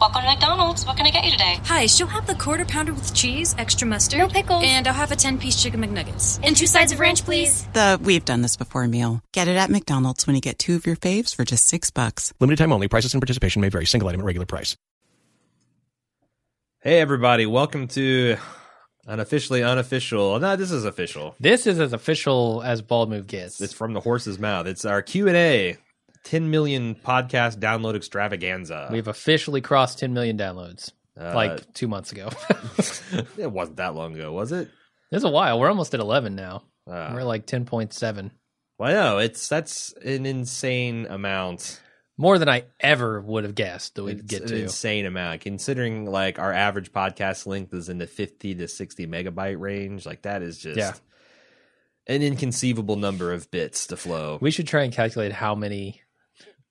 Welcome to McDonald's. What can I get you today? Hi, she'll have the quarter pounder with cheese, extra mustard. No pickles. And I'll have a 10 piece chicken McNuggets. And two sides of ranch, please. The we've done this before meal. Get it at McDonald's when you get two of your faves for just six bucks. Limited time only. Prices and participation may vary. Single item at regular price. Hey everybody, welcome to unofficially unofficial. oh, No, this is official. This is as official as Bald Move gets. It's from the horse's mouth. It's our Q and A, ten million podcast download extravaganza. We've officially crossed 10 million downloads Uh, like two months ago. it wasn't that long ago, was it? it's a while. We're almost at 11 now. Uh, We're like 10.7. Well, no, it's that's an insane amount. More than I ever would have guessed that we'd It's get an to. insane amount, considering like our average podcast length is in the fifty to sixty megabyte range. Like that is just Yeah. an inconceivable number of bits to flow. We should try and calculate how many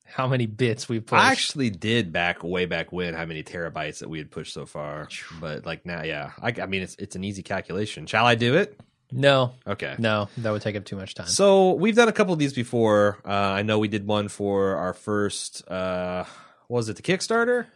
how many bits we pushed. I actually did back way back when how many terabytes that we had pushed so far, but like now, yeah. I, I mean, it's it's an easy calculation. Shall I do it? no. Okay. No, that would take up too much time. So we've done a couple of these before. Uh, I know we did one for our first. Uh, what was it the Kickstarter?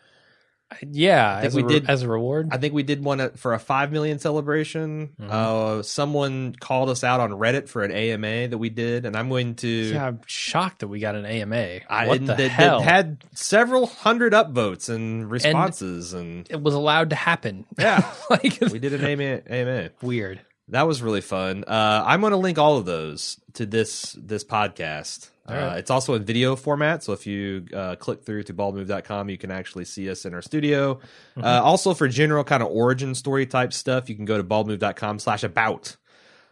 yeah, think as, we a re- did- as a reward. I think we did one at- for a five million celebration. Mm-hmm. Uh, someone called us out on Reddit for an AMA that we did, and I'm going to. yeah, I'm shocked that we got an AMA. I what and the that- that hell? had several hundred upvotes and responses, and, it was allowed to happen. yeah, like we did an AMA. AMA. weird. That was really fun. Uh, I'm going to link all of those to this this podcast. Uh, right. it's also in video format, so if you uh, click through to baldmove.com, you can actually see us in our studio. Uh, also, for general kind of origin story type stuff, you can go to baldmove.com slash about.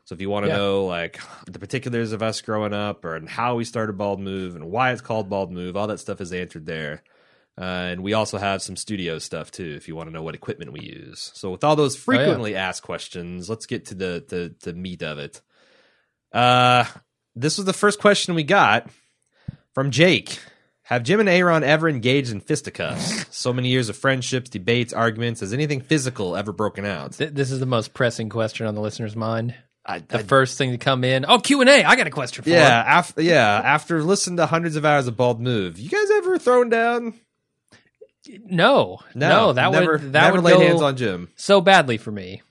So if you want to Yeah. know like the particulars of us growing up or and how we started Bald Move and why it's called Bald Move, all that stuff is answered there. Uh, and we also have some studio stuff too, if you want to know what equipment we use. So with all those Oh, yeah. frequently asked questions, let's get to the the, the meat of it. Uh, this was the first question we got from Jake. Have Jim and Aaron ever engaged in fisticuffs? so many years of friendships, debates, arguments. Has anything physical ever broken out? Th- this is the most pressing question on the listener's mind. I, The I- first thing to come in. Oh, Q and A. I got a question for. yeah, after yeah, after listening to hundreds of hours of bald move, you guys ever thrown down? you. No, no, that never, would that never would laid go hands on Jim. so badly for me,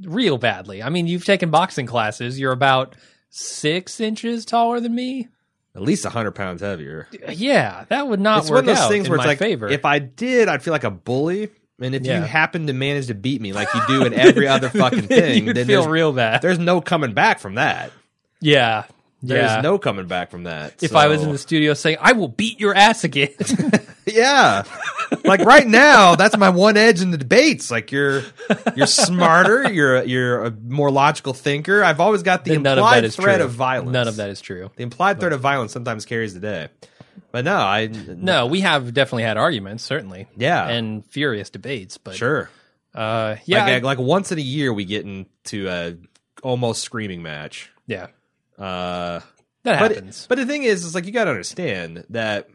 real badly. I mean, you've taken boxing classes. You're about six inches taller than me. At least hundred pounds heavier. Yeah, that would not it's work one of those out things in where it's my like favor. if I did, I'd feel like a bully. And if you Yeah. happen to manage to beat me like you do in every other fucking thing, you'd then feel there's, real bad. there's no coming back from that. Yeah, There's yeah. no coming back from that. if I was in So- the studio saying, "I will beat your ass again," Yeah. Like right now, that's my one edge in the debates. Like you're you're smarter, you're a- you're a more logical thinker. I've always got the then none of that implied is threat true. of violence. None of that is true. The implied threat of violence sometimes carries the day. But no, I No, we have definitely had arguments, certainly. Yeah. and furious debates, but sure. Uh, yeah, like, I- like once in a year we get into a almost screaming match. yeah. Uh but, That happens. But the thing is, is like you got to understand that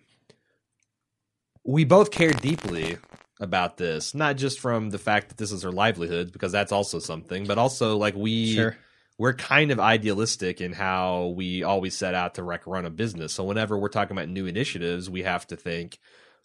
we both care deeply about this, not just from the fact that this is our livelihood, because that's also something, but also like we Sure. we're kind of idealistic in how we always set out to like run a business. So whenever we're talking about new initiatives, we have to think,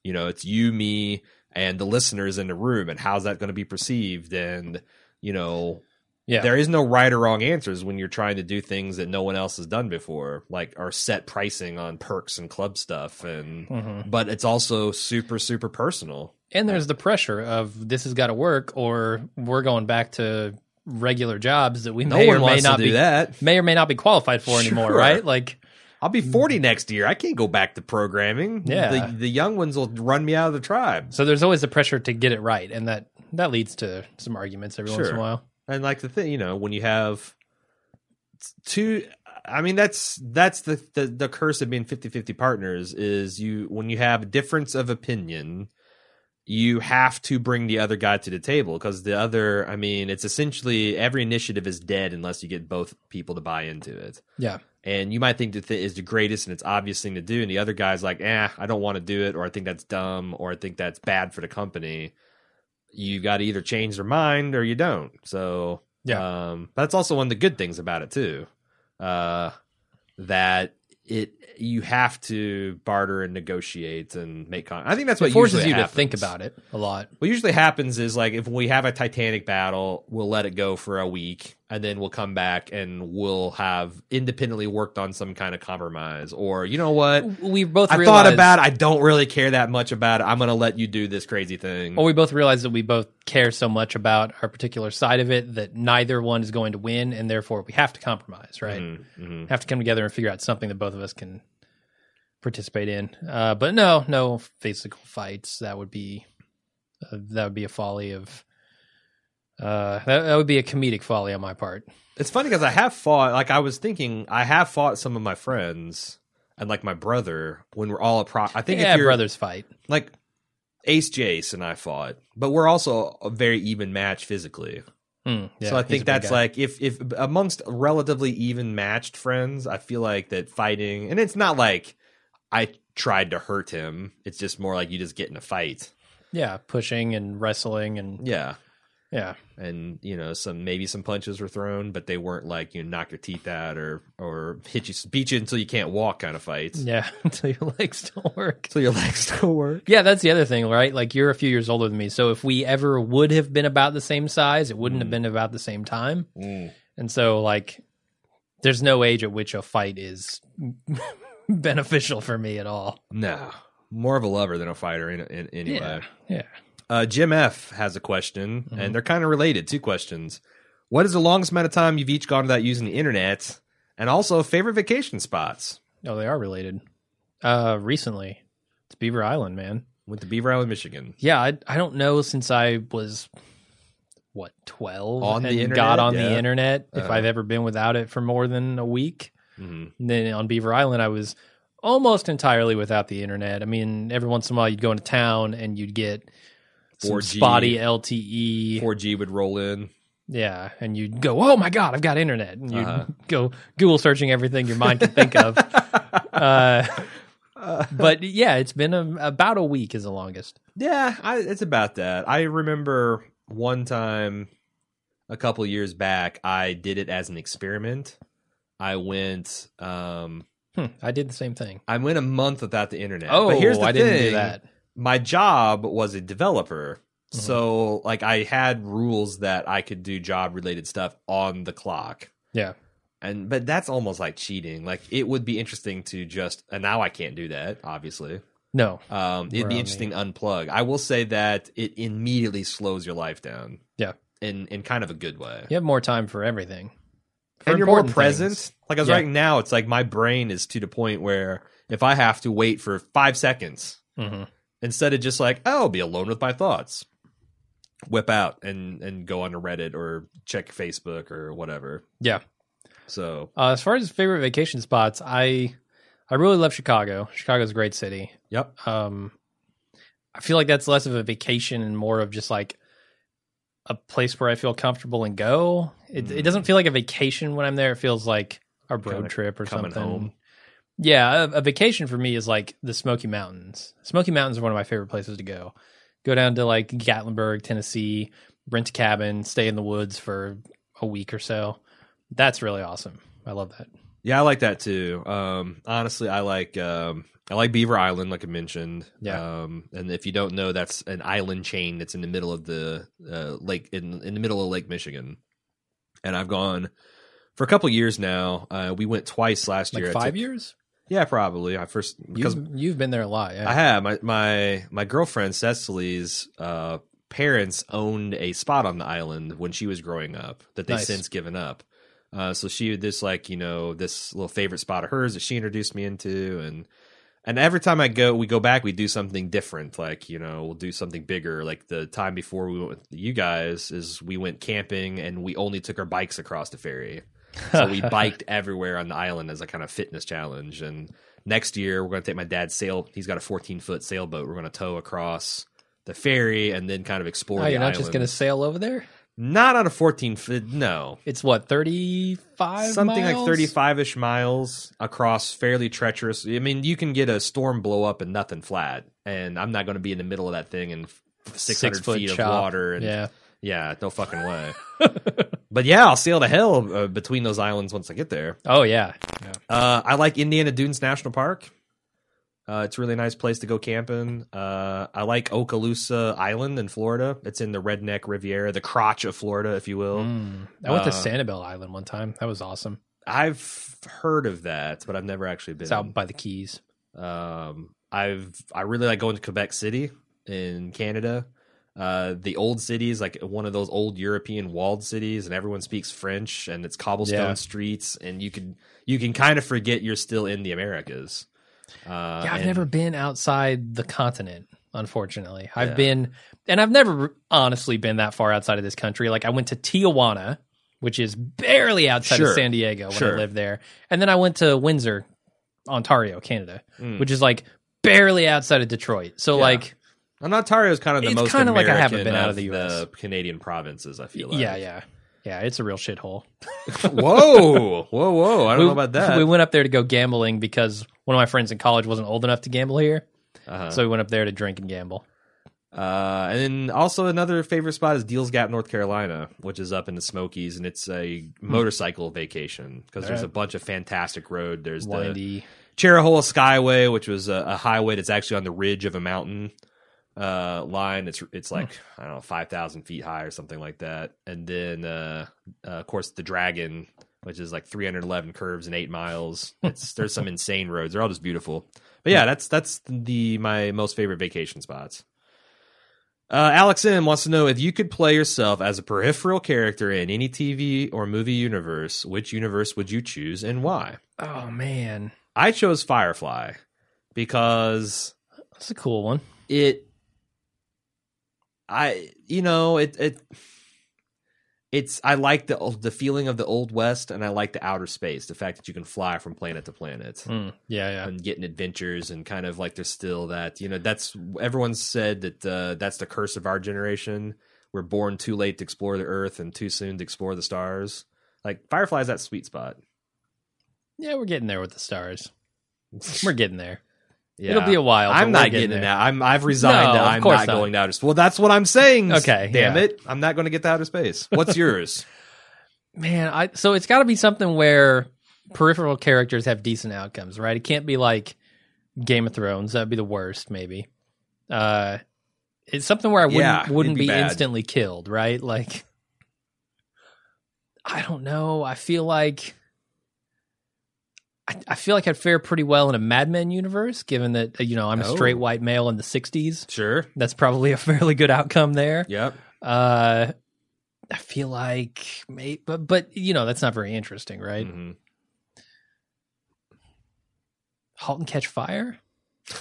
you know, it's you, me, and the listeners in the room, and how's that going to be perceived, and you know, yeah, there is no right or wrong answers when you're trying to do things that no one else has done before, like our set pricing on perks and club stuff, and Mm-hmm. but it's also super super personal. and there's the pressure of this has got to work, or we're going back to regular jobs that we No may one or may wants to not do be that. may or may not be qualified for anymore. Sure. Right? Like, I'll be 40 next year. I can't go back to programming. Yeah. the, the young ones will run me out of the tribe. so there's always the pressure to get it right, and that that leads to some arguments every once in Sure. a while. And like the thing, you know, when you have two I mean that's that's the the, the curse of being 50-50 partners is you when you have a difference of opinion, you have to bring the other guy to the table because the other, I mean, it's essentially every initiative is dead unless you get both people to buy into it. Yeah, And you might think that th- is the greatest and it's obvious thing to do, and the other guy's like, "Eh, I don't want to do it," or "I think that's dumb," or "I think that's bad for the company." You got to either change their mind or you don't. So Yeah. um, that's also one of the good things about it too, uh, that it you have to barter and negotiate and make con- I think that's what it forces usually you happens. to think about it a lot. What usually happens is like if we have a Titanic battle, we'll let it go for a week and then we'll come back and we'll have independently worked on some kind of compromise or you know what? We both I realized, thought about it. I don't really care that much about it. I'm going to let you do this crazy thing. or we both realized that we both care so much about our particular side of it that neither one is going to win, and therefore we have to compromise, right? Mhm. Have to come together and figure out something that both of us can participate in. Uh, but no, no physical fights. That would be uh, that would be a folly of. Uh, that, that would be a comedic folly on my part. It's funny because I have fought. Like I was thinking, I have fought some of my friends and like my brother when we're all a pro. I think yeah, if you're brothers fight. like Ace Jace and I fought, but we're also a very even match physically. Mm, yeah, so I he's a big think that's guy. like if if amongst relatively even matched friends, I feel like that fighting, and it's not like I tried to hurt him. It's just more like you just get in a fight. yeah, pushing and wrestling and Yeah. yeah, and you know some maybe some punches were thrown, but they weren't like you know, knock your teeth out or or hit you beat you until you can't walk kind of fights. yeah, until your legs don't work. So your legs don't work. Yeah, that's the other thing, right? Like you're a few years older than me, so if we ever would have been about the same size, it wouldn't Mm-hmm. have been about the same time. Mm. And so, like, there's no age at which a fight is beneficial for me at all. No, more of a lover than a fighter. In, in, anyway, yeah. uh, Jim F has a question, and they're kind of related. Two questions. What is the longest amount of time you've each gone without using the internet? And also favorite vacation spots. No, they are related. Uh, recently, it's Beaver Island, man. Went to Beaver Island, Michigan. Yeah, I, I don't know since I was what twelve On the and internet, got on yeah. the internet if Uh-huh. I've ever been without it for more than a week. hmm And then on Beaver Island, I was almost entirely without the internet. I mean, every once in a while you'd go into town and you'd get some 4G. spotty LTE. 4G would roll in. Yeah, and you'd go, "Oh my god, I've got internet!" And you'd Uh-huh. go Google searching everything your mind could think of. Uh, but yeah, it's been a, about a week is the longest. Yeah, I, it's about that. I remember one time a couple years back, I did it as an experiment. I went, um, Hmm, I did the same thing. I went a month without the internet. Oh, but here's the I thing: didn't do that. my job was a developer, Mm-hmm. so like I had rules that I could do job related stuff on the clock. Yeah. And but that's almost like cheating. Like it would be interesting to just and now I can't do that, obviously. No. Um, it'd We're be on interesting to unplug. I will say that it immediately slows your life down. Yeah. In in kind of a good way. You have more time for everything. For and you're more important present. things. Like as Yeah. right now, it's like my brain is to the point where if I have to wait for five seconds Mhm. instead of just like, oh, I'll be alone with my thoughts. Whip out and and go onto Reddit or check Facebook or whatever. Yeah. So Uh, as far as favorite vacation spots, I I really love Chicago. Chicago's a great city. yep. Um, I feel like that's less of a vacation and more of just like a place where I feel comfortable and go. It, it doesn't feel like a vacation when I'm there. It feels like a road Kinda trip or Mm. coming something. home. Yeah, a, a vacation for me is like the Smoky Mountains. Smoky Mountains are one of my favorite places to go. Go down to like Gatlinburg, Tennessee, rent a cabin, stay in the woods for a week or so. That's really awesome. I love that. Yeah, I like that too. Um, honestly, I like um, I like Beaver Island, like I mentioned. Yeah. Um, and if you don't know, that's an island chain that's in the middle of the uh, lake in in the middle of Lake Michigan. And I've gone for a couple years now. Uh, we went twice last Like year. I five took- years? Yeah, probably. I first because You've, you've been there a lot. Yeah. I have my my my girlfriend Cecily's uh, parents owned a spot on the island when she was growing up that they've Nice. since given up. Uh, so she had this like you know this little favorite spot of hers that she introduced me into, and and every time I go, we go back, we do something different. Like you know, we'll do something bigger. Like the time before we went with you guys is we went camping and we only took our bikes across the ferry. So we biked everywhere on the island as a kind of fitness challenge. And next year, we're going to take my dad's sail. He's got a 14 foot sailboat. We're going to tow across the ferry and then kind of explore. Oh, the you're not just going island. to sail over there? not on a 14 foot. No, It's what, 35? something like miles? 35 ish miles across fairly treacherous. I mean, you can get a storm blow up and nothing flat. And I'm not going to be in the middle of that thing in f- 600 Six-foot feet chop. of water. And Yeah. yeah, no fucking way. But yeah, I'll sail to hell uh, between those islands once I get there. Oh yeah. yeah. Uh, I like Indiana Dunes National Park. Uh, it's a really nice place to go camping. Uh, I like Okaloosa Island in Florida. It's in the Redneck Riviera, the crotch of Florida, if you will. Mm. I went Uh, to Sanibel Island one time. That was awesome. I've heard of that, but I've never actually been. It's out by the Keys. Um, I've I really like going to Quebec City in Canada. Uh, the old city is like one of those old European walled cities, and everyone speaks French, and it's cobblestone Yeah. streets, and you can you can kind of forget you're still in the Americas. Uh, yeah, I've and- never been outside the continent. Unfortunately, Yeah. I've been, and I've never honestly been that far outside of this country. Like I went to Tijuana, which is barely outside Sure. of San Diego when Sure. I lived there, and then I went to Windsor, Ontario, Canada, Mm. which is like barely outside of Detroit. So Yeah. like, And Ontario is kind of the It's most kinda kind of like I haven't been out of the, the US. Canadian provinces. I feel like yeah, yeah, yeah, it's a real shithole. whoa, whoa, whoa! I don't we, know about that. We went up there to go gambling because one of my friends in college wasn't old enough to gamble here, uh-huh. so we went up there to drink and gamble. Uh, and then also another favorite spot is Deals Gap, North Carolina, which is up in the Smokies, and it's a motorcycle vacation because there's Alright. a bunch of fantastic road. There's the Windy. Cherahole Skyway, which was a, a highway that's actually on the ridge of a mountain uh, line. It's it's like I don't know five thousand feet high or something like that. And then uh, uh, of course the Dragon, which is like three hundred eleven curves and eight miles. It's there's some insane roads. They're all just beautiful. But yeah, that's that's the my most favorite vacation spots. Uh, Alex M wants to know if you could play yourself as a peripheral character in any TV or movie universe. Which universe would you choose and why? Oh man, I chose Firefly because that's a cool one. it I you know, it it it's I like the old- the feeling of the old west and I like the outer space, the fact that you can fly from planet to planet Mm, yeah, yeah. and getting adventures and kind of like there's still that you know that's everyone said that uh, that's the curse of our generation we're born too late to explore the earth and too soon to explore the stars like firefly's that sweet spot Yeah, we're getting there with the stars. We're getting there. yeah. It'll be a while. but I'm we're not getting, there. out. I'm I've resigned. No, to of I'm course not, not. going to outer space. Well, that's what I'm saying. Okay, damn yeah. it, I'm not going to get to outer space. What's yours? Man, I so it's got to be something where peripheral characters have decent outcomes, right? It can't be like Game of Thrones. That'd be the worst, maybe. Uh, it's something where I wouldn't Yeah, wouldn't it'd be, be bad. instantly killed, right? Like, I don't know. I feel like. I I feel like I'd fare pretty well in a Mad Men universe, given that uh, you know I'm a Oh. straight white male in the '60s. Sure. That's probably a fairly good outcome there. Yep. Uh, I feel like, may- but but you know that's not very interesting, right? Mhm. Halt and Catch Fire.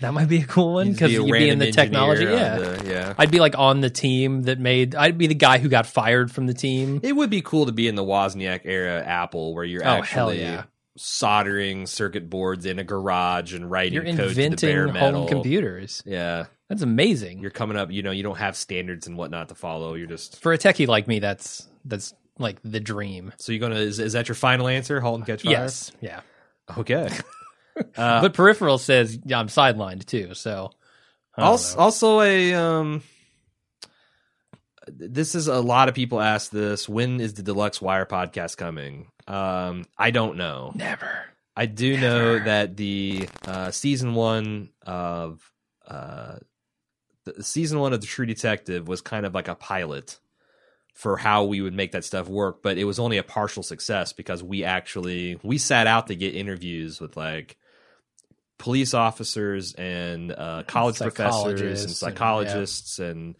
That might be a cool one You'd because be a you'd be random in the technology. engineer Yeah, on the- yeah. I'd be like on the team that made. I'd be the guy who got fired from the team. It would be cool to be in the Wozniak era Apple, where you're Oh, hell actually yeah. soldering circuit boards in a garage and writing You're code to the inventing bare home metal. computers. Yeah, That's amazing. you're coming up. You know, you don't have standards and whatnot to follow. You're just For a techie like me, that's that's like the dream. so you're gonna. Is, is that your final answer? Halt and catch fire. Yes, yeah. Okay. Uh, but peripheral says yeah, I'm sidelined too. So I don't also, know. also a um this is a lot of people ask this when is the deluxe wire podcast coming um i don't know never. i do know that the uh season one of uh the season one of the true detective was kind of like a pilot for how we would make that stuff work but it was only a partial success because we actually we sat out to get interviews with like police officers and uh, college professors and Psychologists and- psychologists and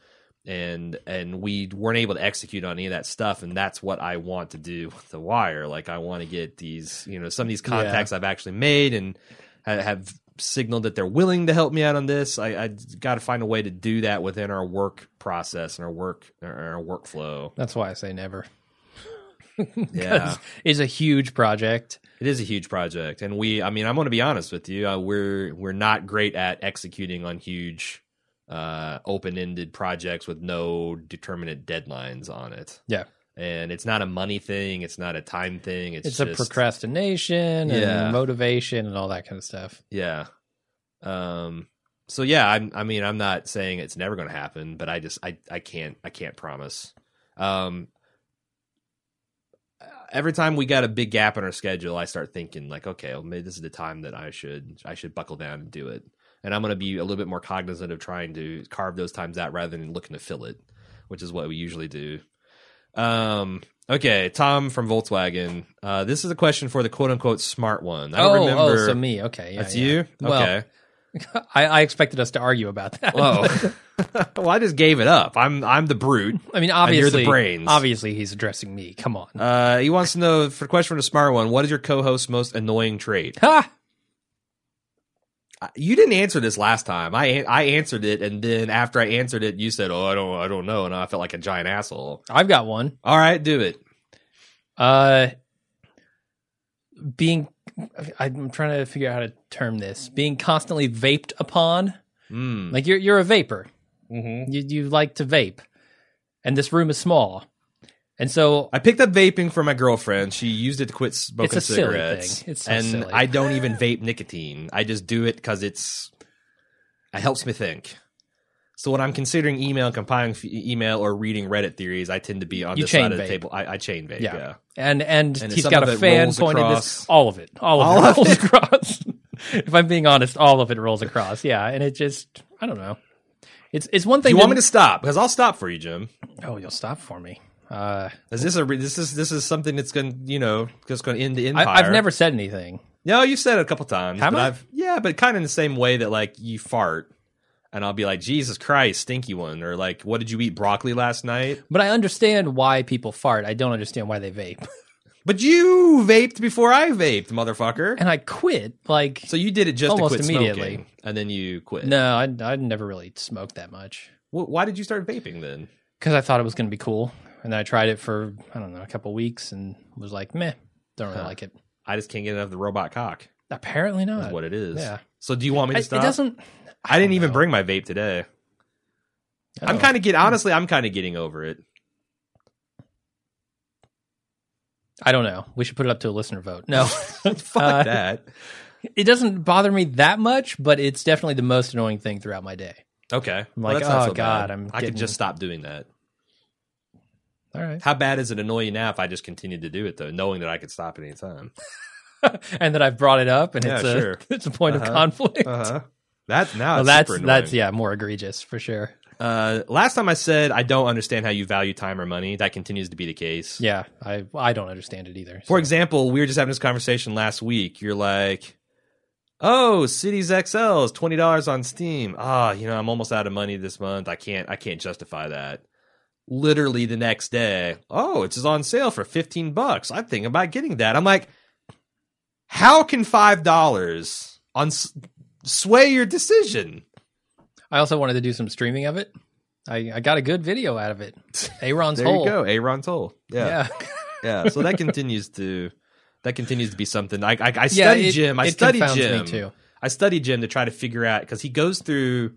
and and we weren't able to execute on any of that stuff and that's what i want to do with the wire like i want to get these you know some of these contacts i've actually made and ha- have signaled that they're willing to help me out on this i, I got to find a way to do that within our work process and our work our our workflow That's why I say never. yeah is a huge project. it is a huge project and we i mean i'm going to be honest with you uh, we're we're not great at executing on huge uh open-ended projects with no determinate deadlines on it Yeah. and it's not a money thing it's not a time thing it's, It's, a just, procrastination Yeah. and motivation and all that kind of stuff. yeah um so yeah I'm, i mean i'm not saying it's never going to happen but i just i i can't i can't promise um every time we got a big gap in our schedule, I start thinking like, okay, well, maybe this is the time that I should I should buckle down and do it. And I'm going to be a little bit more cognizant of trying to carve those times out rather than looking to fill it, which is what we usually do. Um, okay, Tom from Volkswagen. Uh, this is a question for the quote unquote smart one. I don't oh, remember. oh, so me. Okay, yeah, That's yeah. you. Well, Okay. I, I expected us to argue about that. Oh, well, I just gave it up. I'm I'm the brute. I mean, And you're the obviously, brains. obviously, he's addressing me. Come on. Uh, he wants to know for the question from the smart one. What is your co-host's most annoying trait? ha! I- You didn't answer this last time. I an- I answered it, and then after I answered it, you said, "Oh, I don't I don't know," and I felt like a giant asshole. I've got one. All right, do it. Uh, being, I'm trying to figure out how to term this. Being constantly vaped upon. Mm. Like you're you're a vapor. Mm-hmm. You you like to vape, and this room is small, and so I picked up vaping from my girlfriend. She used it to quit smoking It's a silly cigarettes. thing. It's so and silly. I don't even vape nicotine. I just do it because it's it helps me think. So when I'm considering email, and compiling f- e-, email, or reading Reddit theories, I tend to be on You this side chain of the vape. table. I, I chain vape. Yeah. Yeah. and and, And if he's some got of a it fan rolls pointed across- this all of it all of All it of rolls it. across. if I'm being honest, all of it rolls across. Yeah, and it just I don't know. It's it's one Do thing. you want me to stop? Because I'll stop for you, Jim. Oh, you'll stop for me. Uh, Is this a re- this is this is something that's going to you know just going to end the I, empire? I've never said anything. No, you've said it a couple times. Have but I? have yeah, but kind of in the same way that like you fart, and I'll be like, Jesus Christ, stinky one, or like, what did you eat broccoli last night? But I understand why people fart. I don't understand why they vape. But you vaped before I vaped, motherfucker. And I quit. Like, so you did it just Almost to quit immediately. smoking, and then you quit. no, I, I never really smoked that much Wh- Why did you start vaping then? because I thought it was going to be cool. And then I tried it for, I don't know, a couple weeks and was like, meh, don't really Huh. like it. I just can't get enough of the robot cock. Apparently Is not. what it is. Uh, yeah. So do you want me to I- it stop? doesn't. I, didn't don't even know. bring my vape today. I I'm don't- kind of get honestly. I'm kind of getting over it. I don't know. We should put it up to a listener vote. No, Fuck Uh, that. it doesn't bother me that much, but it's definitely the most annoying thing throughout my day. Okay. I'm Well, like, that's not oh, so bad. God, I'm I could getting- just stop doing that. All right. How bad is it annoy you now if I just continued to do it though, knowing that I could stop at any time? and that I've brought it up, and Yeah, it's a sure. it's a point Uh-huh. of conflict. That's now Well, it's that's super that's annoying. yeah, more egregious for sure. Uh, last time I said I don't understand how you value time or money. That continues to be the case. Yeah, I I don't understand it either. For so. example, we were just having this conversation last week. You're like, "Oh, Cities XL is twenty dollars on Steam. Ah, you know, I'm almost out of money this month. I can't, I can't justify that." Literally the next day, oh, it's on sale for fifteen bucks. I'm thinking about getting that. I'm like, how can five dollars on s- sway your decision? I also wanted to do some streaming of it. I, I got a good video out of it. Aaron's There hole. you go, Aaron Toll. Yeah. Yeah. yeah so that continues to that continues to be something i i, I study it- jim i it study confounds me jim too. i study jim to try to figure out because he goes through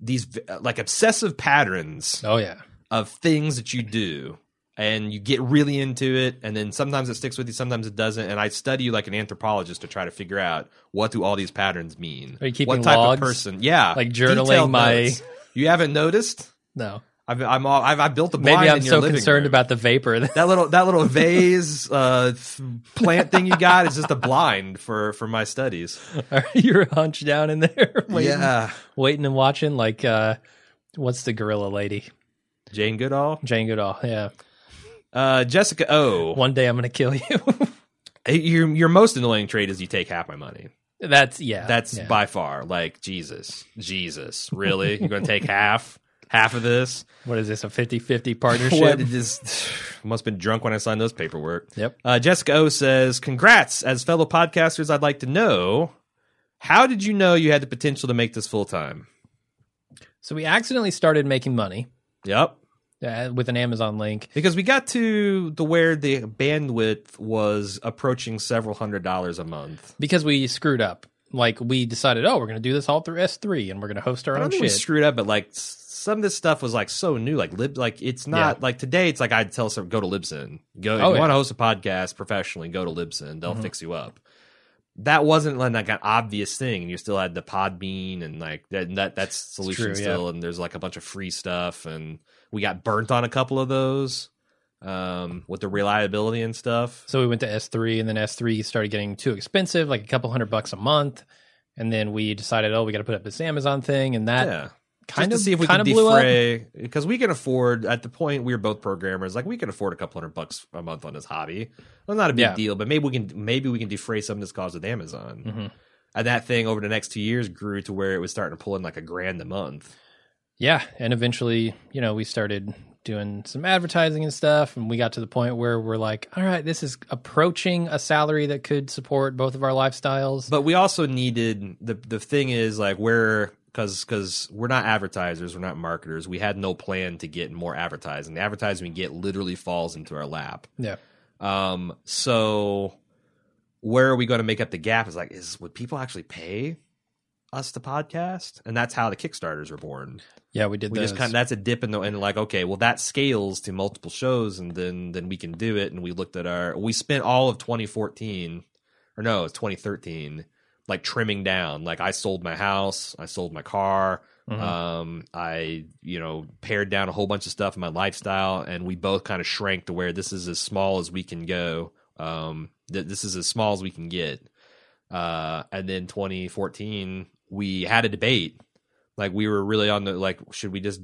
these v- like obsessive patterns Oh yeah. of things that you do and you get really into it and then sometimes it sticks with you sometimes it doesn't and i study you like an anthropologist to try to figure out what do all these patterns mean Are you keeping what type logs? of person yeah Like journaling detailed my- notes. you haven't noticed No. I've, I'm all, I've, I've built a blind Maybe I'm in your so living concerned room. about the vapor. that- That little that little vase uh, f- plant thing you got is just a blind for for my studies. You're hunched down in there, waiting, waiting and watching. Like, uh, what's the gorilla lady? Jane Goodall, Jane Goodall. Yeah. uh, Jessica O. One day I'm gonna kill you. Your your most annoying trait is you take half my money. That's yeah. That's yeah. by far like Jesus, Jesus, really? You're gonna take half half of this? what is this a 50-50 What partnership? it is? Must have been drunk when I signed those paperwork. Yep. Uh, Jessica O says, "Congrats, as fellow podcasters, I'd like to know how did you know you had the potential to make this full time? So we accidentally started making money Yep, uh, with an Amazon link. because we got to the where the bandwidth was approaching several hundred dollars a month. because we screwed up. Like we decided, oh, we're going to do this all through S3 and we're going to host our I own don't think shit. we screwed up, but like s- some of this stuff was like so new. Like lib, like it's not like today. It's like I'd tell some go to Libsyn. Go if Oh, you yeah. want to host a podcast professionally, go to Libsyn. They'll fix you up. That wasn't like, like an obvious thing, and you still had the Podbean and like that. that that's solution true, yeah. still, and there's like a bunch of free stuff, and we got burnt on a couple of those. um, with the reliability and stuff. So we went to S3, and then S3 started getting too expensive, like a couple hundred bucks a month. And then we decided, oh, we got to put up this Amazon thing, and that yeah. kind Just of to see if we kind can of blew up. defray because we can afford at the point we were both programmers like we can afford a couple hundred bucks a month on this hobby well not a big Yeah. deal but maybe we can maybe we can defray some of this cost with amazon Mhm. and that thing over the next two years grew to where it was starting to pull in like a grand a month Yeah, and eventually, you know, we started doing some advertising and stuff, and we got to the point where we're like, all right, this is approaching a salary that could support both of our lifestyles. but we also needed the the thing is like we're because because we're not advertisers we're not marketers we had no plan to get more advertising the advertising we get literally falls into our lap yeah, Um, so where are we going to make up the gap? Is like, is would people actually pay us to podcast? And that's how the Kickstarters were born. yeah, we did. We just those. kind of that's a dip in the and like, okay, well that scales to multiple shows, and then then we can do it. And we looked at our we spent all of 2014 or no, it's 2013, like trimming down. Like I sold my house, I sold my car. Mhm. Um, I you know pared down a whole bunch of stuff in my lifestyle, and we both kind of shrank to where this is as small as we can go. Um, th- this is as small as we can get. Uh, and then 2014, we had a debate. Like we were really on the like, should we just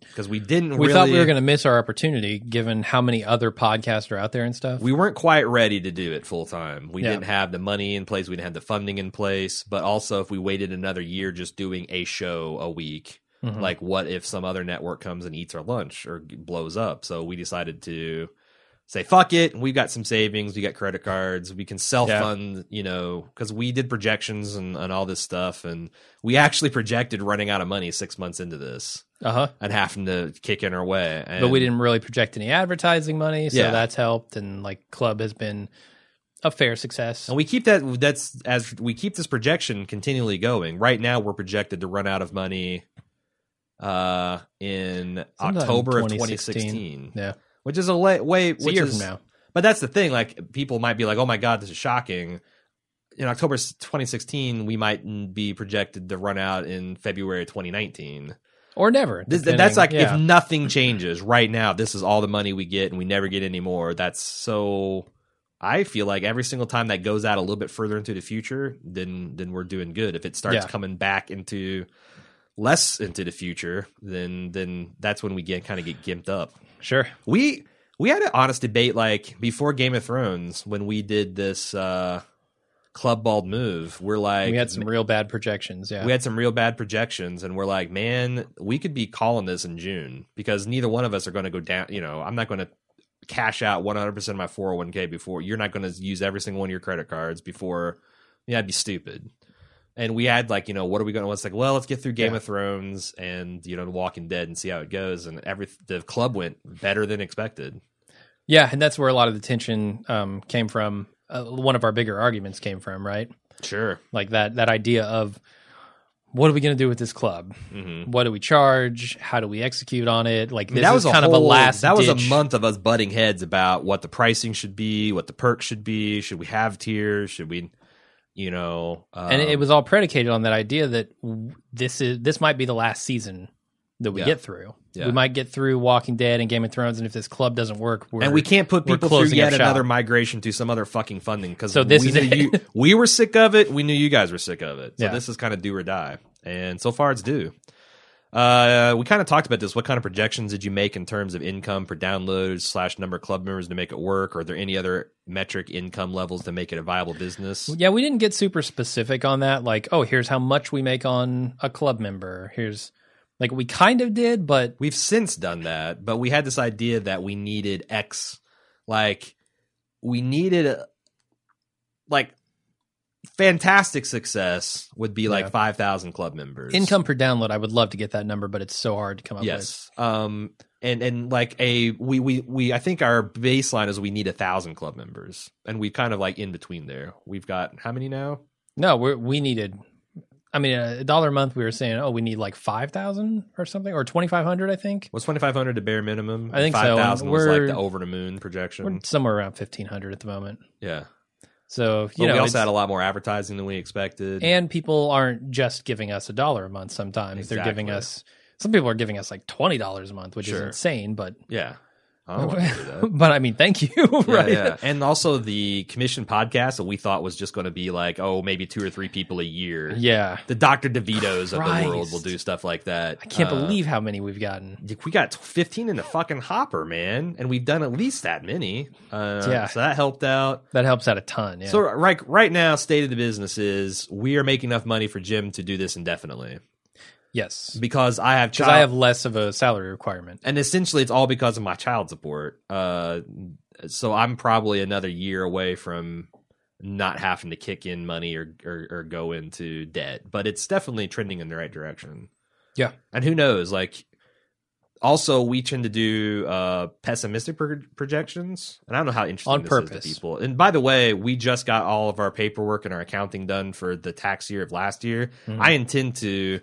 because we didn't we really, thought we were going to miss our opportunity given how many other podcasts are out there and stuff. we weren't quite ready to do it full time. We Yeah. didn't have the money in place. We didn't have the funding in place. But also, if we waited another year just doing a show a week, Mhm. like what if some other network comes and eats our lunch or g- blows up? So we decided to say, fuck it. We've got some savings. We got credit cards. We can self fund, you know, because we did projections and, and all this stuff. And we actually projected running out of money six months into this uh huh. and having to kick in our way. And but we didn't really project any advertising money, so Yeah. that's helped. And like Club has been a fair success. And we keep that that's as we keep this projection continually going. Right now we're projected to run out of money uh in Sometime October of 2016. 2016. yeah, Which is a la- way it's a which year is, from now. But that's the thing like people might be like, "Oh my god, this is shocking." In October s- 2016, we might n- be projected to run out in February 2019. or never. This, depending. that's like yeah. if nothing changes right now, this is all the money we get and we never get any more. That's so I feel like every single time that goes out a little bit further into the future, then then we're doing good. If it starts Yeah. coming back into less into the future, then then that's when we get kind of get gimped up. sure. We we had an honest debate like before Game of Thrones when we did this uh club bald move. We're like we had some real bad projections. Yeah, we had some real bad projections and we're like man we could be calling this in june because neither one of us are going to go down you know i'm not going to cash out 100% of my 401k before you're not going to use every single one of your credit cards before yeah that'd be stupid and we had like you know what are we going to let's like well let's get through game Yeah. of thrones and you know the walking dead and see how it goes and every the club went better than expected yeah, and that's where a lot of the tension um, came from. Uh, one of our bigger arguments came from right, sure like that that idea of what are we going to do with this club? mm-hmm. What do we charge? How do we execute on it? Like I mean, this is kind of a whole- last. That was a ditch- month of us butting heads about what the pricing should be, what the perks should be. Should we have tiers? Should we, you know? Um, and it was all predicated on that idea that w- this is this might be the last season that we Yeah. get through. Yeah. We might get through Walking Dead and Game of Thrones, and if this club doesn't work, we're, and we can't put we're people through closing yet up shop. another migration to some other fucking funding because So this we is knew it. you, we were sick of it. We knew you guys were sick of it. So Yeah. this is kind of do or die, and so far it's do. Uh, we kind of talked about this. What kind of projections did you make in terms of income per download slash number of club members to make it work? Are there any other metric income levels to make it a viable business? Yeah, we didn't get super specific on that. Like, oh, here's how much we make on a club member. Here's like we kind of did, but We've since done that, but we had this idea that we needed X, like we needed a, like fantastic success would be like Yeah. five thousand club members income per download, I would love to get that number, but it's so hard to come up with. Yes, um, and and like a we we we I think our baseline is we need a thousand club members, and we kind of like in between there. We've got how many now? No, we we needed. I mean, a dollar a month. We were saying, oh, we need like five thousand or something, or twenty five hundred. I think Was twenty five hundred the bare minimum? I think so, and five thousand was like we're- the over the moon we're projection. somewhere around fifteen hundred at the moment. Yeah, So but you know, we it's- also had a lot more advertising than we expected. and people aren't just giving us a dollar a month sometimes they're giving Exactly. us some people are giving us like $20 a month which is Sure. insane but Yeah. Oh, I don't want to do that. but I mean, thank you. right. Yeah, yeah. And also the commission podcast that we thought was just going to be like, oh, maybe two or three people a year. Yeah. The Dr. DeVitos of the world Christ. will do stuff like that. I can't Uh, believe how many we've gotten. we got 15 in the fucking hopper, man. And we've done at least that many. Uh, Yeah. So that helped out. That helps out a ton. Yeah. So right right now, state of the business is we are making enough money for Jim to do this indefinitely yes. because I have Because child, I have less of a salary requirement. and essentially it's all because of my child support. Uh, so I'm probably another year away from not having to kick in money or, or or go into debt, but it's definitely trending in the right direction. Yeah. and who knows? Like, also we tend to do uh pessimistic pro- projections, and I don't know how interesting On this is to purpose. people. And by the way, we just got all of our paperwork and our accounting done for the tax year of last year. Mm-hmm. I intend to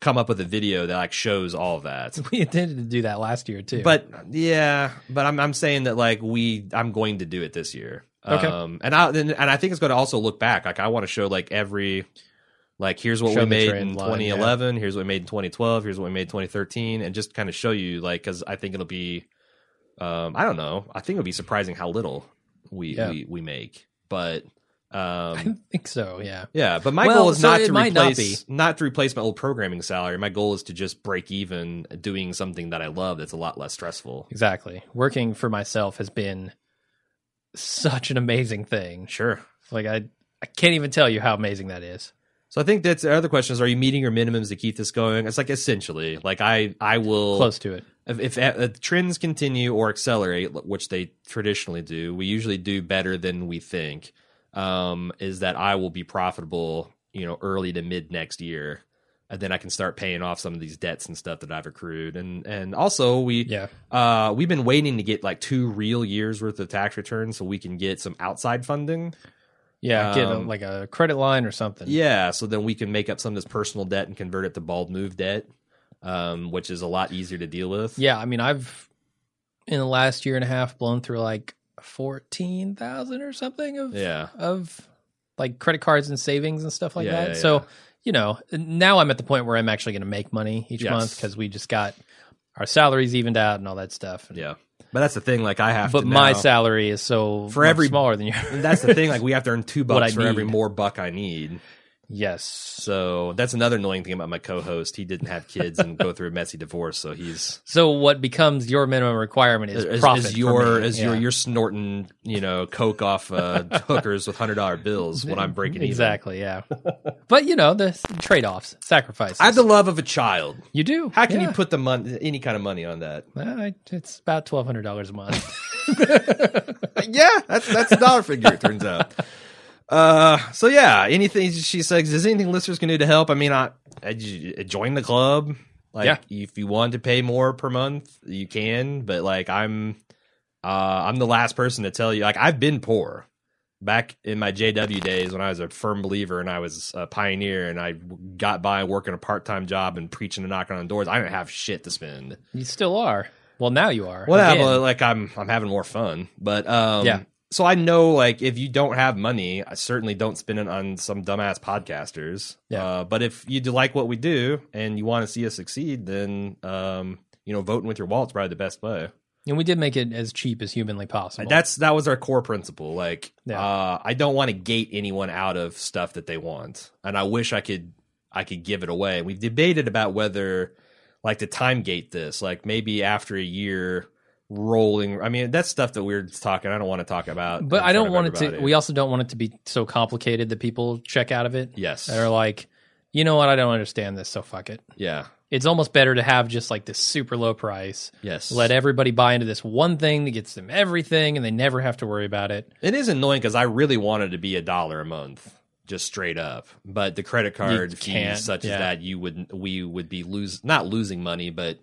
come up with a video that like shows all of that. We intended to do that last year too. But yeah, but I'm I'm saying that like we I'm going to do it this year. Okay. Um, and I and and I think it's going to also look back. Like I want to show like every like here's what Show we the made trend in line, 2011, here's what we made in 2012, here's what we made in 2013 and just kind of show you like cuz I think it'll be um I don't know. I think it'll be surprising how little we Yeah. we, we make. But I um don't think so. Yeah. yeah, but my Well, goal is so not it to might not replace not, to replace my old programming salary. My goal is to just break even doing something that I love that's a lot less stressful. Exactly. Working for myself has been such an amazing thing. Sure. Like I, I can't even tell you how amazing that is. So I think that's the other question is: Are you meeting your minimums to keep this going? It's like essentially, like I, I will Close to it. If, if, uh, trends continue or accelerate, which they traditionally do, we usually do better than we think. Um, is that I will be profitable, you know, early to mid next year, and then I can start paying off some of these debts and stuff that I've accrued, and and also we Yeah. uh, we've been waiting to get like two real years worth of tax returns so we can get some outside funding. Yeah. get a, Um, like a credit line or something. Yeah, so then we can make up some of this personal debt and convert it to bald move debt, um, which is a lot easier to deal with. Yeah, I mean, I've in the last year and a half blown through like fourteen thousand or something of Yeah. of like credit cards and savings and stuff like Yeah, that. yeah, so yeah. you know, now I'm at the point where I'm actually going to make money each Yes. month because we just got our salaries evened out and all that stuff. Yeah. But that's the thing, like I have but to my now- salary is so For much every- smaller than yours. and that's the thing, like we have to earn two What bucks I for every need. more buck I need. yes. So that's another annoying thing about my co host. He didn't have kids and go through a messy divorce, so he's So what becomes your minimum requirement is as, profit. as for your me. as your Yeah. you're snorting, you know, coke off uh, hookers with hundred dollar bills when I'm breaking even. exactly yeah. but you know the trade offs, sacrifices. I have the love of a child. you do. How can Yeah. you put the mon- any kind of money on that? Well, I- it's about twelve hundred dollars a month. yeah, that's that's a dollar figure. It turns out. Uh, so yeah, anything she says, is there anything listeners can do to help? I mean, I, I j- join the club. Like, Yeah. if you want to pay more per month, you can. But like, I'm, uh, I'm the last person to tell you. Like, I've been poor back in my JW days when I was a firm believer and I was a pioneer and I got by working a part time job and preaching and knocking on doors. I didn't have shit to spend. you still are. Well, now you are. Well, yeah, Again. but like I'm I'm having more fun. But um Yeah. so I know like if you don't have money, I certainly don't spend it on some dumbass podcasters. Yeah. Uh, but if you do like what we do and you want to see us succeed, then um you know voting with your wallet's probably the best way. and we did make it as cheap as humanly possible. That's that was our core principle. Like Yeah. uh I don't want to gate anyone out of stuff that they want. And I wish I could I could give it away. We've debated about whether like to time gate this, like maybe after a year rolling. I mean, that's stuff that we're talking. I don't want to talk about. but in I front don't of want it to. everybody. We also don't want it to be so complicated that people check out of it. Yes. they're like, you know what? I don't understand this, so fuck it. yeah. It's almost better to have just like this super low price. Yes. Let everybody buy into this one thing that gets them everything, and they never have to worry about it. It is annoying because I really wanted to be a dollar a month, just straight up. But the credit card can't, fees, such yeah. as that, you would we would be lose not losing money, but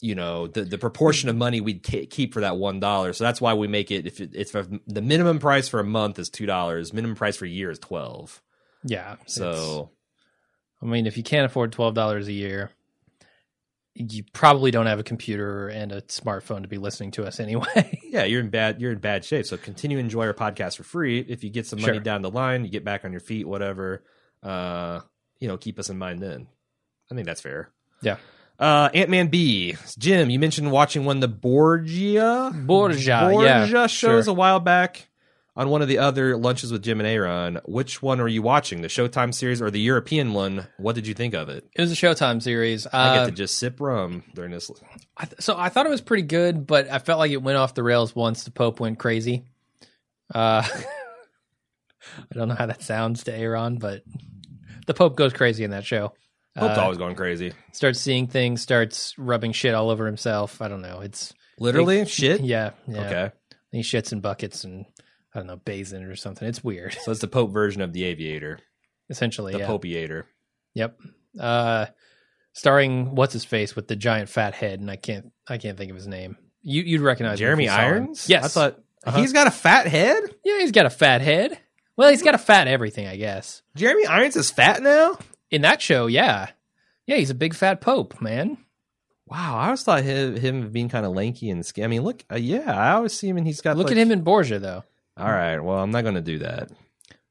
you know the the proportion of money we'd ke- keep for that one dollar. So that's why we make it. If it, it's if the minimum price for a month is two dollars, minimum price for a year is twelve. Yeah. it's- So I mean, if you can't afford twelve dollars a year, you probably don't have a computer and a smartphone to be listening to us anyway. yeah, you're in bad you're in bad shape. So continue to enjoy our podcast for free. If you get some money Sure. down the line, you get back on your feet, whatever. Uh, you know, keep us in mind then. I think that's fair. yeah. Uh, Ant Man B. Jim, you mentioned watching one of the Borgia Borgia, yeah, shows sure. a while back on one of the other lunches with Jim and Aaron. Which one are you watching? The Showtime series or the European one? What did you think of it? It was a Showtime series. I Uh, get to just sip rum during this. I th- so I thought it was pretty good, but I felt like it went off the rails once the Pope went crazy. Uh, I don't know how that sounds to Aaron, but the Pope goes crazy in that show. Pope's Uh, always going crazy. starts seeing things, starts rubbing shit all over himself. I don't know. It's Literally, shit. yeah, yeah. Okay, He shits in buckets and I don't know, bathes in it or something. It's weird, so it's the Pope version of the Aviator, essentially. the yeah. Popeator. Yep. Uh, starring what's his face with the giant fat head, and I can't, I can't think of his name. You, you'd recognize him if Jeremy you saw him. Irons. Yes, I thought Uh-huh. he's got a fat head. Yeah, he's got a fat head. Well, he's got a fat everything, I guess. Jeremy Irons is fat now. In that show, yeah. Yeah, he's a big fat pope, man. Wow, I always thought him, him being kind of lanky and skinny. I mean, look, uh, yeah, I always see him and he's got. Look like- at him in Borgia though. All right, well, I'm not going to do that.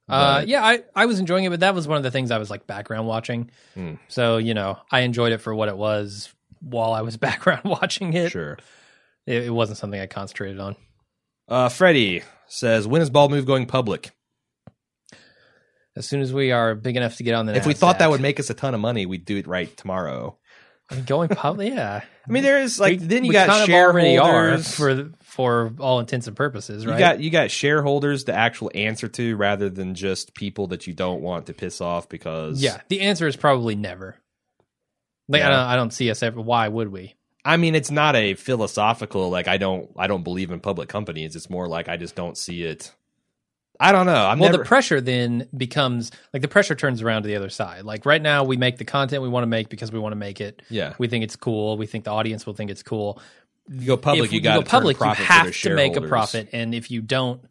Uh, But- yeah, I, I was enjoying it, but that was one of the things I was like background watching. Hmm. So, you know, I enjoyed it for what it was while I was background watching it. Sure. It, it wasn't something I concentrated on. Uh, Freddie says, when is Ball Move going public? As soon as we are big enough to get on the if we thought that NASDAQ, would make us a ton of money, we'd do it right tomorrow. I mean, going public, yeah. I mean, there is like We- then you we got kind of already are shareholders. for the- for all intents and purposes, right? You got you got shareholders to actual answer to rather than just people that you don't want to piss off because Yeah, the answer is probably never. Like I Yeah. don't, I don't see us ever. Why would we? I mean, it's not a philosophical like I don't I don't believe in public companies. It's more like I just don't see it. I don't know. I'm well, never. the pressure then becomes like the pressure turns around to the other side. Like right now, we make the content we want to make because we want to make it. yeah, We think it's cool. We think the audience will think it's cool. you go public, if you got go public, you profit for have their to make a shareholders. profit, and if you don't,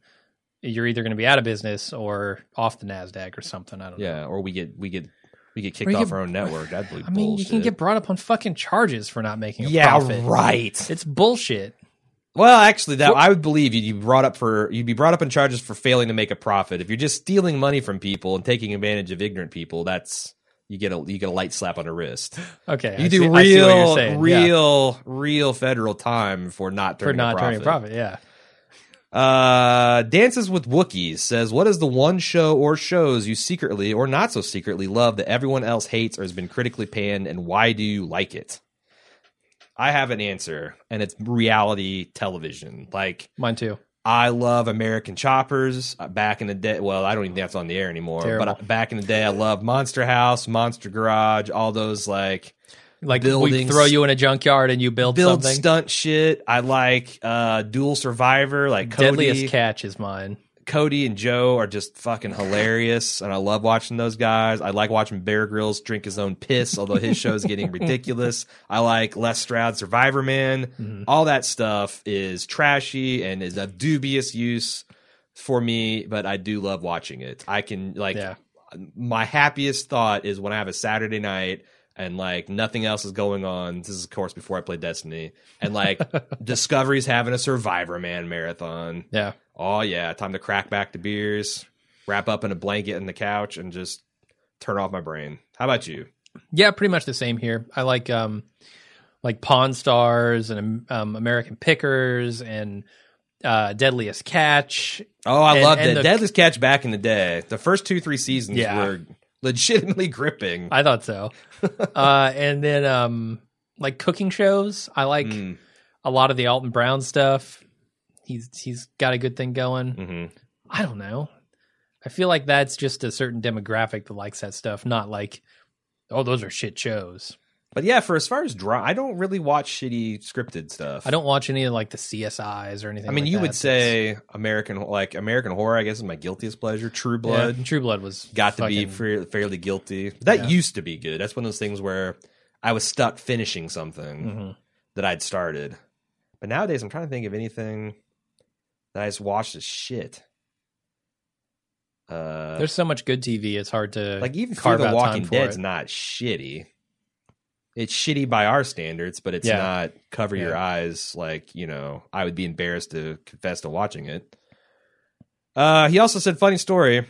you're either going to be out of business or off the Nasdaq or something. I don't know. Yeah, or we get we get we get kicked Or you off get- our own network. That'd be I mean, bullshit. you can get brought up on fucking charges for not making a yeah, profit. right. It's bullshit. Well, actually, that I would believe you'd be brought up for you'd be brought up in charges for failing to make a profit. If you're just stealing money from people and taking advantage of ignorant people, that's you get a you get a light slap on the wrist. Okay, You I do see- I see what you're real saying. Yeah. real real federal time for not for turning not a turning a profit. Yeah. Uh, Dances with Wookiees says, "What is the one show or shows you secretly or not so secretly love that everyone else hates or has been critically panned, and why do you like it?" I have an answer, and it's reality television. Like Mine too. I love American Choppers. Uh, Back in the day, well, I don't even think that's on the air anymore. Terrible. But uh, back in the day, I loved Monster House, Monster Garage, all those like Like we buildings- throw you in a junkyard and you build, build something. stunt shit. I like uh Dual Survivor, like Cody. Deadliest catch is mine. Cody and Joe are just fucking hilarious, and I love watching those guys. I like watching Bear Grylls drink his own piss, although his show is getting ridiculous. I like Les Stroud, Survivor Man. All that stuff is trashy and is of dubious use for me, but I do love watching it. I can like Yeah. my happiest thought is when I have a Saturday night and like nothing else is going on. This is of course before I play Destiny, and like Discovery's having a Survivor Man marathon. Yeah. Oh yeah, time to crack back the beers, wrap up in a blanket in the couch, and just turn off my brain. How about you? Yeah, pretty much the same here. I like um like Pawn Stars and um, American Pickers and uh Deadliest Catch. Oh, I And- loved and it. the- Deadliest Catch back in the day. The first two three seasons Yeah. were legitimately gripping. I thought so. uh and then um like cooking shows. I like Mm, a lot of the Alton Brown stuff. He's he's got a good thing going. mhm. I don't know. I feel like that's just a certain demographic that likes that stuff, not like, oh, those are shit shows. But yeah, for as far as draw, I don't really watch shitty scripted stuff. I don't watch any of like the CSIs or anything. I mean, like you that. would say American, like American horror. I guess is my guiltiest pleasure. True Yeah, Blood. True Blood was got to be fucking- fair, fairly guilty. That Yeah. used to be good. That's one of those things where I was stuck finishing something Mm-hmm. that I'd started. But nowadays, I'm trying to think of anything that I just watched as shit. Uh, There's so much good TV. It's hard to like even Fear carve the out time Walking for Dead's it. not shitty. It's shitty by our standards, but it's Yeah. not cover your Yeah. eyes. Like you know, I would be embarrassed to confess to watching it. Uh, he also said funny story.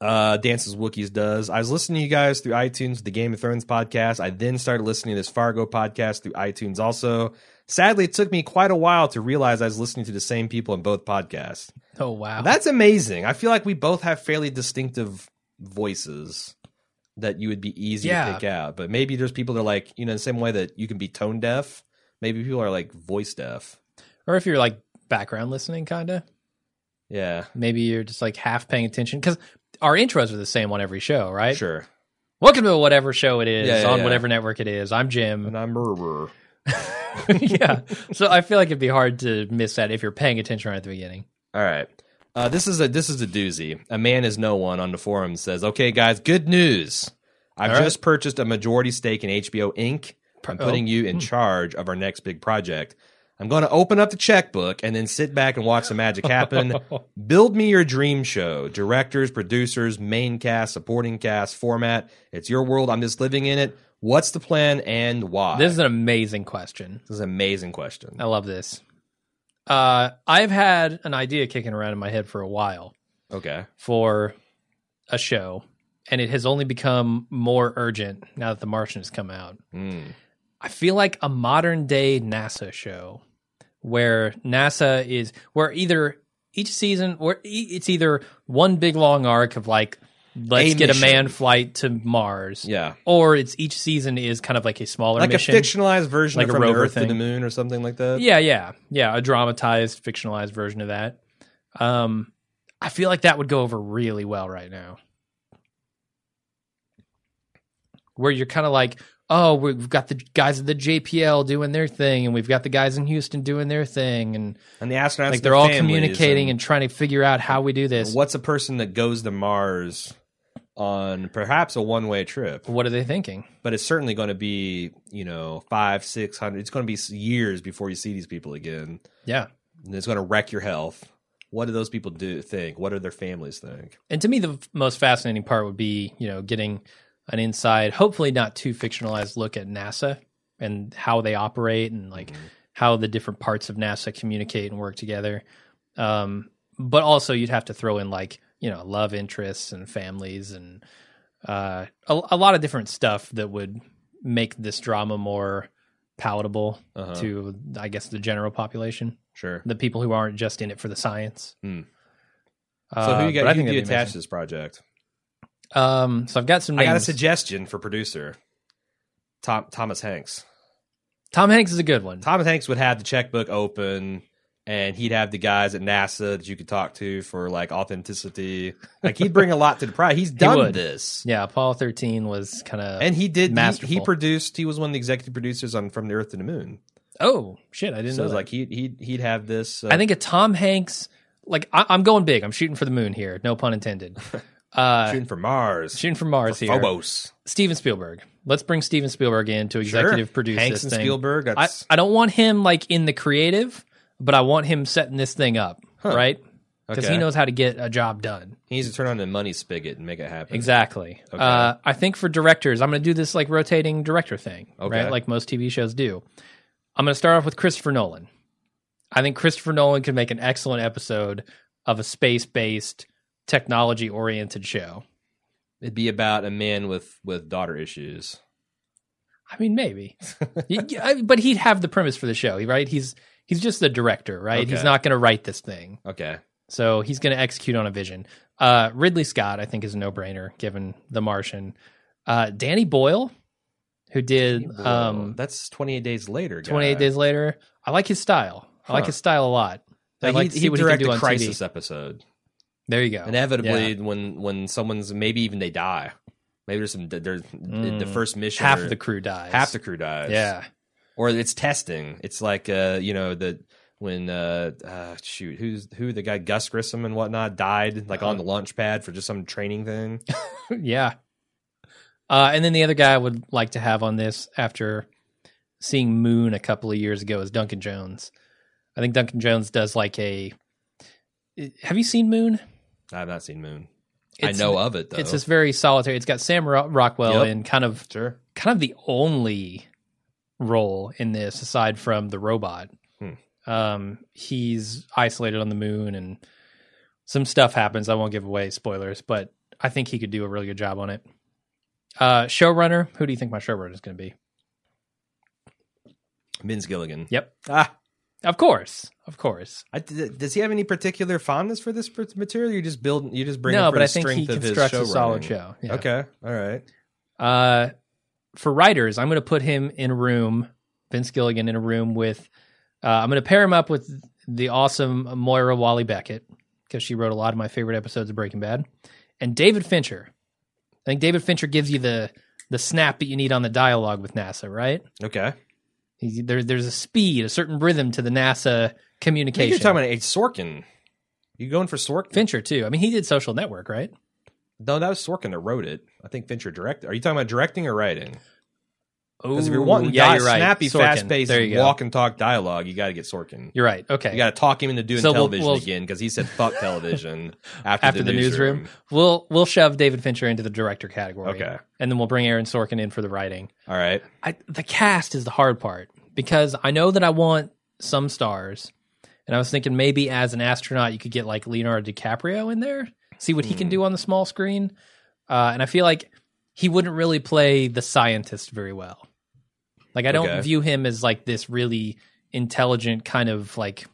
uh, Dances Wookiees does. I was listening to you guys through iTunes, with the Game of Thrones podcast. I then started listening to this Fargo podcast through iTunes also. Sadly, it took me quite a while to realize I was listening to the same people in both podcasts. Oh wow, That's amazing. I feel like we both have fairly distinctive voices that you would be easy to Yeah. pick out. But maybe there's people that are like, you know, the same way that you can be tone deaf, maybe people are like voice deaf. or if you're like background listening, kinda. Yeah. Maybe you're just like half paying attention because our intros are the same on every show, right? Sure. Welcome to whatever show it is Yeah, yeah, on yeah. whatever network it is. I'm Jim. And I'm murderer. yeah, so I feel like it'd be hard to miss that if you're paying attention right at the beginning. All right. Uh, this is a this is a doozy. A man is no one on the forum says, "Okay, guys, good news. I've All right. just purchased a majority stake in HBO Inc. I'm Oh. putting you in charge of our next big project. I'm going to open up the checkbook and then sit back and watch the magic happen. Build me your dream show. Directors, producers, main cast, supporting cast, format. It's your world. I'm just living in it. What's the plan and why? This Oh. is an amazing question. This is an amazing question. I love this. Uh, I've had an idea kicking around in my head for a while Okay. for a show, and it has only become more urgent now that The Martian has come out. Mm. I feel like a modern day NASA show where NASA is where either each season where e- it's either one big long arc of like let's A get a mission. man flight to Mars. Yeah. Or it's each season is kind of like a smaller like mission. a fictionalized version Like of a from the rover Earth to thing. the Moon or something like that. Yeah, yeah, yeah. A dramatized, fictionalized version of that. Um, I feel like that would go over really well right now, where you're kind of like, oh, we've got the guys at the JPL doing their thing, and we've got the guys in Houston doing their thing, and and the astronauts like and they're all families communicating and trying to figure out how we do this. what's a person that goes to Mars on perhaps a one way trip, What are they thinking? but it's certainly going to be you know five six hundred. It's going to be s- years before you see these people again, Yeah. and it's going to wreck your health. What do those people do think? What do their families think? And to me, the f- most fascinating part would be, you know, getting an inside, hopefully not too fictionalized look at NASA and how they operate and like Mm-hmm. how the different parts of NASA communicate and work together. Um, but also, you'd have to throw in like, you know, love interests and families and uh, a, a lot of different stuff that would make this drama more palatable Uh-huh. to, I guess, the general population, Sure. the people who aren't just in it for the science. Hmm. Uh, so who you but I got? Who think do you attach that'd be to amazing. this project? Um, so I've got some. I Names. got a suggestion for producer. Tom, Thomas Hanks. Tom Hanks is a good one. Thomas Hanks would have the checkbook open and he'd have the guys at NASA that you could talk to for like authenticity. Like he'd bring a lot to the pride. He's done would. this. yeah, Apollo thirteen was kind of. And he did he, he Masterful. produced he was one of the executive producers on From the Earth to the Moon. oh shit, I didn't So know. it's that. like he he'd he'd have this uh, I think a Tom Hanks. Like I, I'm going big. I'm shooting for the moon here. No pun intended. Uh, shooting for Mars. shooting for Mars here. Phobos. Steven Spielberg. Let's bring Steven Spielberg in to executive Sure. produce Hanks this and thing. Spielberg. I, That's I don't want him like in the creative, but I want him setting this thing up, right? Because Okay. he knows how to get a job done. he needs to turn on the money spigot and make it happen. Exactly. Uh, I think for directors, I'm going to do this like rotating director thing, Okay. right? Like most TV shows do. I'm going to start off with Christopher Nolan. I think Christopher Nolan could make an excellent episode of a space based, technology oriented show. It'd be about a man with with daughter issues. I mean, maybe, Y- y- I- but he'd have the premise for the show, right? He's he's just the director, right? Okay. He's not going to write this thing, Okay. so he's going to execute on a vision. Uh, Ridley Scott, I think, is a no brainer given The Martian. Uh, Danny Boyle, who did Whoa, um, that's 28 days later. guy. 28 Days Later, I like his style. Huh. I like his style a lot. I Like, like he, to see he what he can directed do on Crisis TV. episode. There you go. inevitably when when someone's maybe even they die maybe there's some there's the first mission Mm. half or- of the crew dies. half the crew dies yeah. or it's testing it's like uh you know the when uh, uh shoot who's who the guy gus grissom and whatnot died like on the Uh-huh. launch pad for just some training thing yeah. Uh, and then the other guy I would like to have on this after seeing Moon a couple of years ago is Duncan Jones. I think Duncan Jones does like a. Have you seen Moon? i've not seen moon It's- i know of it though It's this very solitary. It's got Sam Ro- Rockwell Yep. in kind of sure kind of the only role in this aside from the robot. Hmm. Um, he's isolated on the moon and some stuff happens. I won't give away spoilers, but I think he could do a really good job on it. Uh, showrunner, who do you think my showrunner is going to be? Vince Gilligan. Yep, Ah, of course, of course. I, th- does he have any particular fondness for this per- material? You just build, you just bring. no, him for but the I think he strength of his constructs a solid showrunning. show. Yeah. Okay, all right. Uh, for writers, I'm going to put him in a room, Vince Gilligan in a room with. Uh, I'm going to pair him up with the awesome Moira Wally Beckett because she wrote a lot of my favorite episodes of Breaking Bad, and David Fincher. I think David Fincher gives you the the snap that you need on the dialogue with NASA, right? Okay, He's, there, there's a speed, a certain rhythm to the NASA communication. you're talking about H. Sorkin. You going for Sorkin? Fincher too. I mean, he did Social Network, right? no, that was Sorkin that wrote it. I think Fincher directed. Are you talking about directing or writing? Oh, Because if you're wanting yeah, di- you're right. snappy, Sorkin. fast paced, There you go. walk and talk dialogue, you got to get Sorkin. You're right. Okay. You got to talk him into doing So we'll- television we'll- again because he said fuck television after, after the, newsroom. We'll we'll shove David Fincher into the director category. Okay. And then we'll bring Aaron Sorkin in for the writing. All right. I, the cast is the hard part because I know that I want some stars. And I was thinking maybe as an astronaut you could get like Leonardo DiCaprio in there, see what he can do on the small screen. Uh, and I feel like he wouldn't really play the scientist very well. Like I don't Okay. view him as like this really intelligent kind of like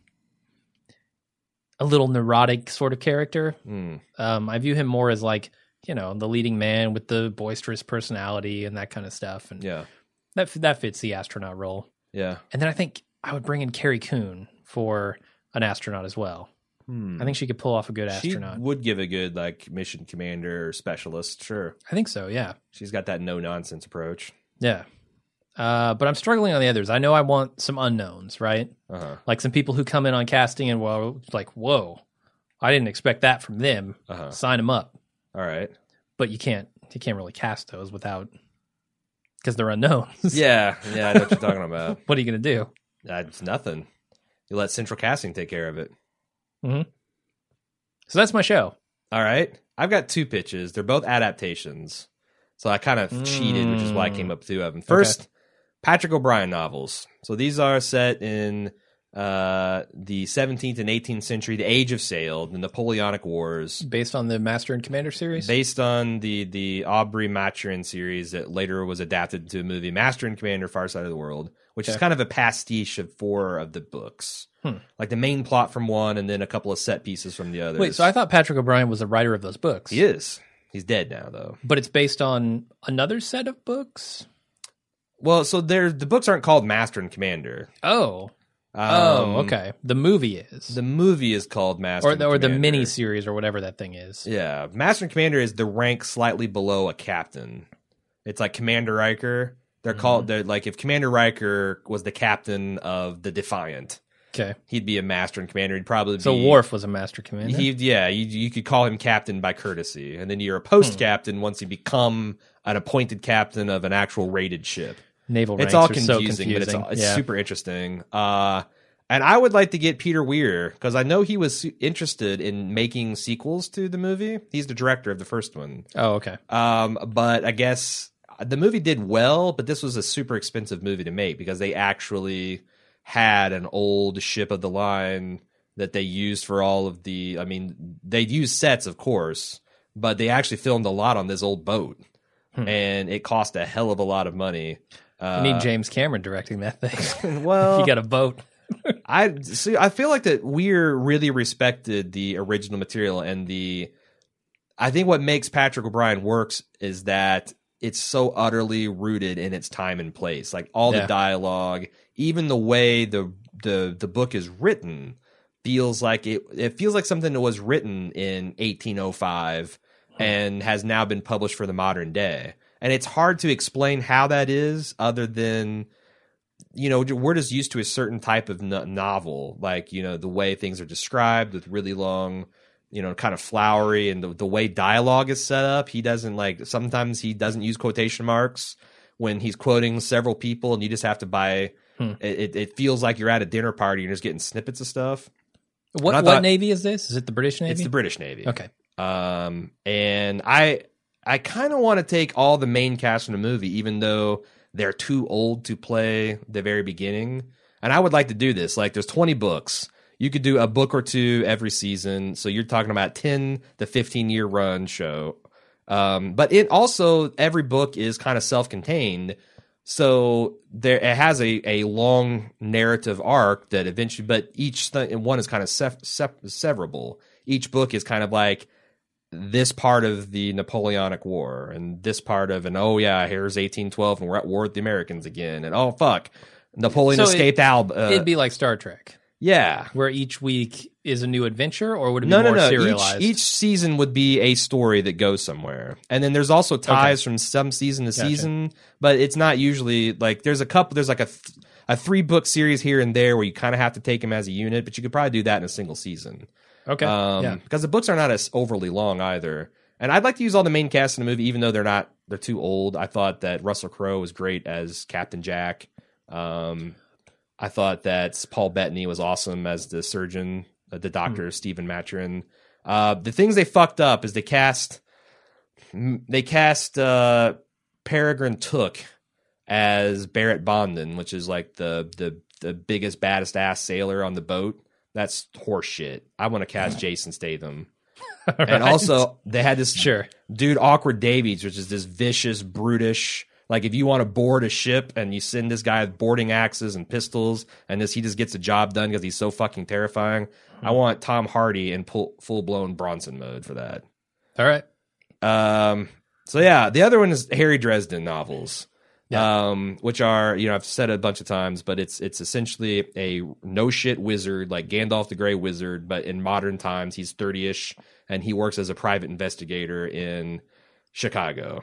a little neurotic sort of character. Hmm. Um, I view him more as like you know the leading man with the boisterous personality and that kind of stuff, and Yeah. that that fits the astronaut role. Yeah. And then I think I would bring in Carrie Coon for an astronaut as well. Hmm. I think she could pull off a good she astronaut. would give a good like mission commander or specialist. Sure, I think so. Yeah, she's got that no nonsense approach. yeah. Uh, but I'm struggling on the others. I know I want some unknowns, right? Uh huh. Like some people who come in on casting and well, like whoa, I didn't expect that from them. Uh huh. Sign them up. All right. But you can't you can't really cast those without because they're unknowns. Yeah. Yeah. I know what you're talking about. what are you gonna do? That's nothing. You let central casting take care of it. So that's my show. All right. I've got two pitches. They're both adaptations. So I kind of cheated, which is why I came up with two of them. First, Patrick O'Brien novels. So these are set in uh, the 17th and 18th century, the Age of Sail, the Napoleonic Wars, Based on the Master and Commander series. based on the the Aubrey Maturin series that later was adapted to a movie, Master and Commander: Far Side of the World, which is Okay. kind of a pastiche of four of the books, Hmm. like the main plot from one, and then a couple of set pieces from the other. Wait, so I thought Patrick O'Brien was the writer of those books. he is. He's dead now, though. But it's based on another set of books. Well, so there the books aren't called Master and Commander. Oh. Um, Oh, okay. The movie is. The movie is called Master or and the, or the Commander. mini series or whatever that thing is. Yeah, Master and Commander is the rank slightly below a captain. It's like Commander Riker. They're called. Mm-hmm. They're like if Commander Riker was the captain of the Defiant, Okay. he'd be a Master and Commander. He'd probably So be, Worf was a master commander. He yeah, you, you could call him captain by courtesy, and then you're a Hmm. post captain once you become an appointed captain of an actual rated ship. Naval it's ranks all are so confusing, but it's, confusing. all, it's yeah. super interesting. Uh, and I would like to get Peter Weir because I know he was su- interested in making sequels to the movie. He's the director of the first one. Oh, okay. Um, but I guess uh, the movie did well, but this was a super expensive movie to make because they actually had an old ship of the line that they used for all of the. I mean, they used sets, of course, but they actually filmed a lot on this old boat, Hmm. and it cost a hell of a lot of money. I need James Cameron directing that thing. Uh, Well, you got a boat. I see. I feel like that Weir really respected the original material and the. I think what makes Patrick O'Brien works is that it's so utterly rooted in its time and place. Like all the Yeah. dialogue, even the way the the the book is written, feels like it. It feels like something that was written in 1805 and has now been published for the modern day. And it's hard to explain how that is, other than you know we're just used to a certain type of no- novel like you know the way things are described with really long you know kind of flowery and the, the way dialogue is set up he doesn't like sometimes he doesn't use quotation marks when he's quoting several people and you just have to buy Hmm. it, it, it feels like you're at a dinner party and you're just getting snippets of stuff What, I what thought- navy is this? Is it the British Navy? it's the british navy Okay. um, and I I kind of want to take all the main cast in the movie, even though they're too old to play the very beginning. And I would like to do this. Like, there's 20 books. You could do a book or two every season. So you're talking about 10 to 15 year run show Um, but it also every book is kind of self-contained, so there it has a a long narrative arc that eventually, but each thing one is kind of sef, sep- severable. Each book is kind of like this part of the Napoleonic War and this part of and oh yeah, here's 1812 and we're at war with the Americans again and oh fuck, Napoleon So it- escaped Alba. uh, It'd be like Star Trek, yeah, where each week is a new adventure, or would it be no, more no, no. serialized? Each, each season would be a story that goes somewhere, and then there's also ties from some season to Gotcha. season, but it's not usually like there's a couple. There's like a th- a three book series here and there where you kind of have to take them as a unit, but you could probably do that in a single season. okay, Um, yeah, because the books are not as overly long either. And I'd like to use all the main cast in the movie, even though they're not they're too old. I thought that Russell Crowe was great as Captain Jack. Um, I thought that Paul Bettany was awesome as the surgeon, uh, the doctor Hmm. Stephen Matron. Uh, the things they fucked up is they cast they cast uh, Peregrine Took as Barrett Bonden, which is like the the the biggest baddest ass sailor on the boat. That's horseshit. I want to cast Jason Statham. And also, they had this sure. dude, Awkward Davies, which is this vicious, brutish. Like, if you want to board a ship and you send this guy with boarding axes and pistols, and this he just gets the job done because he's so fucking terrifying. I want Tom Hardy in full blown Bronson mode for that. All right, Um, so yeah, the other one is Harry Dresden novels, Yeah. um, which are you know I've said it a bunch of times, but it's it's essentially a no shit wizard like Gandalf the Grey Wizard, but in modern times he's thirty ish and he works as a private investigator in Chicago.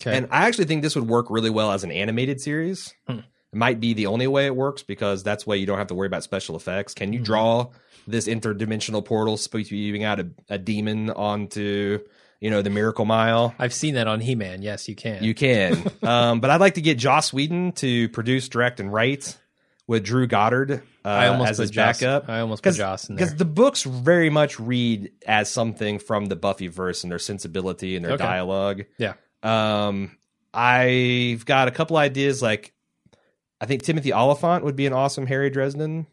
okay, And I actually think this would work really well as an animated series. Hmm. It might be the only way it works because that's why you don't have to worry about special effects. Can you Hmm. draw this interdimensional portal spewing out a, a demon onto, you know, the Miracle Mile? I've seen that on He Man. Yes, you can. You can. um, but I'd like to get Joss Whedon to produce, direct, and write with Drew Goddard uh, I almost as put his Joss- backup. I almost put Joss in there. Because the books very much read as something from the Buffyverse and their sensibility and their Okay. dialogue. yeah, Um, I've got a couple ideas. Like, I think Timothy Oliphant would be an awesome Harry Dresden.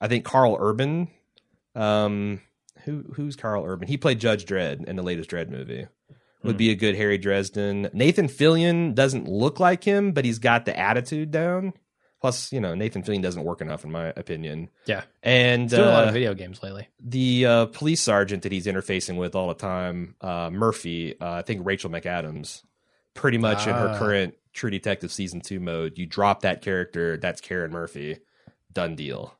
I think Carl Urban. Um, who who's Carl Urban? He played Judge Dredd in the latest Dredd movie. Would Hmm. be a good Harry Dresden. Nathan Fillion doesn't look like him, but he's got the attitude down. Plus, you know, Nathan Fillion doesn't work enough, in my opinion. yeah. And He's doing a lot uh, of video games lately. the uh, police sergeant that he's interfacing with all the time, uh, Murphy, uh, I think Rachel McAdams, pretty much in her Ah. current True Detective season two mode, you drop that character. That's Karen Murphy. Done deal.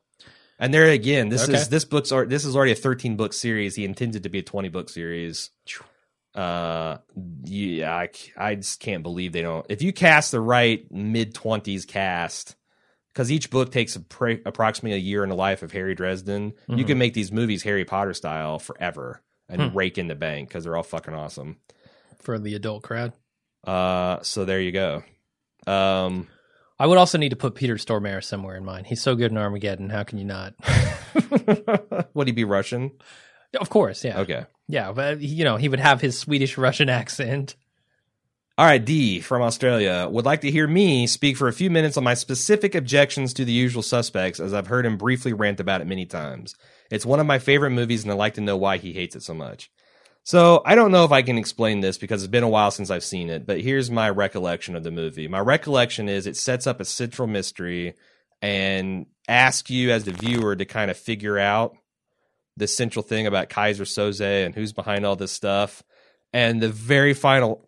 And there again, this Okay. is this book's al- this is already a thirteen book series. He intended to be a twenty book series. Uh, yeah, I, c- I just can't believe they don't. If you cast the right mid twenties cast, because each book takes a pra- approximately a year in the life of Harry Dresden. You can make these movies Harry Potter style forever and rake in the bank because they're all fucking awesome. for the adult crowd. Uh, so there you go. Um, I would also need to put Peter Stormare somewhere in mind. He's so good in Armageddon. How can you not? would he be Russian? of course, yeah. Okay. Yeah, but you know, he would have his Swedish Russian accent. All right, D from Australia would like to hear me speak for a few minutes on my specific objections to the usual suspects, as I've heard him briefly rant about it many times. It's one of my favorite movies, and I'd like to know why he hates it so much. So, I don't know if I can explain this because it's been a while since I've seen it, but here's my recollection of the movie. My recollection is it sets up a central mystery and asks you, as the viewer, to kind of figure out the central thing about Kaiser Soze and who's behind all this stuff. And the very final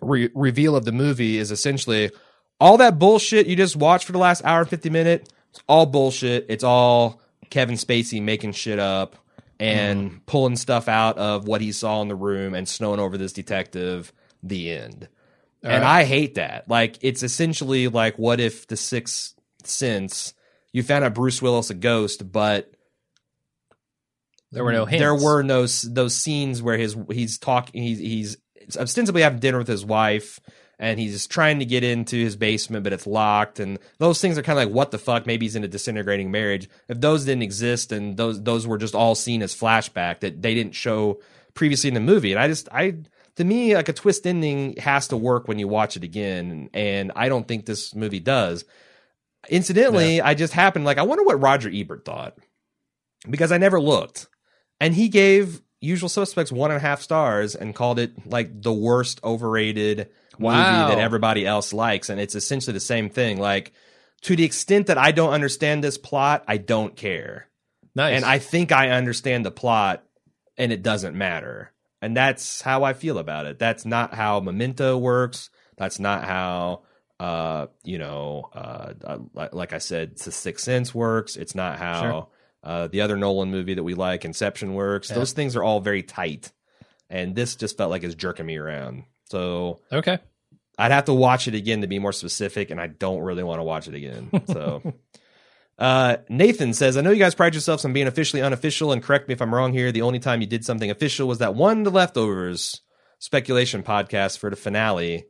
re- reveal of the movie is essentially all that bullshit you just watched for the last hour and 50 minutes. It's all bullshit. It's all Kevin Spacey making shit up and pulling stuff out of what he saw in the room and snowing over this detective. The end. and I hate that. Like, it's essentially like, what if the sixth sense, you found out Bruce Willis a ghost, but There were no hints. Mm, there were no s- those scenes where his he's talking he's he's ostensibly having dinner with his wife and he's trying to get into his basement but it's locked and those things are kind of like what the fuck maybe he's in a disintegrating marriage if those didn't exist and those those were just all seen as flashback that they didn't show previously in the movie and i just i to me like a twist ending has to work when you watch it again and i don't think this movie does incidentally i just happened like i wonder what roger ebert thought because i never looked and he gave Usual Suspects one and a half stars and called it like the worst overrated Wow. movie that everybody else likes. And it's essentially the same thing. Like, to the extent that I don't understand this plot, I don't care. Nice. And I think I understand the plot and it doesn't matter. And that's how I feel about it. That's not how Memento works. That's not how, uh, you know, uh, uh, li- like I said, The Sixth Sense works. It's not how Sure. uh, the other Nolan movie that we like, Inception, works. Yeah. Those things are all very tight. And this just felt like it's jerking me around. So okay. I'd have to watch it again to be more specific, and I don't really want to watch it again. So, uh, Nathan says, I know you guys pride yourselves on being officially unofficial, and correct me if I'm wrong here. The only time you did something official was that one The Leftovers speculation podcast for the finale.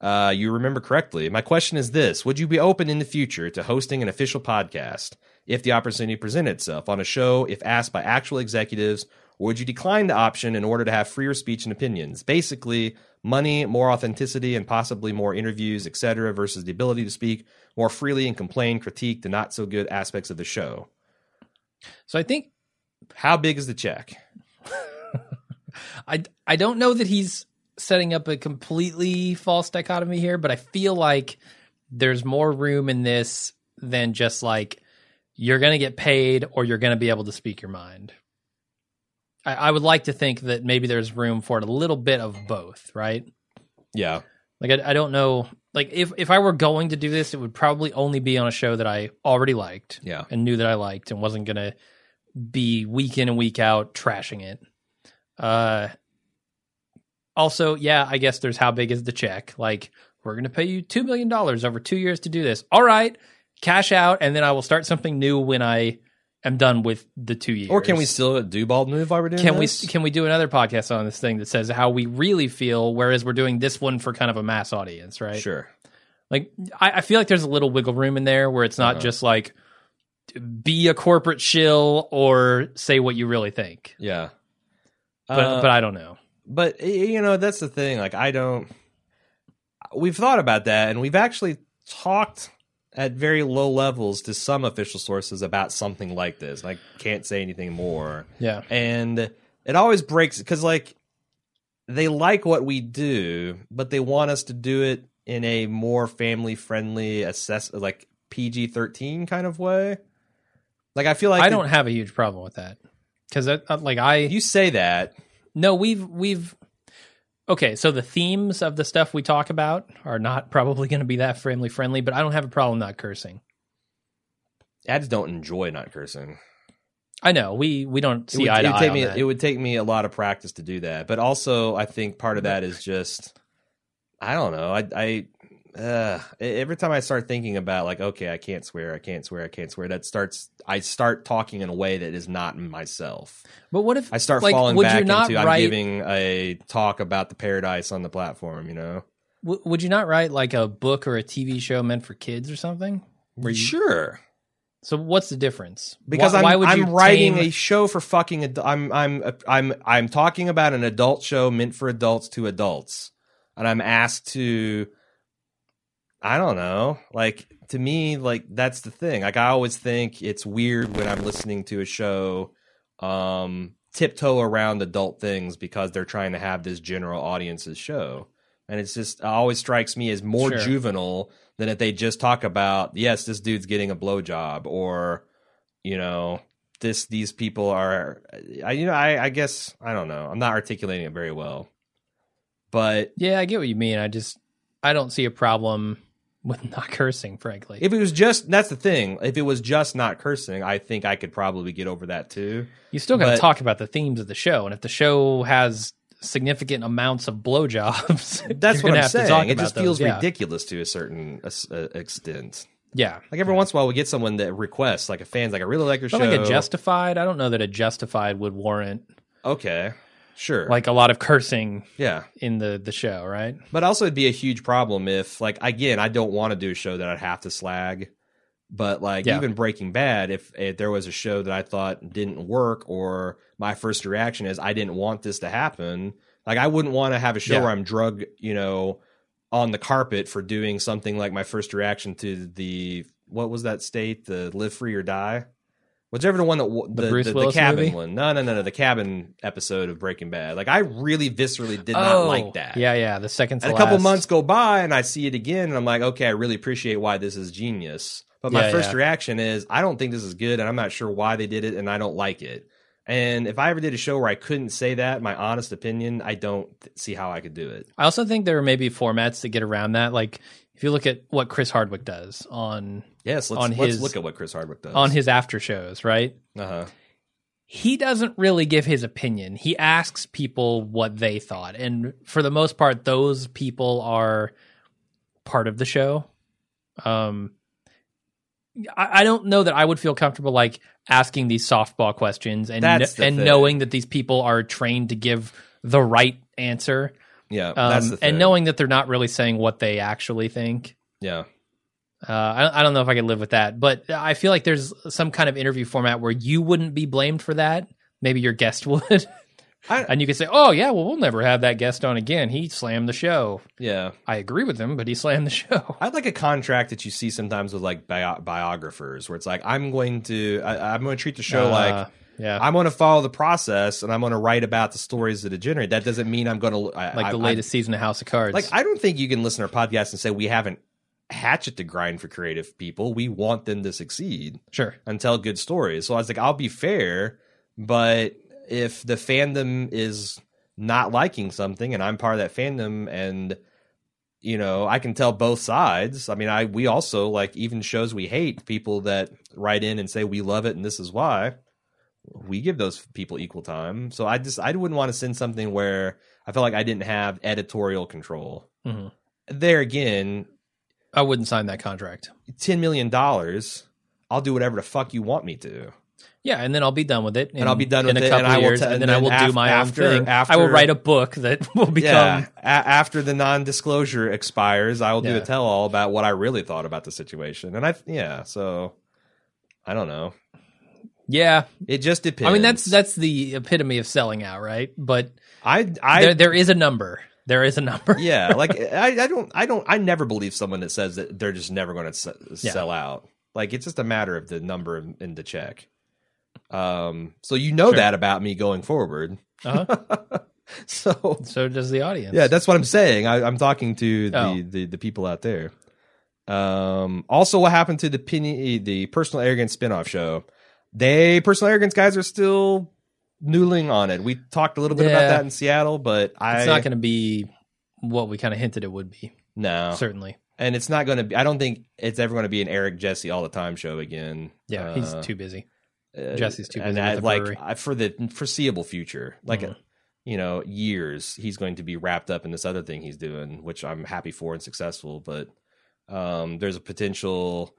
Uh, you remember correctly. My question is this Would you be open in the future to hosting an official podcast if the opportunity presented itself on a show, if asked by actual executives, or would you decline the option in order to have freer speech and opinions? Basically, money, more authenticity, and possibly more interviews, etc., versus the ability to speak more freely and complain, critique the not so good aspects of the show. So I think How big is the check? I I don't know that he's setting up a completely false dichotomy here, but I feel like there's more room in this than just like you're going to get paid or you're going to be able to speak your mind. I, I would like to think that maybe there's room for a little bit of both, right? Yeah. Like I, I don't know. Like if if I were going to do this, it would probably only be on a show that I already liked Yeah. and knew that I liked and wasn't gonna be week in and week out trashing it. Uh, also, yeah, I guess there's how big is the check? Like we're gonna pay you two million dollars over two years to do this. All right, cash out, and then I will start something new when I am done with the two years. Or can we still do bald move while we're doing Can we this? can we do another podcast on this thing that says how we really feel, whereas we're doing this one for kind of a mass audience, right? Sure. Like I, I feel like there's a little wiggle room in there where it's not Uh-huh. just like be a corporate shill or say what you really think. Yeah. But Uh, but I don't know. but y- you know that's the thing like i don't we've thought about that and we've actually talked at very low levels to some official sources about something like this and i can't say anything more Yeah. and it always breaks because like they like what we do but they want us to do it in a more family friendly assess like pg-13 kind of way like i feel like I don't have a huge problem with that because like I you say that no we've we've okay. So the themes of the stuff we talk about are not probably going to be that family friendly, but I don't have a problem not cursing. i just don't enjoy not cursing I know we we don't see it would, eye it to would eye take on me that. it would take me a lot of practice to do that but also i think part of that is just i don't know i i uh, every time i start thinking about like okay i can't swear i can't swear i can't swear that starts i start talking in a way that is not myself but what if i start like, falling would back you not into i'm write- giving a talk about the paradise on the platform you know w- would you not write like a book or a TV show meant for kids or something? sure So what's the difference? because why, I'm, why would I'm you writing tame- a show for fucking ad- I'm I'm I'm I'm talking about an adult show meant for adults to adults and I'm asked to I don't know like to me like that's the thing like I always think it's weird when I'm listening to a show um tiptoe around adult things because they're trying to have this general audience's show and it's just it always strikes me as more Sure. juvenile than if they just talk about yes this dude's getting a blowjob or you know this these people are I you know I I guess I don't know I'm not articulating it very well but yeah, I get what you mean. I just I don't see a problem with not cursing, frankly. if it was just that's the thing if it was just not cursing I think I could probably get over that too you still got to but- talk about the themes of the show, and if the show has significant amounts of blowjobs, that's what you're gonna I'm have To talk saying it about just those. feels yeah. ridiculous to a certain uh, s- uh, extent Yeah, like every once in a while we get someone that requests like a fan's like I really like your but show like a justified. I don't know that a justified would warrant okay sure like a lot of cursing yeah in the the show, right? But also, it'd be a huge problem if, like, again, I don't want to do a show that I'd have to slag. But like Yeah. even Breaking Bad, if, if there was a show that I thought didn't work, or my first reaction is I didn't want this to happen, like I wouldn't want to have a show Yeah. where I'm drug, you know, on the carpet for doing something like my first reaction to the what was that state, the Live Free or Die, Whichever the one that w- The the, the, Bruce the Willis cabin movie? one. No, no, no, no. The cabin episode of Breaking Bad. Like I really viscerally did not like that. Oh. Yeah, yeah. The second to And a couple last- months go by and I see it again and I'm like, okay, I really appreciate why this is genius. But my Yeah, first yeah. reaction is, I don't think this is good and I'm not sure why they did it and I don't like it. And if I ever did a show where I couldn't say that, my honest opinion, I don't th- see how I could do it. I also think there are maybe formats that get around that. Like if you look at what Chris Hardwick does on Yes, let's, On let's his- look at what Chris Hardwick does. on his after shows, right? uh-huh. he doesn't really give his opinion. He asks people what they thought. And for the most part, those people are part of the show. Um, I, I don't know that I would feel comfortable like asking these softball questions and That's kn- the and thing. knowing that these people are trained to give the right answer. Yeah, that's the Um, thing. and knowing that they're not really saying what they actually think. yeah, Uh, I, I don't know if I could live with that, but I feel like there's some kind of interview format where you wouldn't be blamed for that. Maybe your guest would, I- and you could say, "Oh yeah, well we'll never have that guest on again. He slammed the show. yeah. I agree with him, but he slammed the show." I'd like a contract that you see sometimes with like bio- biographers, where it's like, I'm going to, I, I'm going to treat the show Uh, like yeah, I'm going to follow the process and I'm going to write about the stories that it generated. That doesn't mean I'm going to like the latest season of House of Cards. like I don't think you can listen to our podcast and say we haven't hatchet to grind for creative people. We want them to succeed sure, and tell good stories. So I was like, I'll be fair, but if the fandom is not liking something and I'm part of that fandom and you know, I can tell both sides. I mean, I we also like even shows we hate, people that write in and say we love it and this is why. We give those people equal time. So I just I wouldn't want to send something where I felt like I didn't have editorial control. Mhm. There again, I wouldn't sign that contract. ten million dollars, I'll do whatever the fuck you want me to. Yeah, and then I'll be done with it, in, And I'll be done in with a it, couple and I will years, te- and and then I then will do af- my after- own thing. I after- will write a book that will become. yeah. A- after the non-disclosure expires, I will do Yeah. a tell-all about what I really thought about the situation. And I, yeah, so I don't know. Yeah, It just depends. I mean that's that's the epitome of selling out, right? But I, I, there, there is a number. There is a number. yeah, like I, I don't, I don't, I never believe someone that says that they're just never going to se- Yeah. sell out. Like it's just a matter of the number in, in the check. Um, so you know Sure. that about me going forward. Uh-huh. So so does the audience. Yeah, that's what I'm saying. I, I'm talking to the, Oh. the, the people out there. Um, also, what happened to the pin, the personal arrogance spinoff show? They personal arrogance guys are still noodling on it. We talked a little bit Yeah. about that in Seattle, but I it's not going to be what we kind of hinted it would be. no, Certainly. and it's not going to be. I don't think it's ever going to be an Eric Jesse all the time show again. Yeah, Uh, he's too busy. uh, Jesse's too and busy with I- the brewery. like I, for the foreseeable future, like Mhm. you know, years he's going to be wrapped up in this other thing he's doing, which I'm happy for and successful. But um, there's a potential.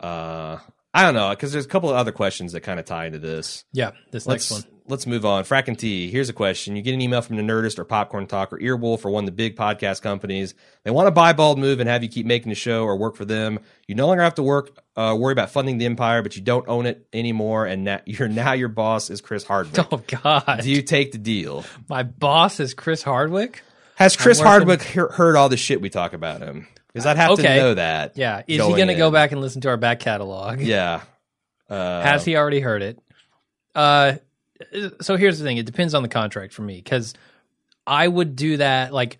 Uh, I don't know because there's a couple of other questions that kind of tie into this. Yeah, this Let's next one. let's move on. Frack and T. Here's a question: You get an email from the Nerdist or Popcorn Talk or Earwolf or one of the big podcast companies. They want to buy Bald Move and have you keep making the show or work for them. You no longer have to work uh, worry about funding the empire, but you don't own it anymore. And now, you're now your boss is Chris Hardwick. Oh God, Do you take the deal? my boss is Chris Hardwick. Has Chris working- Hardwick he- heard all the shit we talk about him? Because I'd have Okay. to know that. Yeah, is he going going to go in. back and listen to our back catalog? Yeah. Uh, Has he already heard it? Uh, so here's the thing. It depends on the contract for me because I would do that. Like,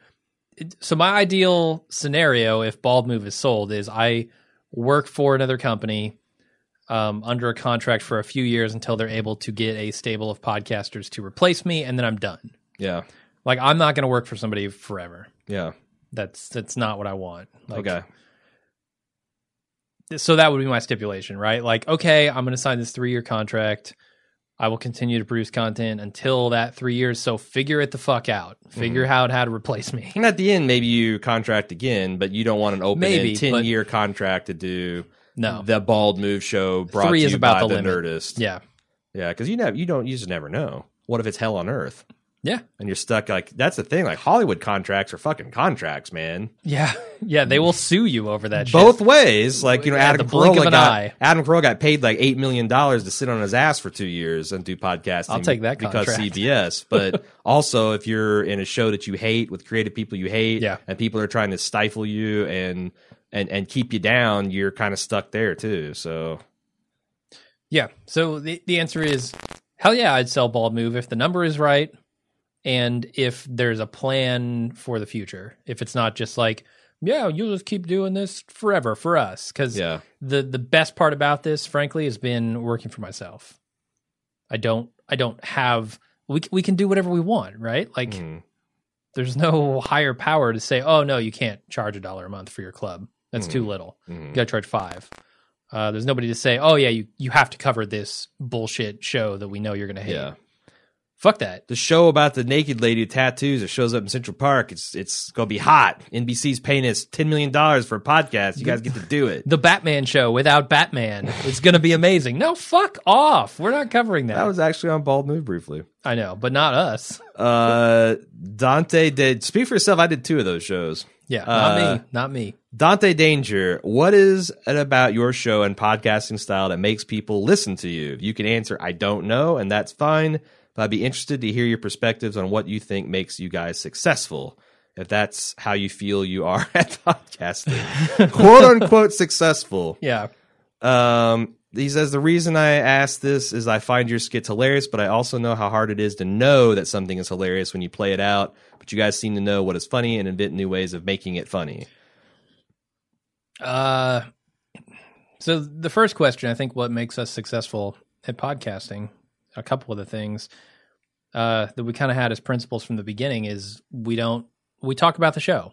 it- so my ideal scenario, if Bald Move is sold, is I work for another company um, under a contract for a few years until they're able to get a stable of podcasters to replace me, and then I'm done. Yeah. Like, I'm not going to work for somebody forever. Yeah. That's that's not what I want. Like, okay. so that would be my stipulation, right? Like, okay, I'm going to sign this three year contract. I will continue to produce content until that three years. So figure it the fuck out. Mm-hmm. Figure out how to replace me. And at the end, maybe you contract again, but you don't want an open Maybe, maybe, but- 10 year contract to do No, the Bald Move show brought Three to is you about by the the, limit. Nerdist. yeah, Yeah. Because you, never you don't, you just never know. What if it's hell on earth? yeah, And you're stuck like that's the thing. Like Hollywood contracts are fucking contracts, man. yeah, yeah. They will sue you over that. shit. both ways. Like you know, Yeah, the Adam blink of Carolla an got eye. Adam Carolla got paid like eight million dollars to sit on his ass for two years and do podcasting. I'll take that because contract. CBS. But also, if you're in a show that you hate with creative people you hate, Yeah. and people are trying to stifle you and and and keep you down, you're kind of stuck there too. So Yeah. So the, the answer is hell yeah, I'd sell Bald Move if the number is right and if there's a plan for the future. If it's not just like, yeah, you'll just keep doing this forever for us. Because Yeah. the, the best part about this, frankly, has been working for myself. I don't, I don't have, we, c- we can do whatever we want, right? Like, Mm. there's no higher power to say, oh, no, you can't charge a dollar a month for your club. That's Mm-hmm. too little. You got to charge five. Uh, there's nobody to say, oh, yeah, you, you have to cover this bullshit show that we know you're going to hate. Yeah. Fuck that. The show about the naked lady with tattoos that shows up in Central Park, it's it's gonna be hot. NBC's paying us ten million dollars for a podcast. You guys get to do it. The Batman show without Batman. It's going to be amazing. No, fuck off. We're not covering that. That was actually on Bald Move briefly. I know, but not us. Uh, Dante did speak for yourself. I did two of those shows. Yeah, Uh, not me. Not me. Dante Danger, what is it about your show and podcasting style that makes people listen to you? You can answer, I don't know, and that's fine, but I'd be interested to hear your perspectives on what you think makes you guys successful, if that's how you feel you are at podcasting. Quote unquote successful. Yeah. Um, he says the reason I asked this is I find your skits hilarious, but I also know how hard it is to know that something is hilarious when you play it out. But you guys seem to know what is funny and invent new ways of making it funny. Uh, so the first question, I think, what makes us successful at podcasting, a couple of the things uh, that we kind of had as principles from the beginning is we don't we talk about the show.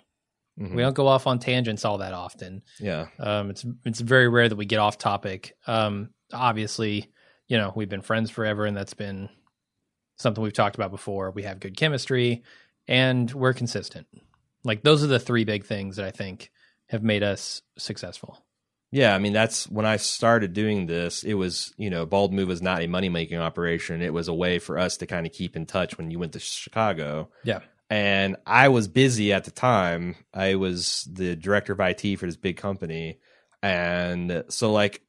Mhm. We don't go off on tangents all that often. Yeah. Um, it's it's very rare that we get off topic. Um, obviously, you know we've been friends forever, and that's been something we've talked about before. We have good chemistry, and we're consistent. Like those are the three big things that I think have made us successful. Yeah, I mean that's when I started doing this. It was you know Bald Move was not a money making operation. It was a way for us to kind of keep in touch when you went to Chicago. Yeah. and I was busy at the time. I was the director of IT for this big company, and so like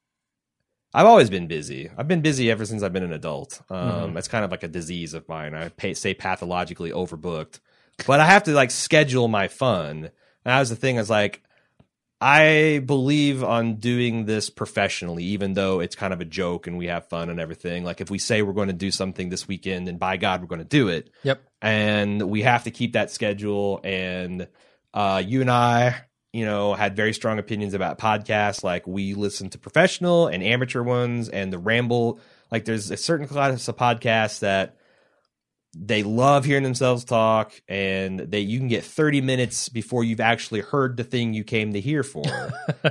I've always been busy. I've been busy ever since I've been an adult. Um, It's kind of like a disease of mine. I pay, say pathologically overbooked, but I have to like schedule my fun. And that was the thing. Is like I believe on doing this professionally, even though it's kind of a joke and we have fun and everything. Like if we say we're going to do something this weekend, and by God, we're going to do it Yep. and we have to keep that schedule and uh you and i you know had very strong opinions about podcasts like we listen to professional and amateur ones and the ramble like there's a certain class of podcasts that they love hearing themselves talk and they you can get 30 minutes before you've actually heard the thing you came to hear for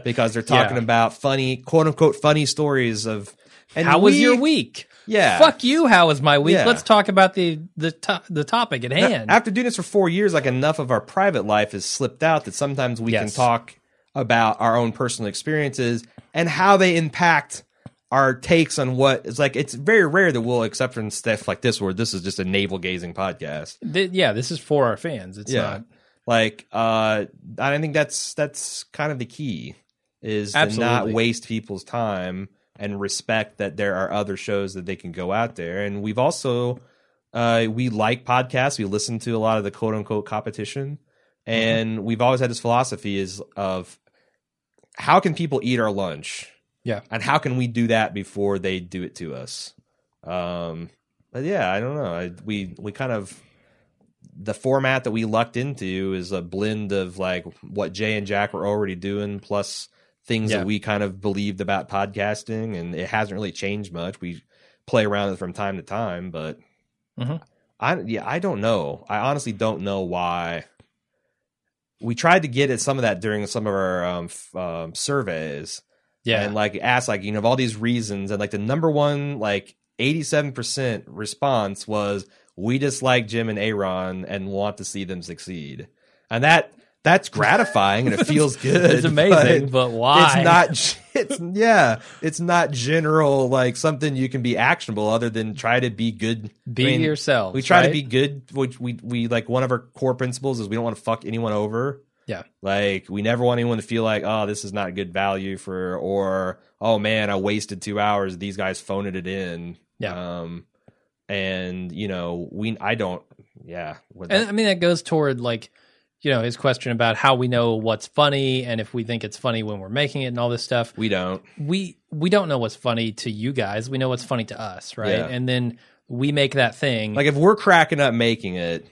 because they're talking Yeah. about funny quote unquote funny stories of and how was we- your week? yeah Fuck you. How was my week? Yeah. Let's talk about the the to- the topic at hand. After doing this for four years, like enough of our private life has slipped out that sometimes we can Yes. talk about our own personal experiences and how they impact our takes on what it's like. It's very rare that we'll accept from stuff like this, where this is just a navel gazing podcast. Th- yeah, this is for our fans. It's not like uh, I think that's that's kind of the key is to not Absolutely. waste people's time and respect that there are other shows that they can go out there. And we've also uh, we like podcasts. We listen to a lot of the quote unquote competition, and we've always had this philosophy is of how can people eat our lunch? Yeah. and how can we do that before they do it to us? Um, but yeah, I don't know. I, we we kind of the format that we lucked into is a blend of like what Jay and Jack were already doing plus things Yeah. that we kind of believed about podcasting and it hasn't really changed much. We play around with it from time to time, but Mhm. I yeah, I don't know. I honestly don't know why we tried to get at some of that during some of our um, f- um, surveys yeah. and like asked like you know of all these reasons and like the number one like 87% response was we dislike jim and aaron and want to see them succeed and that that's gratifying and it feels good it's amazing, but, why? it's not it's yeah it's not general like something you can be actionable other than try to be good be I mean, yourself. we try to right? be good which we we like one of our core principles is we don't want to fuck anyone over Yeah. like we never want anyone to feel like, oh, this is not good value for, or oh man, I wasted two hours. These guys phoned it in. Yeah. Um, and you know, we I don't. Yeah. What- And I mean that goes toward like you know his question about how we know what's funny and if we think it's funny when we're making it and all this stuff We don't. we we don't know what's funny to you guys we know what's funny to us right Yeah. and then we make that thing Like if we're cracking up making it,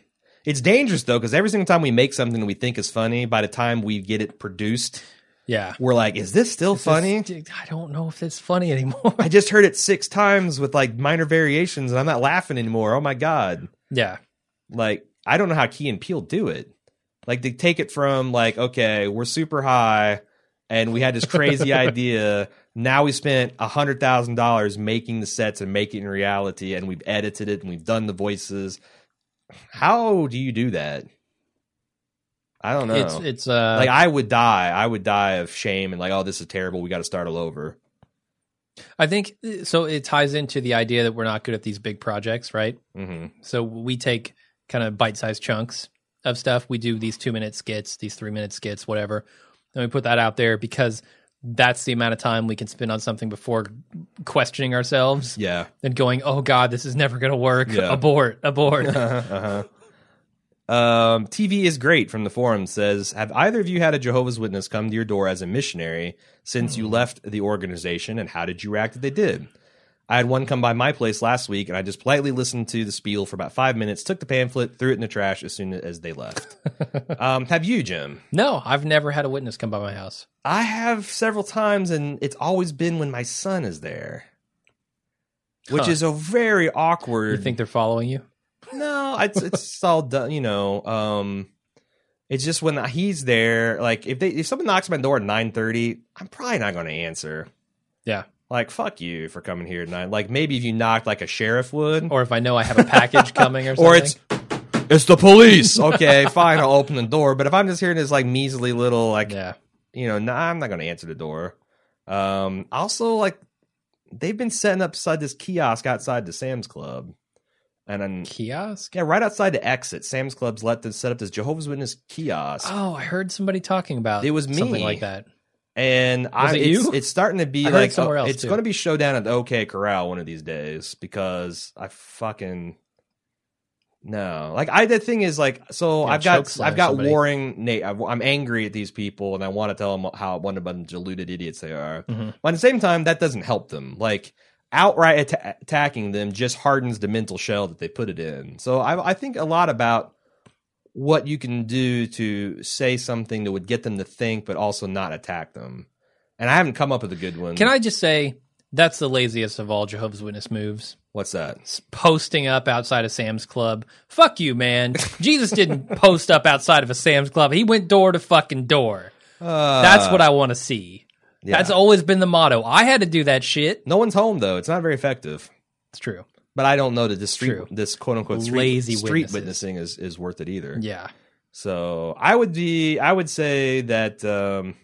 it's dangerous though because every single time we make something that we think is funny, by the time we get it produced, yeah we're like, "Is this still funny?" Just- i don't know if it's funny anymore I just heard it six times with like minor variations, and I'm not laughing anymore. Oh my god! yeah Like I don't know how Key and Peele do it. Like they take it from like, okay, we're super high, and we had this crazy idea. Now we spent a hundred thousand dollars making the sets and making it in reality, and we've edited it and we've done the voices. How do you do that? I don't know. it's it's uh like I would die. I would die of shame and like, oh, this is terrible. We got to start all over. I think so. It ties into the idea that we're not good at these big projects, right? hmm So we take kind of bite sized chunks of stuff. We do these two minute skits, these three minute skits, whatever. And we put that out there because that's the amount of time we can spend on something before questioning ourselves Yeah. and going, oh God, this is never going to work. Yeah. Abort, abort. uh-huh. Um, TV is great from the forum says, Have either of you had a Jehovah's Witness come to your door as a missionary since you left the organization, and how did you react if they did? I had one come by my place last week, and I just politely listened to the spiel for about five minutes, took the pamphlet, threw it in the trash as soon as they left. um, have you, Jim? no, I've never had a witness come by my house. I have several times, and it's always been when my son is there, which Huh. is a very You awkward. think they're following you? No, it's it's all done. You know, um, it's just when he's there. Like if they if someone knocks my door at nine thirty, I'm probably not going to answer. Yeah. Like fuck you for coming here at nine. Like maybe if you knocked like a sheriff would, Or if I know I have a package coming or something. or it's it's the police. okay, fine, I'll open the door. But if I'm just hearing this like measly little like yeah. you know, nah, I'm not going to answer the door. Um, also, like they've been setting up beside this kiosk outside the Sam's Club, and then Kiosk? yeah, right outside the exit, Sam's Club's let them set up this Jehovah's Witness kiosk, Oh, I heard somebody talking about It was me. something like that. and I, it it's, you? it's starting to be I heard it like somewhere oh, else, it's too. going to be showdown at the OK Corral one of these days because I fucking no, like I the thing is like so Yeah, I've got chokeslam I've got somebody. warring Nate, I'm angry at these people and I want to tell them how what a bunch of deluded idiots they are. Mhm. But at the same time, that doesn't help them. Like outright atta- attacking them just hardens the mental shell that they put it in. So I, I think a lot about what you can do to say something that would get them to think, but also not attack them. And I haven't come up with a good one. Can I just say that's the laziest of all Jehovah's Witness moves? What's that? It's posting up outside of Sam's Club. Fuck you, man. Jesus didn't post up outside of a Sam's Club. He went door to fucking door. Uh, That's what I want to see. That's always been the motto. I had to do that shit. No one's home though. It's not very effective. It's true. But I don't know that this street, True. this quote unquote street, Lazy street witnesses. witnessing is, is worth it either. Yeah. So I would be, I would say that um,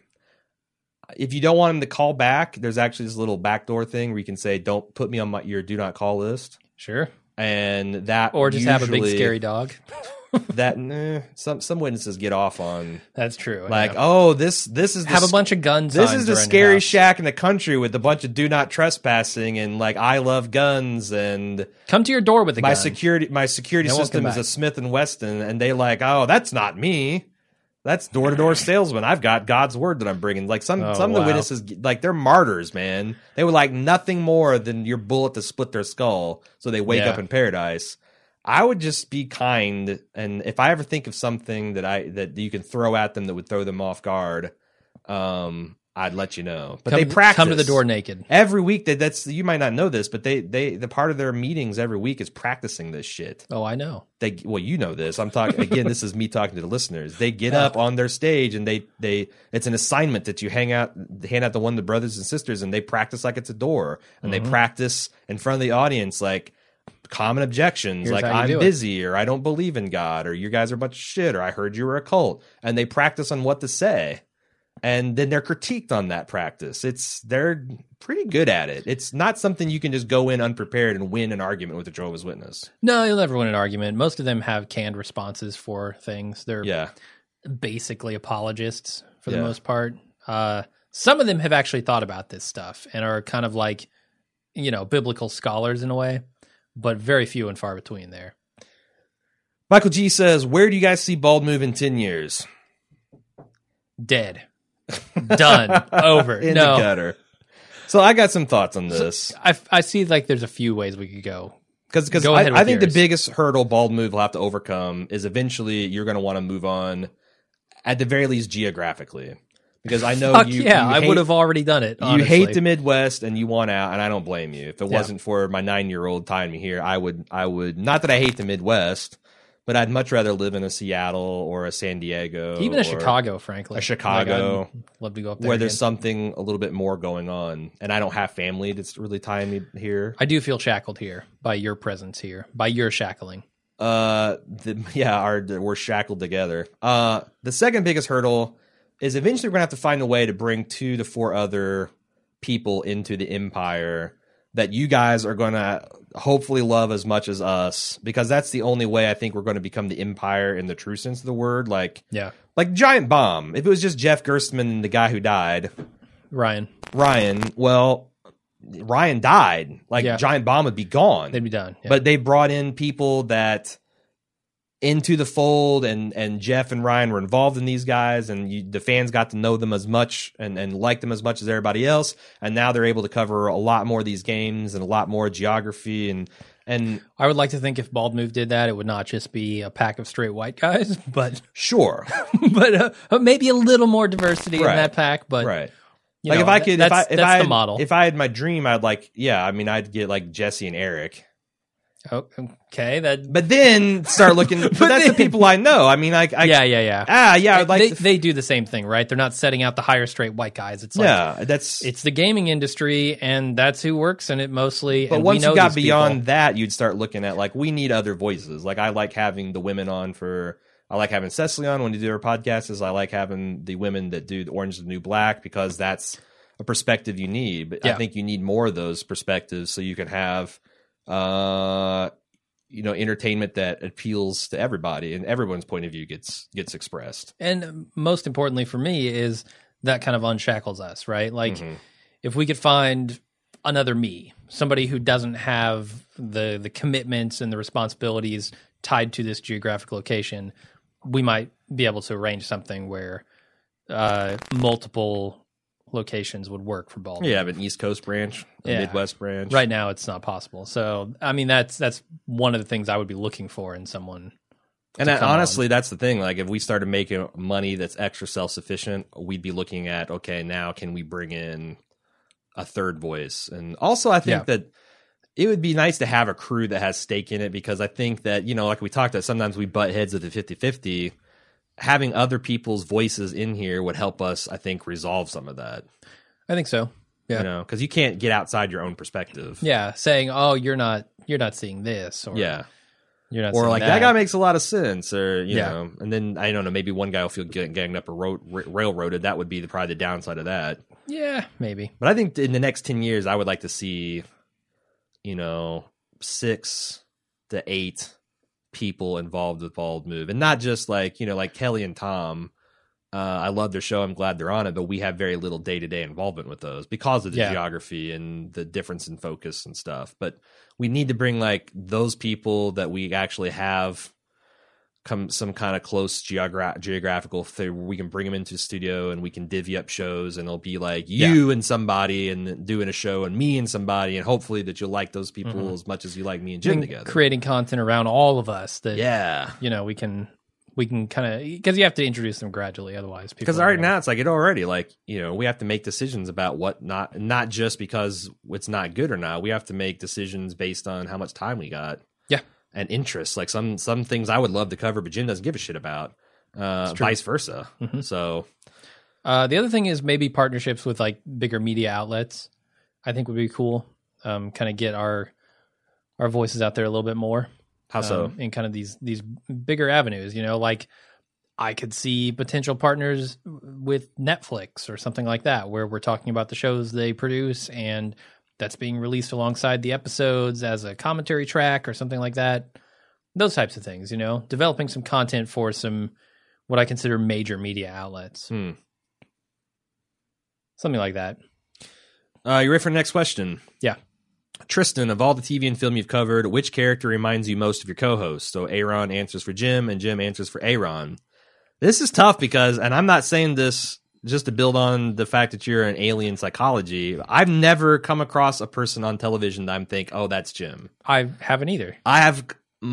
if you don't want him to call back, there's actually this little backdoor thing where you can say, "Don't put me on my your do not call list," Sure. and that Or just have a big usually- scary dog. that nah, some some witnesses get off on That's true. I like, know. oh, this this is the have a s- bunch of guns. This signs is the around your scary house. shack in the country with a bunch of do not trespassing and like I love guns and Come to your door with a my gun. security my security No one system can is buy. a Smith and Wesson, and they like, oh, that's not me. That's door to door salesman. I've got God's word that I'm bringing. Like some Oh, some of the wow. witnesses, like they're martyrs, man. They were like nothing more than your bullet to split their skull, so they wake Yeah. up in paradise. I would just be kind, and if I ever think of something that I that you can throw at them that would throw them off guard, um, I'd let you know. But come, they practice Come to the door naked. every week that that's you might not know this but they they the part of their meetings every week is practicing this shit Oh, I know. they well you know this i'm talking again this is me talking to the listeners they get up on their stage and they they it's an assignment that you hang out hand out the one to brothers and sisters and they practice like it's a door and Mm-hmm. they practice in front of the audience like common objections Here's like how you do i'm it. busy or i don't believe in god or you guys are a bunch of shit or i heard you were a cult and they practice on what to say and then they're critiqued on that practice. It's they're pretty good at it. It's not something you can just go in unprepared and win an argument with a Jehovah's Witness. No, you'll never win an argument. Most of them have canned responses for things. They're Yeah, basically apologists for the Yeah. most part. Uh, some of them have actually thought about this stuff and are kind of like, you know, biblical scholars in a way, but very few and far between there. but Michael G says, "Where do you guys see Bald move in ten years?" Dead. Done. Over. in no. the gutter. So I got some thoughts on this I, I see like there's a few ways we could go. because because Go I, ahead with I think yours. the biggest hurdle Bald move will have to overcome is eventually you're going to want to move on, at the very least geographically, because I know Fuck Oh, you yeah, you I hate- would have already done it. You hate honestly. the Midwest and you want out, and I don't blame you. If it Yeah. wasn't for my nine year old tying me here, I would I would not that I hate the Midwest, but I'd much rather live in a Seattle or a San Diego, even a or Chicago, frankly. Oh, a Chicago, Like, I'd love to go up there. where there's again. something a little bit more going on, and I don't have family that's really tying me here. I do feel shackled here by your presence here, by your shackling. Uh, the, yeah, our we're shackled together. Uh, the second biggest hurdle is eventually we're gonna have to find a way to bring two to four other people into the empire that you guys are gonna hopefully love as much as us, because that's the only way I think we're gonna become the empire in the true sense of the word. Like, Yeah, like Giant Bomb. If it was just Jeff Gerstmann, and the guy who died, Ryan, Ryan. Well, Ryan died. Like Yeah. Giant Bomb would be gone they'd be done. Yeah. but they brought in people that into the fold and and Jeff and Ryan were involved in these guys and you, the fans got to know them as much and and like them as much as everybody else and now they're able to cover a lot more of these games and a lot more geography and and I would like to think if Bald Move did that, it would not just be a pack of straight white guys, but sure but uh, uh, maybe a little more diversity Right. in that pack. But right you like know, if I th- could if I that's, if that's I the had- model. if I had my dream I'd like yeah I mean I'd get like Jesse and Eric Oh, okay, that but then start looking but, But that's the then- people I know I mean like I yeah yeah yeah. ah yeah I'd like they, to- they do the same thing, right? They're not setting out the higher straight white guys. It's like yeah that's it's the gaming industry, and that's who works in it mostly. But and we once you know got these beyond people. that, you'd start looking at like we need other voices. Like I like having the women on for. I like having Cecily on when you do her podcast. Is I like having the women that do the Orange is the New Black because that's a perspective you need. But I Yeah. think you need more of those perspectives so you can have, uh, you know, entertainment that appeals to everybody and everyone's point of view gets gets expressed. and most importantly for me is that kind of unshackles us, right? Like Mm-hmm. if we could find another me, somebody who doesn't have the the commitments and the responsibilities tied to this geographic location, we might be able to arrange something where uh, multiple locations would work for Baldwin. Yeah, but an East Coast branch, a Yeah. Midwest branch, Right now, it's not possible. So, I mean, that's that's one of the things I would be looking for in someone. And to that, come on. honestly, that's the thing. Like, if we started making money that's extra self sufficient, we'd be looking at okay, now can we bring in a third voice? And also, I think Yeah. that it would be nice to have a crew that has stake in it because I think that you know, like we talked about, sometimes we butt heads at the 50-50. Having other people's voices in here would help us, I think, resolve some of that. I think so. Yeah. You know, because you can't get outside your own perspective. Yeah, saying, "Oh, you're not you're not seeing this," or Yeah. you're not or seeing like that. that guy makes a lot of sense, or you Yeah. know, and then I don't know, maybe one guy will feel gang- ganged up or ro- ra- railroaded. That would be the probably the downside of that. Yeah, maybe. But I think in the next ten years, I would like to see, you know, six to eight people involved with Bald Move, and not just like you know, like Kelly and Tom. Uh, I love their show. I'm glad they're on it, but we have very little day to day involvement with those because of the Yeah. geography and the difference in focus and stuff. But we need to bring like those people that we actually have come some kind of close geogra- geographical thing. We can bring them into the studio and we can divvy up shows, and it'll be like you and somebody and doing a show, and me and somebody, and hopefully that you'll like those people as much as you like me and Jim Mm-hmm. And together. Creating content around all of us that yeah, you know we can we can kind of because you have to introduce them gradually, otherwise people because are right gonna- now it's like it already like you know we have to make decisions about what not not just because it's not good or not. We have to make decisions based on how much time we got. Yeah. and interests. Like some some things I would love to cover, but Jim doesn't give a shit about. Uh, true. Mm-hmm. vice versa. So Uh, the other thing is maybe partnerships with like bigger media outlets. I think would be cool. Um, kind of get our our voices out there a little bit more. how so? um, in kind of these these bigger avenues you know like i could see potential partners with netflix or something like that where we're talking about the shows they produce and that's being released alongside the episodes as a commentary track or something like that those types of things you know developing some content for some what i consider major media outlets Hmm. something like that Uh, you ready for the next question? Yeah. Tristan, of all the TV and film you've covered, which character reminds you most of your co-host? So Aaron answers for Jim, and Jim answers for Aaron. This is tough because, and I'm not saying this just to build on the fact that you're an alien psychology. I've never come across a person on television that I'm think, oh, that's Jim. I haven't either. I have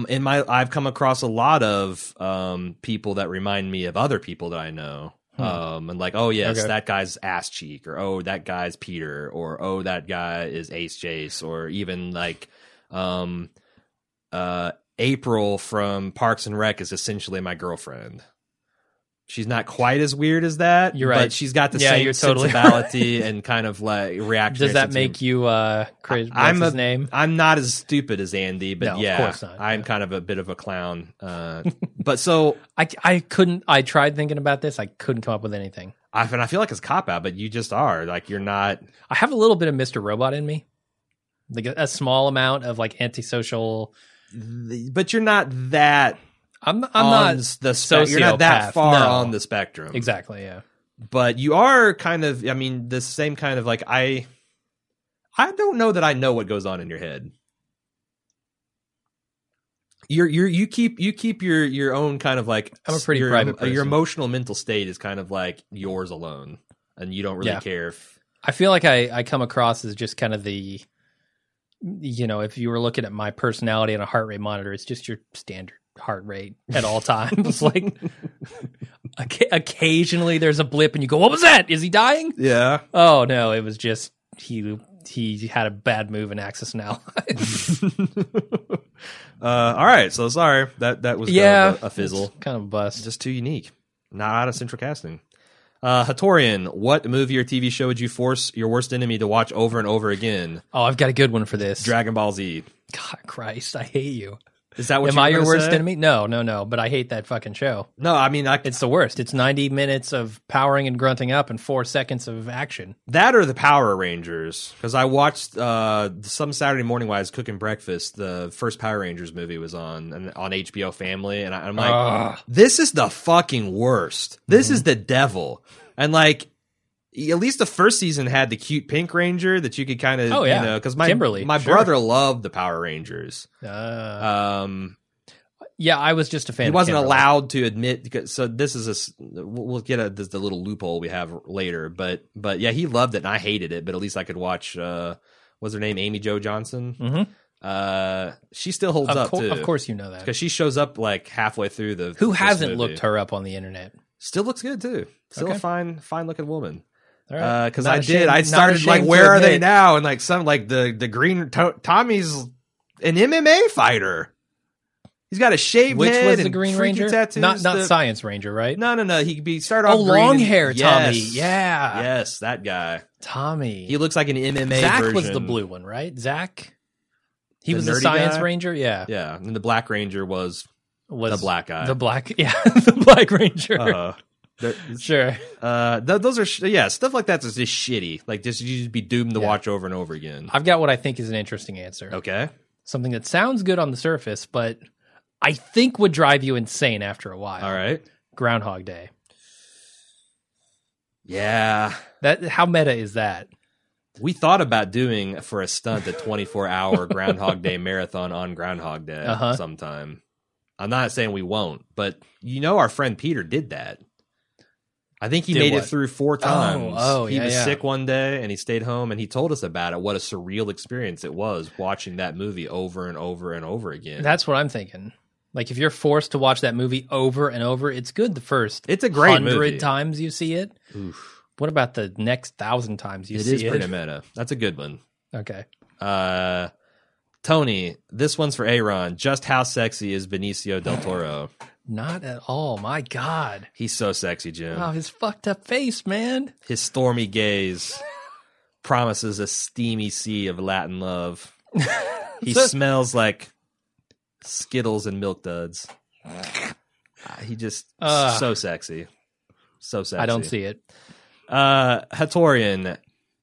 in my I've come across a lot of um, people that remind me of other people that I know. Um, and like, oh yes, Hmm. Okay. that guy's ass cheek, or oh that guy's Peter, or oh that guy is Ace Jace, or even like, um, uh, April from Parks and Rec is essentially my girlfriend. She's not quite as weird as that. You're right. But she's got the Yeah, same you're totally right. sensibility and kind of like reaction. Does that make you uh crazy? What's I'm his a- name? I'm not as stupid as Andy, but No, of yeah, course not, I'm yeah. kind of a bit of a clown. Uh, but so I, I couldn't. I tried thinking about this. I couldn't come up with anything. I and I feel like it's a cop out, but you just are like you're not. I have a little bit of Mr. Robot in me, like a, a small amount of like antisocial. But you're not that. I'm I'm on not the spe- You're not that sociopath, far no. on the spectrum. exactly. Yeah, But you are kind of. I mean, the same kind of like I. I don't know that I know what goes on in your head. You're you're you keep you keep your your own kind of like I'm a pretty your, private person. your emotional mental state is kind of like yours alone, and you don't really Yeah. care if I feel like I I come across as just kind of the, you know, if you were looking at my personality on a heart rate monitor, it's just your standard heart rate at all times. like oca- occasionally there's a blip and you go, what was that? Is he dying? yeah Oh no, it was just he he had a bad move and access an ally. Uh, all right, so sorry that that was kind yeah, of a, a fizzle, it's kind of a bust. just too unique, not out of central casting. Uh, Hatorian, what movie or TV show would you force your worst enemy to watch over and over again? oh, I've got a good one for this. Dragon Ball Z. God, Christ, I hate you. Is that what? Am you were I your gonna worst say? enemy? No, no, no. But I hate that fucking show. No, I mean I, It's the worst. It's 90 minutes of powering and grunting up and four seconds of action. that or the Power Rangers because I watched uh, some Saturday morning while I was cooking breakfast. The first Power Rangers movie was on and on HBO Family, and I, I'm like, Oh. this is the fucking worst. This Mm-hmm. is the devil. And like, at least the first season had the cute Pink Ranger that you could kind of, Oh, yeah. you know, because my Kimberly, my sure. brother loved the Power Rangers. Uh, Um, yeah, I was just a he fan. of wasn't Kimberly. allowed to admit. Because, so this is a s- we'll we'll get a, this, the little loophole we have later. But but yeah, he loved it and I hated it. But at least I could watch. Uh, what's her name? Amy Jo Johnson. Mhm. Uh, she still holds Of, up cour- too. of course, you know that. because she shows up like halfway through the. Who this hasn't movie. looked her up on the internet? Still looks good too. Still a Okay. fine, fine looking woman. All right. Because Not I ashamed- did. I not started like, ashamed to where are they admit. now? And like some like the the green to- Tommy's an MMA fighter. He's got a shaved Which head was the and Green freaky Ranger? tattoos. Not not The- Science Ranger, right? No, no, no. He could be started Oh, off green long and- hair, Tommy. Yes. Yeah. yes, that guy. Tommy. He looks like an MMA. Zach version. was the blue one, right? Zach. He The was the nerdy Science guy? Ranger. Yeah. Yeah, and the Black Ranger was Was the black guy. The black. Yeah. the Black Ranger. Uh, there- Sure. uh, th- those are sh- yeah stuff like that's just shitty. Like just you just be doomed to Yeah. watch over and over again. I've got what I think is an interesting answer. Okay. Something that sounds good on the surface, but I think would drive you insane after a while. All right. Groundhog Day. Yeah. That how meta is that? We thought about doing for a stunt a 24 hour Groundhog Day marathon on Groundhog Day Uh-huh. sometime. I'm not saying we won't, but you know our friend Peter did that. I think he Did made it what? through four times. oh, he yeah, was yeah. sick one day and he stayed home and he told us about it. What a surreal experience it was watching that movie over and over and over again. That's what I'm thinking. Like if you're forced to watch that movie over and over, it's good the first It's a great movie. hundred times you see it. What about the next thousand times you it see is pretty it? meta. That's a good one. Okay. Uh, Tony, this one's for Aaron. Just how sexy is Benicio del Toro? Not at all. My God. He's so sexy, Jim. Wow, his fucked up face, man. His stormy gaze promises a steamy sea of Latin love. He smells like Skittles and milk duds. Uh, He just Ugh. so sexy. So sexy. Ah. I don't see it. Uh Hatorian.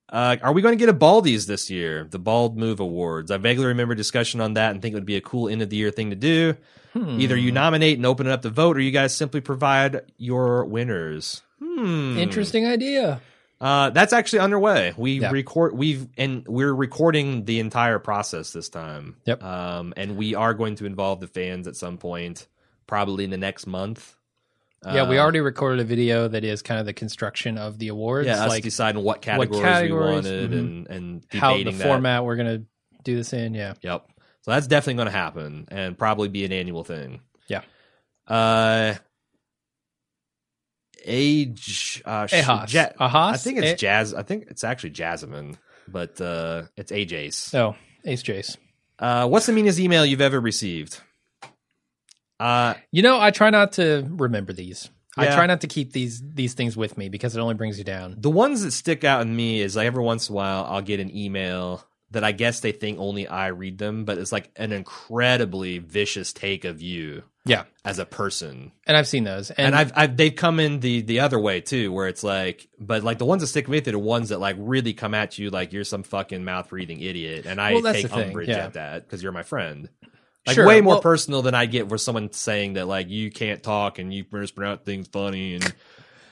Uh, are we going to get a Baldies this year? The Bald Move Awards. I vaguely remember discussion on that and think it would be a cool end of the year thing to do. Either you nominate and open it up to vote, or you guys simply provide your winners. Hmm. Interesting idea. Uh, that's actually underway. We Yeah. record we've and we're recording the entire process this time. Yep. Um, and we are going to involve the fans at some point, probably in the next month. yeah, we Uh, already recorded a video that is kind of the construction of the awards, yeah, us like deciding what categories, we categories, wanted mhm. and and how the debating that. format we're gonna do this in. Yeah, Yep. So that's definitely going to happen and probably be an annual thing. Yeah. Uh, age. Uh, sh- Ahas. Ja- Ahas? Eh, I think it's A- jazz. I think it's actually Jasmine, but uh, it's Age Ace. Oh, Ace Jace. Uh, what's the meanest email you've ever received? Uh, You know, I try not to remember these. I Yeah. try not to keep these these things with me because it only brings you down. the ones that stick out in me is like every once in a while I'll get an email that I guess they think only I read them, but it's like an incredibly vicious take of you Yeah, as a person. and I've seen those, and, and, I've, I've they've come in the the other way too, where it's like, but like the ones that stick with you, are the ones that like really come at you like you're some fucking mouth breathing idiot, and I Well, that's take the thing, umbrage yeah. at that because you're my friend. Like Sure, way more well- personal than I get for someone saying that like you can't talk and you mispronounce things funny and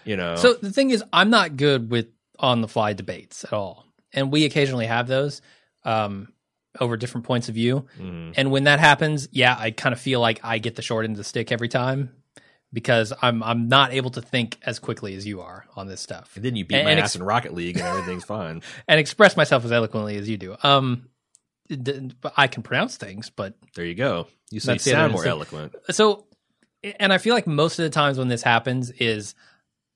you know. So the thing is, I'm not good with on the fly debates at all, and we occasionally have those um, over different points of view. Mhm. And when that happens, yeah, I kind of feel like I get the short end of the stick every time because I'm I'm not able to think as quickly as you are on this stuff and then you beat and- my and ass ex- in Rocket League and everything's fine. and express myself as eloquently as you do. Um, d- but I can pronounce things, but There you go. You, so you That's the other sound more instinct. eloquent. so and i feel like most of the times when this happens is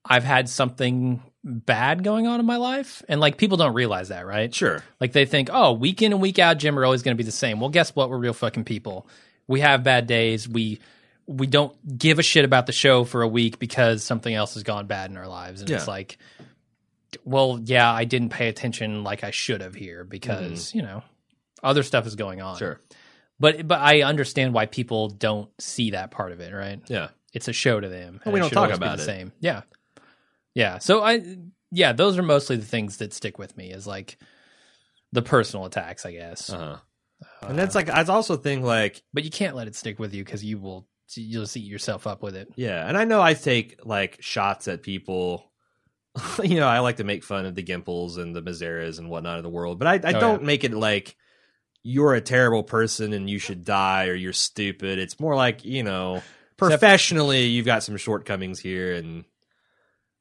i've had something bad going on in my life and like people don't realize that right Sure. like they think oh week in and week out jim are always going to be the same well guess what we're real fucking people we have bad days we we don't give a shit about the show for a week because something else has gone bad in our lives and it's Yeah. like well yeah i didn't pay attention like i should have here because you know other stuff is going on Mm-hmm. Sure. but but I understand why people don't see that part of it, right? Yeah. It's a show to them. Well, we don't and it should talk always be about the it. Same, yeah, yeah. So I, yeah, those are mostly the things that stick with me is like the personal attacks, I guess. Uh-huh. and that's like I also think like But you can't let it stick with you because you will you'll just eat yourself up with it. Yeah, and I know I take like shots at people. you know, I like to make fun of the Gimples and the Mazeras and whatnot of the world, but I, I Oh, don't make it like you're a terrible person and you should die or you're stupid. It's more like you know, professionally, you've got some shortcomings here, and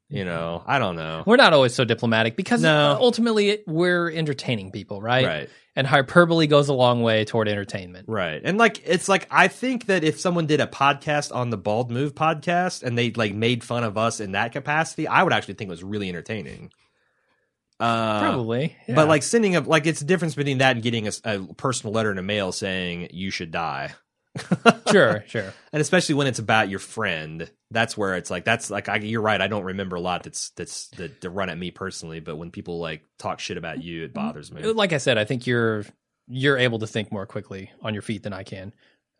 you know, I don't know. We're not always so diplomatic because No. ultimately it, we're entertaining people, right? Right. And hyperbole goes a long way toward entertainment. Right. And like it's like I think that if someone did a podcast on the Bald Move podcast and they like made fun of us in that capacity, I would actually think it was really entertaining. Uh Probably, yeah. But like sending a like it's the difference between that and getting a, s- a personal letter in a mail saying you should die. sure, sure. And especially when it's about your friend, that's where it's like that's like I, you're right. I don't remember a lot that's that's that, that run at me personally, but when people like talk shit about you, it bothers me. Uh, like I said, I think you're you're able to think more quickly on your feet than I can.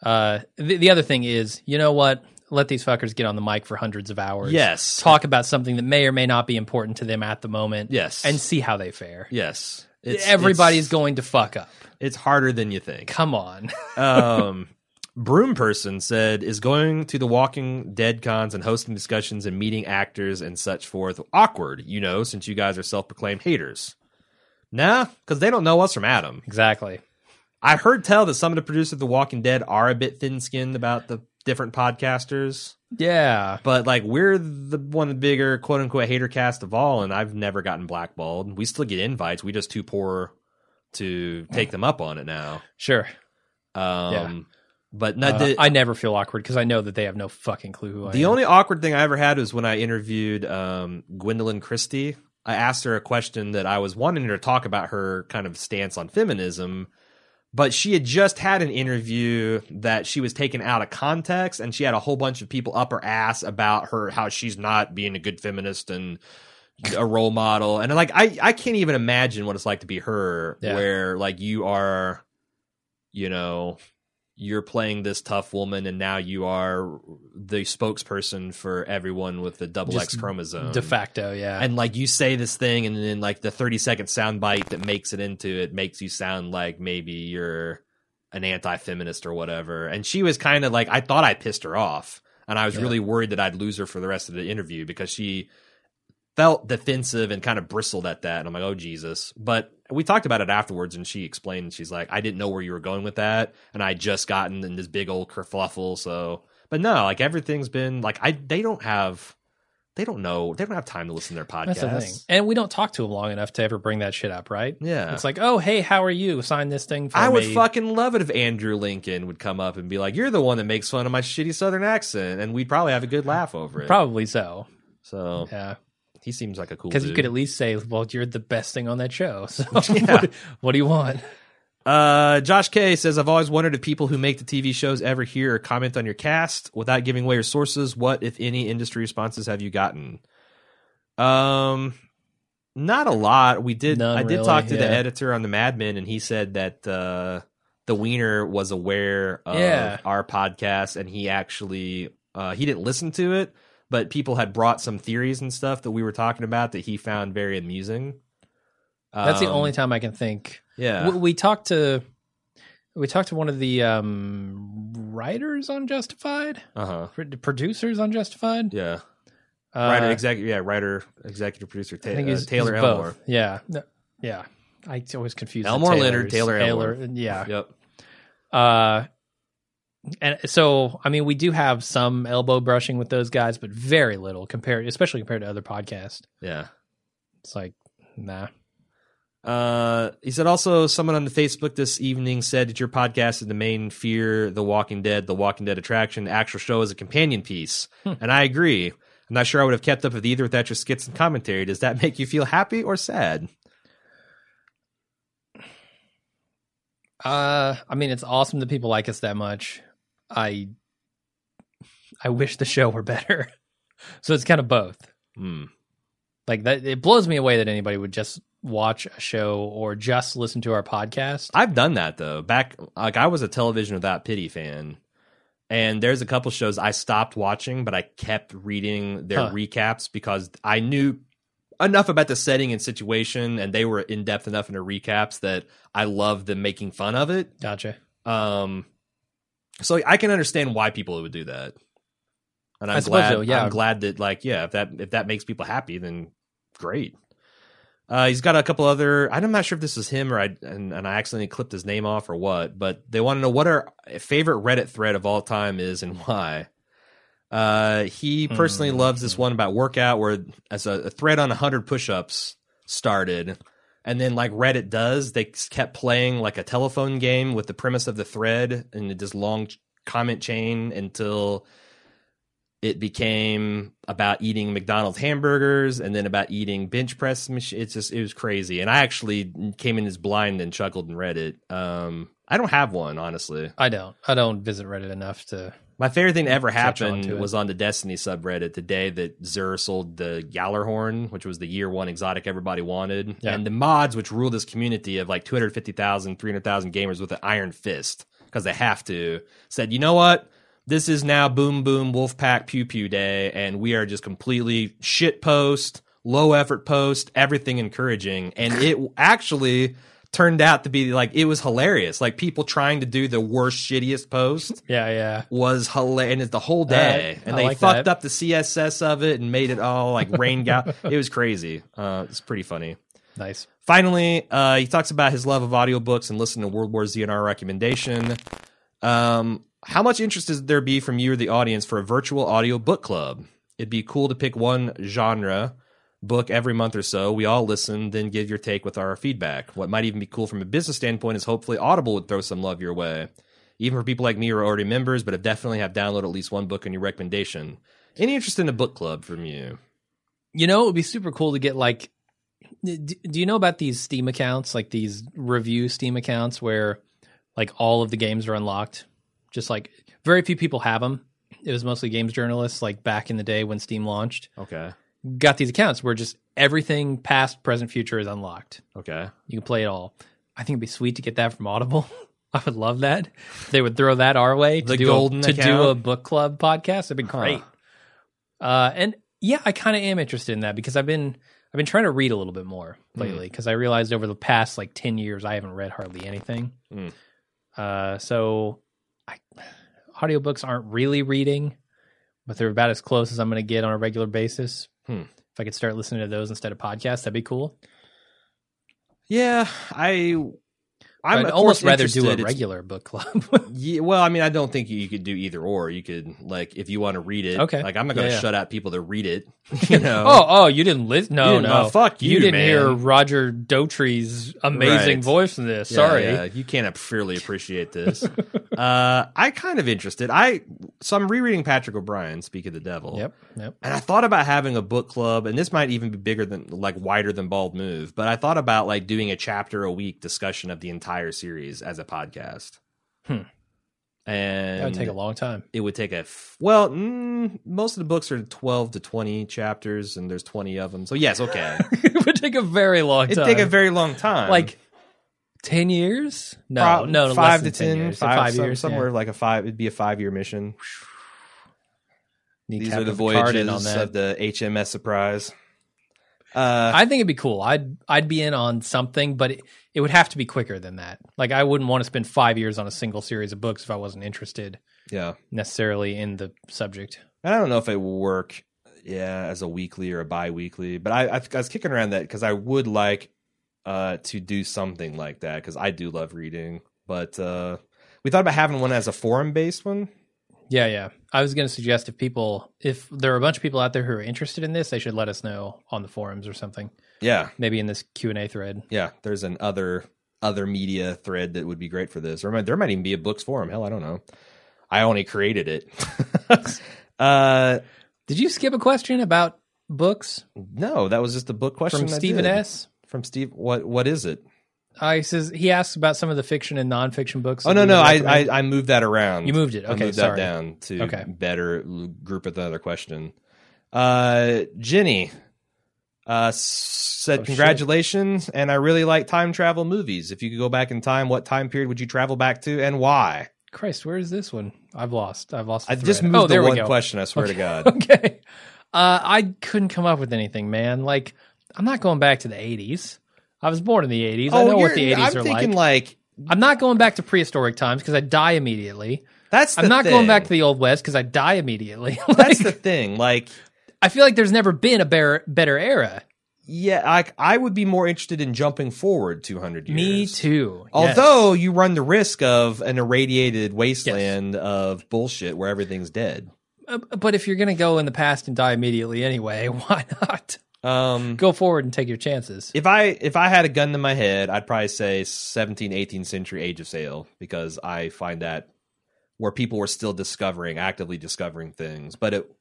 Uh, the, the other thing is, you know what? Let these fuckers get on the mic for hundreds of hours. Yes. Talk about something that may or may not be important to them at the moment. Yes. And see how they fare. yes, Everybody's it's, going to fuck up. It's harder than you think. Come on. um, Broom Person said, is going to the Walking Dead cons and hosting discussions and meeting actors and such forth awkward, you know, since you guys are self proclaimed haters? Nah, because they don't know us from Adam. exactly. I heard tell that some of the producers of The Walking Dead are a bit thin skinned about the different podcasters, Yeah. but like we're the one of the bigger quote unquote hater cast of all, and I've never gotten blackballed. We still get invites, we just too poor to take them up on it now. Sure. Um, Yeah. But Uh, not the, I never feel awkward because I know that they have no fucking clue who I The am. only awkward thing I ever had was when I interviewed um, Gwendolyn Christie. I asked her a question that I was wanting her to talk about her kind of stance on feminism, but she had just had an interview that she was taken out of context, and she had a whole bunch of people up her ass about her how she's not being a good feminist and a role model, and like I I can't even imagine what it's like to be her, Yeah. where like you are, you know, you're playing this tough woman and now you are the spokesperson for everyone with the double Just X chromosome. de facto. Yeah. And like you say this thing and then like the 30 second sound bite that makes it into it makes you sound like maybe you're an anti-feminist or whatever. And she was kind of like I thought I pissed her off and I was Yeah. really worried that I'd lose her for the rest of the interview because she felt defensive and kind of bristled at that. And I'm like, oh, Jesus. But we talked about it afterwards, and she explained, she's like, I didn't know where you were going with that. And I just gotten in this big old kerfluffle. So, but no, like everything's been like, I, they don't have, they don't know, they don't have time to listen to their podcast. That's the thing. And we don't talk to him long enough to ever bring that shit up, right? Yeah. It's like, oh, hey, how are you? Sign this thing for I would me. fucking love it if Andrew Lincoln would come up and be like, "You're the one that makes fun of my shitty Southern accent," and we'd probably have a good laugh over it. Probably so. So Yeah. he seems like a cool. Because you dude. could at least say, well, you're the best thing on that show. So Yeah. what, what do you want? Uh, Josh K says, I've always wondered if people who make the TV shows ever hear or comment on your cast without giving away your sources. What, if any, industry responses have you gotten? Um, not a lot. We did. None I did really, talk to the yeah. editor on the Mad Men, and he said that uh, the Wiener was aware of Yeah. our podcast, and he actually uh, he didn't listen to it, but people had brought some theories and stuff that we were talking about that he found very amusing. That's the Um, only time I can think. Yeah. We, we talked to we talked to one of the um, writers on Justified, Uh huh. pr- producers on Justified. Yeah. Uh, writer, executive, yeah, writer, executive producer, ta- I think uh, he's Taylor he's both. Elmore. Yeah, No, yeah. I always confuse the Elmore Leonard, Taylors. Taylor Elmore. Yeah, Yep. Uh, and so, I mean, we do have some elbow brushing with those guys, but very little compared, especially compared to other podcasts. Yeah. It's like, nah. Uh, he said also someone on the Facebook this evening said that your podcast is the main fear, The Walking Dead, The Walking Dead attraction. The actual show is a companion piece, Hmm. and I agree. I'm not sure I would have kept up with either without your skits and commentary. Does that make you feel happy or sad? Uh, I mean, it's awesome that people like us that much. I, I wish the show were better. so it's kind of both. Hmm. Like that, it blows me away that anybody would just watch a show or just listen to our podcast. I've done that though. Back like I was a television without pity fan. And there's a couple shows I stopped watching, but I kept reading their Huh. recaps because I knew enough about the setting and situation and they were in depth enough in their recaps that I loved them making fun of it. Gotcha. Um so I can understand why people would do that. And I'm I suppose glad so, yeah. I'm glad that like yeah, if that if that makes people happy then great. Uh, he's got a couple other. I'm not sure if this is him or I and, and I accidentally clipped his name off or what, but they want to know what our favorite Reddit thread of all time is and why. Uh, he Hmm. personally loves this one about workout where as a, a thread on 100 push-ups started, and then like Reddit does, they s- kept playing like a telephone game with the premise of the thread and this long ch- comment chain until it became about eating McDonald's hamburgers and then about eating bench press machine. It's just it was crazy, and I actually came in as blind and chuckled and read it. Um, I don't have one honestly. I don't. I don't visit Reddit enough to. My favorite thing to ever Catch on happened to it. was on the Destiny subreddit the day that Xur sold the Gallerhorn, which was the year one exotic everybody wanted, Yeah. and the mods which rule this community of like 250,000, 300,000 gamers with an iron fist because they have to said, you know what? This is now boom boom wolfpack pew pew day, and we are just completely shit post, low effort post, everything encouraging, and it actually turned out to be like it was hilarious. Like people trying to do the worst shittiest post Yeah, yeah. was hilarious and it's the whole day Alright, and I they like fucked that. up the css of it and made it all like rain gout it was crazy uh, it's pretty funny Nice. finally uh, he talks about his love of audiobooks and listening to world war z and our recommendation um, how much interest does there be from you or the audience for a virtual audio book club it'd be cool to pick one genre book every month or so we all listen then give your take with our feedback what might even be cool from a business standpoint is hopefully audible would throw some love your way even for people like me who are already members but have definitely have downloaded at least one book in your recommendation any interest in a book club from you You know, it would be super cool to get like. d- Do you know about these Steam accounts, like these review Steam accounts, where like all of the games are unlocked? Just like very few people have them. It was mostly games journalists, like back in the day when Steam launched. okay Got these accounts where just everything past, present, future is unlocked. okay You can play it all. I think it'd be sweet to get that from Audible. I would love that. They would throw that our way to The do golden a, to do account? a book club podcast. It'd be great. Uh, and yeah, I kind of am interested in that because I've been I've been trying to read a little bit more Hmm. lately because I realized over the past like ten years I haven't read hardly anything. Mm. Uh, so I, audiobooks aren't really reading, but they're about as close as I'm going to get on a regular basis. Hmm. If If I could start listening to those instead of podcasts, that'd be cool. Yeah, I. I'm But I'd of almost course rather do a interested. It's- regular book club. Yeah, well, I mean, I don't think you could do either or. You could like if you want to read it. Okay. Like I'm not going to Yeah, yeah. shut out people that read it. You know. oh, oh, you didn't listen? No, You didn't- no, oh, fuck you, didn't hear man. Roger Dotri's amazing Right. voice in this. Yeah, Sorry. yeah, you can't fairly appreciate this. uh, I kind of interested. I so I'm rereading Patrick O'Brien, Speak of the Devil. Yep. Yep. And I thought about having a book club, and this might even be bigger than like wider than Bald Move. But I thought about like doing a chapter a week discussion of the entire series as a podcast. Hmm. And That would take a long time. it would take a f- well mm, most of the books are 12 to 20 chapters and there's 20 of them so yes okay it would take a very long it'd time. take a very long time like ten years? No, Pro- no, less five than to 10 years. five, five some- years somewhere Yeah. like a five it'd be a five year mission Need to these tap are the the card in voyages on that. of the hms surprise uh I think it'd be cool. I'd I'd be in on something, but it, it would have to be quicker than that. Like I wouldn't want to spend five years on a single series of books if I wasn't interested yeah necessarily in the subject. And I don't know if it will work, yeah, as a weekly or a bi-weekly. But I, I, I was kicking around that because I would like uh, to do something like that because I do love reading. But uh, we thought about having one as a forum-based one. Yeah, yeah. I was going to suggest if people, if there are a bunch of people out there who are interested in this, they should let us know on the forums or something. Yeah, Maybe in this Q and A thread. yeah. There's an other other media thread that would be great for this, or might, there might even be a books forum. Hell, I don't know. I only created it. uh, Did you skip a question about books no, that was just a book question from I Stephen did. S? From Steve, what what is it? Uh, he says he asks about some of the fiction and nonfiction books. Oh that no we no would I, recommend. I I moved that around. You moved it. I Okay, moved sorry. that down to Okay. better l- group with another question. Uh, Jenny uh s- said Oh, shit. congratulations, and I really like time travel movies. If you could go back in time, what time period would you travel back to, and why? Christ, where is this one? I've lost. I've lost. the I just thread. moved oh, the there we one go. question. I swear to God. Okay, uh, I couldn't come up with anything, man. Like I'm not going back to the '80s. I was born in the '80s. I know what the Oh, you're- 80s I'm are like. thinking like, I'm not going back to prehistoric times because I die immediately. that's. I'm the not going back thing. to the old west because I die immediately. like, That's the thing. Like, I feel like there's never been a better better era. yeah, I I would be more interested in jumping forward 200 years. Me too. Yes. Although you run the risk of an irradiated wasteland of bullshit where everything's dead. Uh, but if you're gonna go in the past and die immediately anyway, why not Um, go forward and take your chances? if I if I had a gun to my head, I'd probably say 17th, 18th century age of sail because I find that where people were still discovering, actively discovering things. But it,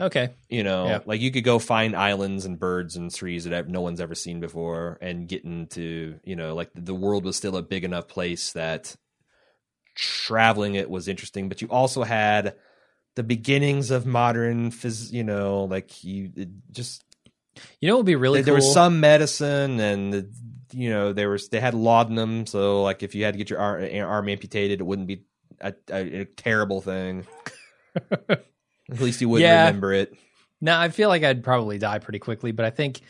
Okay, you know, Yeah. like you could go find islands and birds and trees that no one's ever seen before, and get into you know, like the world was still a big enough place that traveling it was interesting. But you also had the beginnings of modern, phys- you know, like you it just you know what would be really there- there cool? was some medicine and the, you know there was they had laudanum, so like if you had to get your arm, arm amputated, it wouldn't be a, a, a terrible thing. At least you wouldn't Yeah. remember it. No, I feel like I'd probably die pretty quickly, but I think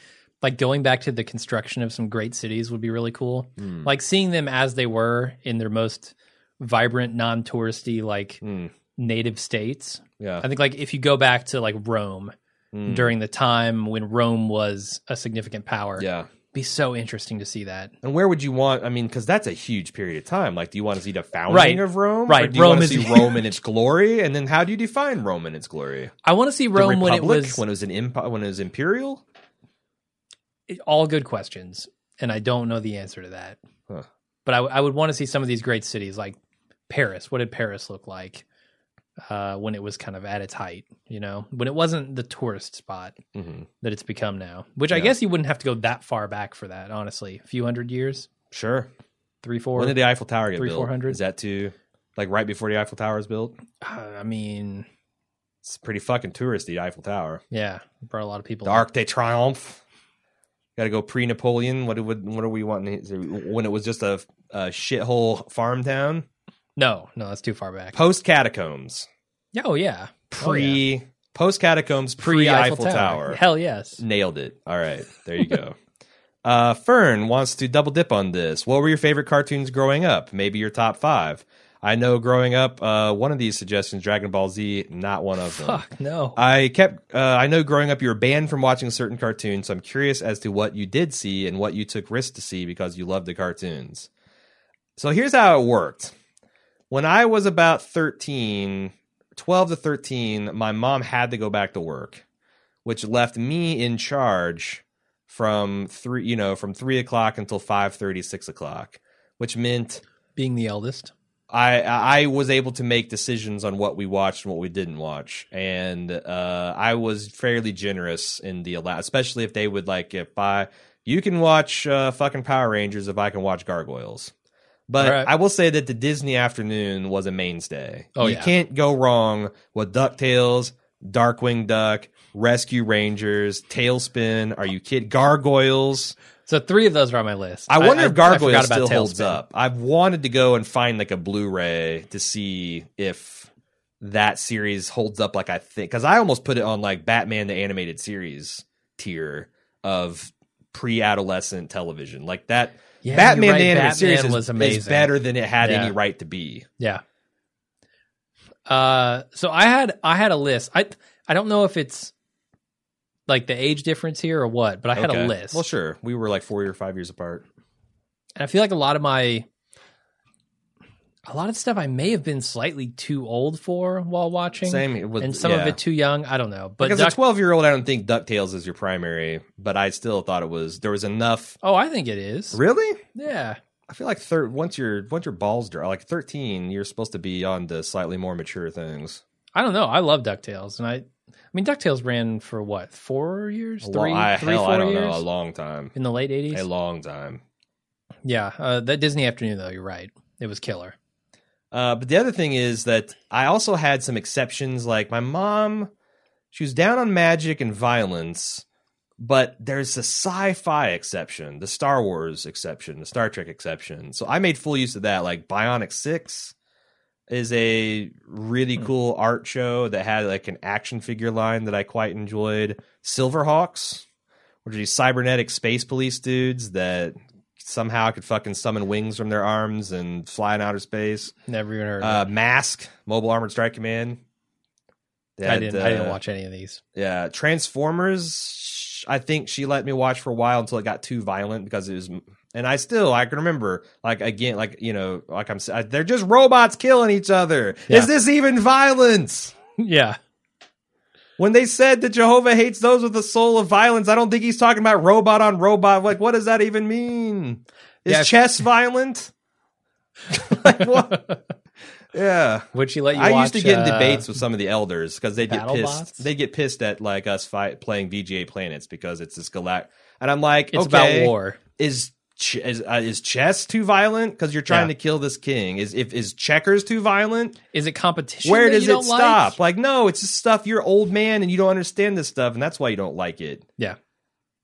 like going back to the construction of some great cities would be really cool. Hmm. Like seeing them as they were in their most vibrant, non-touristy, like Hmm. native states. Yeah. I think like if you go back to like Rome Mm. during the time when Rome was a significant power, Yeah. it'd be so interesting to see that. And where would you want? I mean, because that's a huge period of time. Like, do you want to see the founding Right. of Rome? Right. Or do you want Rome to is see huge. Rome in its glory? And then how do you define Rome in its glory? I want to see The Rome when it Republic? was when it was an empire, when it was imperial. all good questions, and I don't know the answer to that. Huh. But I, w- I would want to see some of these great cities, like Paris. What did Paris look like uh, when it was kind of at its height? You know, when it wasn't the tourist spot hmm that it's become now. Which I Yeah. guess you wouldn't have to go that far back for that, honestly. A few hundred years, Sure. three, four. when did the Eiffel Tower get three, built? 400? Is that too like right before the Eiffel Tower is built? Uh, I mean, It's pretty fucking touristy. Eiffel Tower, yeah, it brought a lot of people. the Arc de Triomphe. Got to go pre-Napoleon. What would what are we wanting? Is it When it was just a, a shithole farm town. No, no, that's too far back. Post catacombs. Yeah, oh yeah, Oh, yeah. pre post catacombs pre Eiffel Tower. Mm. Hell yes. Nailed it. All right, there you go. uh, Fern wants to double dip on this. What were your favorite cartoons growing up? Maybe your top five. I know growing up, uh, one of these suggestions, Dragon Ball Z, not one of them. Fuck no. I kept. Uh, I know growing up you were banned from watching certain cartoons, so I'm curious as to what you did see and what you took risks to see because you loved the cartoons. So here's how it worked. When I was about 13, 12 to 13, my mom had to go back to work, which left me in charge from three, you know, from three o'clock until 5.30, 6 o'clock, which meant Being the eldest. I I was able to make decisions on what we watched and what we didn't watch, and uh, I was fairly generous in the allow, especially if they would like if I you can watch uh, fucking Power Rangers if I can watch Gargoyles. But All right. I will say that the Disney afternoon was a mainstay. Oh, you yeah. can't go wrong with Ducktales, Darkwing Duck, Rescue Rangers, Tailspin. Are you kid? Gargoyles. So three of those were on my list. I wonder if Gargoyle forgot still about holds Tailspin. up. I've wanted to go and find like a Blu-ray to see if that series holds up. Like I think because I almost put it on like Batman the animated series tier of pre-adolescent television. Like that Yeah, Batman you're right. the animated Batman series is, was is amazing. better than it had Yeah. any right to be. Yeah. Uh, so I had I had a list. I I don't know if it's like the age difference here or what, but I had Okay. a list. Well, sure, we were like four or five years apart. And I feel like a lot of my a lot of stuff I may have been slightly too old for while watching. Same here with- and some yeah. of it too young. I don't know. But Because Doc- a twelve-year-old, I don't think Ducktales is your primary, but I still thought it was. There was enough. oh, I think it is. Really? Yeah. I feel like thir- once your once your balls dry, like thirteen, you're supposed to be on to slightly more mature things. I don't know. I love Ducktales, and I I mean Ducktales ran for what four years, Well, three, I, three, hell, four I don't years know, a long time, in the late eighties. a long time. yeah, uh, that Disney afternoon though. You're right. It was killer. Uh, but the other thing is that I also had some exceptions. Like my mom, she was down on magic and violence, but there's the sci-fi exception, the Star Wars exception, the Star Trek exception. So I made full use of that. Like Bionic Six is a really cool art show that had like an action figure line that I quite enjoyed. Silverhawks, which are these cybernetic space police dudes that somehow could fucking summon wings from their arms and fly in outer space. Never even heard. Of Uh, Mask, Mobile Armored Strike Command. it. I didn't. I uh, didn't watch any of these. Yeah, Transformers. sh- I think she let me watch for a while until it got too violent because it was. And I still, I can remember, like again, like you know, like I'm, s- I, they're just robots killing each other. Yeah. Is this even violence? yeah. When they said that Jehovah hates those with the soul of violence, I don't think he's talking about robot on robot. Like, what does that even mean? Is Yeah, if- chess violent? like what? Yeah. Would she let you? I watch, used to get in uh, debates with some of the elders because they'd get Battle pissed. bots? They'd get pissed at like us fight, playing VGA planets because it's this galact. And I'm like, It's okay, about war. Is ch- is, uh, is chess too violent? Because you're trying Yeah. to kill this king. Is if is checkers too violent? Is it competition? Where that does you it don't like? stop? Like, no, it's just stuff. You're old man and you don't understand this stuff, and that's why you don't like it. Yeah.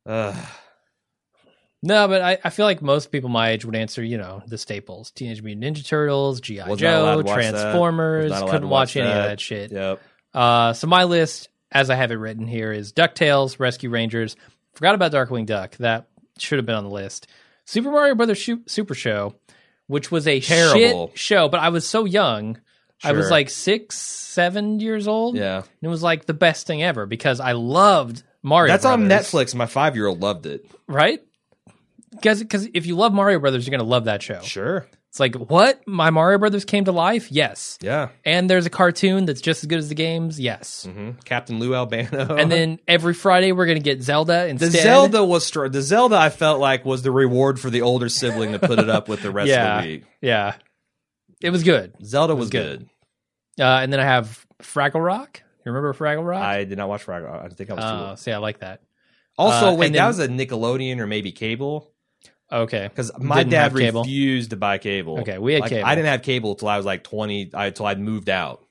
Ugh. No, but I, I feel like most people my age would answer, you know, the staples: Teenage Mutant Ninja Turtles, GI Was not allowed Joe, to watch that. Was Transformers. not allowed to Couldn't watch, watch any that. of that shit. Yep. Uh, so my list, as I have it written here, is Ducktales, Rescue Rangers. Forgot about Darkwing Duck. That should have been on the list. Super Mario Brothers Shu- Super Show, which was a Terrible. shit show, but I was so young. I was Sure. like six, seven years old. Yeah. and it was like the best thing ever because I loved Mario. That's on Brothers Netflix. My five year old loved it. right? Because if you love Mario Brothers, you're gonna love that show. Sure. It's like what my Mario Brothers came to life, yes. Yeah. And there's a cartoon that's just as good as the games, yes. hmm Captain Lou Albano. And then every Friday we're gonna get Zelda Uh-huh. The instead. Zelda was str- the Zelda. I felt like was the reward for the older sibling to put it up with the rest yeah, of the week. yeah. It was good. Zelda was, was good. good. Uh, and then I have Fraggle Rock. You remember Fraggle Rock? I did not watch Fraggle. Rock. I think I was too uh, old. see, I like that. Also, uh, wait, and that then- was a Nickelodeon or maybe cable Okay, because my Didn't dad have cable. refused to buy cable. Okay, we had Like, cable. I didn't have cable till I was like twenty. I till I'd moved out.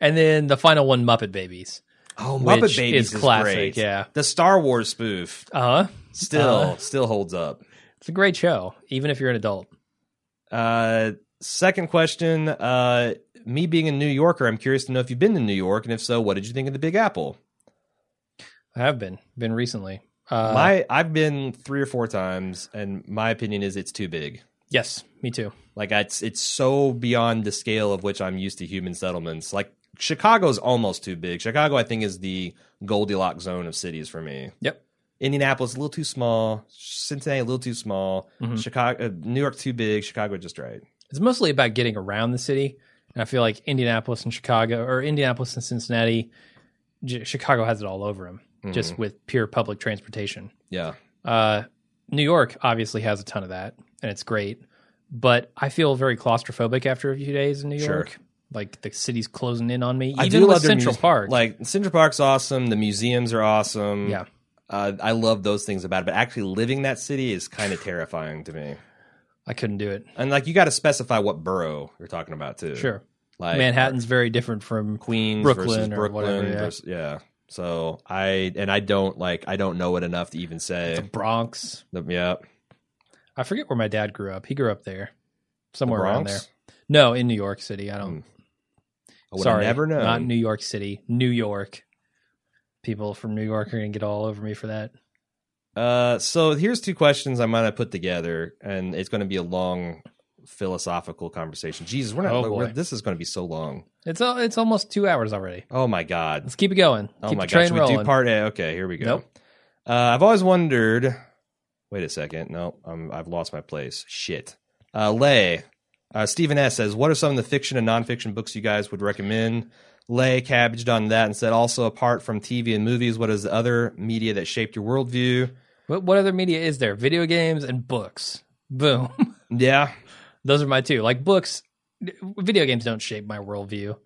and then the final one, Muppet Babies. Oh, Which Muppet Babies is classic, great. yeah. the Star Wars spoof Uh huh. still still holds up. It's a great show, even if you're an adult. Uh, second question. Uh, me being a New Yorker, I'm curious to know if you've been to New York, and if so, what did you think of the Big Apple? I have been been recently. Uh, my I've been three or four times, and my opinion is it's too big. Yes, me too. Like it's it's so beyond the scale of which I'm used to human settlements. Like Chicago's almost too big. Chicago, I think, is the Goldilocks zone of cities for me. Yep. Indianapolis a little too small. Cincinnati a little too small. Mm-hmm. Chicago, uh, New York too big. Chicago just right. It's mostly about getting around the city. And I feel like Indianapolis and Chicago, or Indianapolis and Cincinnati, J- Chicago has it all over him, Mm-hmm. just with pure public transportation. Yeah. Uh, New York obviously has a ton of that, and it's great. But I feel very claustrophobic after a few days in New Sure. York. Like the city's closing in on me. I do Even with love their Central muse- Park, Like Central Park's awesome. The museums are awesome. yeah, Uh, I love those things about it. But actually living that city is kind of terrifying to me. I couldn't do it. And like you got to specify what borough you're talking about too. Sure, Like Manhattan's very different from Queens versus Brooklyn or Brooklyn. whatever, yeah. versus- yeah. So I and I don't like I don't know it enough to even the say. Bronx. The- yeah. I forget where my dad grew up. He grew up there, somewhere around there. Bronx? No, in New York City. I don't. I would sorry, never know. Not New York City, New York. People from New York are gonna get all over me for that. Uh, so here's two questions I might have put together, and it's going to be a long philosophical conversation. Jesus, we're not. Oh, boy. we're- this is going to be so long. It's al- it's almost two hours already. Oh my god. Let's keep it going. Oh keep my the train gosh. We rolling. do part A. Okay, here we go. Nope. Uh, I've always wondered. Wait a second. No, I'm, I've lost my place. Shit. Uh, Lay. Uh, Stephen S. says, "What are some of the fiction and nonfiction books you guys would recommend?" Lay cabbaged on that and said, "Also, apart from TV and movies, what is the other media that shaped your worldview?" What, what other media is there? Video games and books. Boom. Yeah, Those are my two. Like books, video games don't shape my worldview,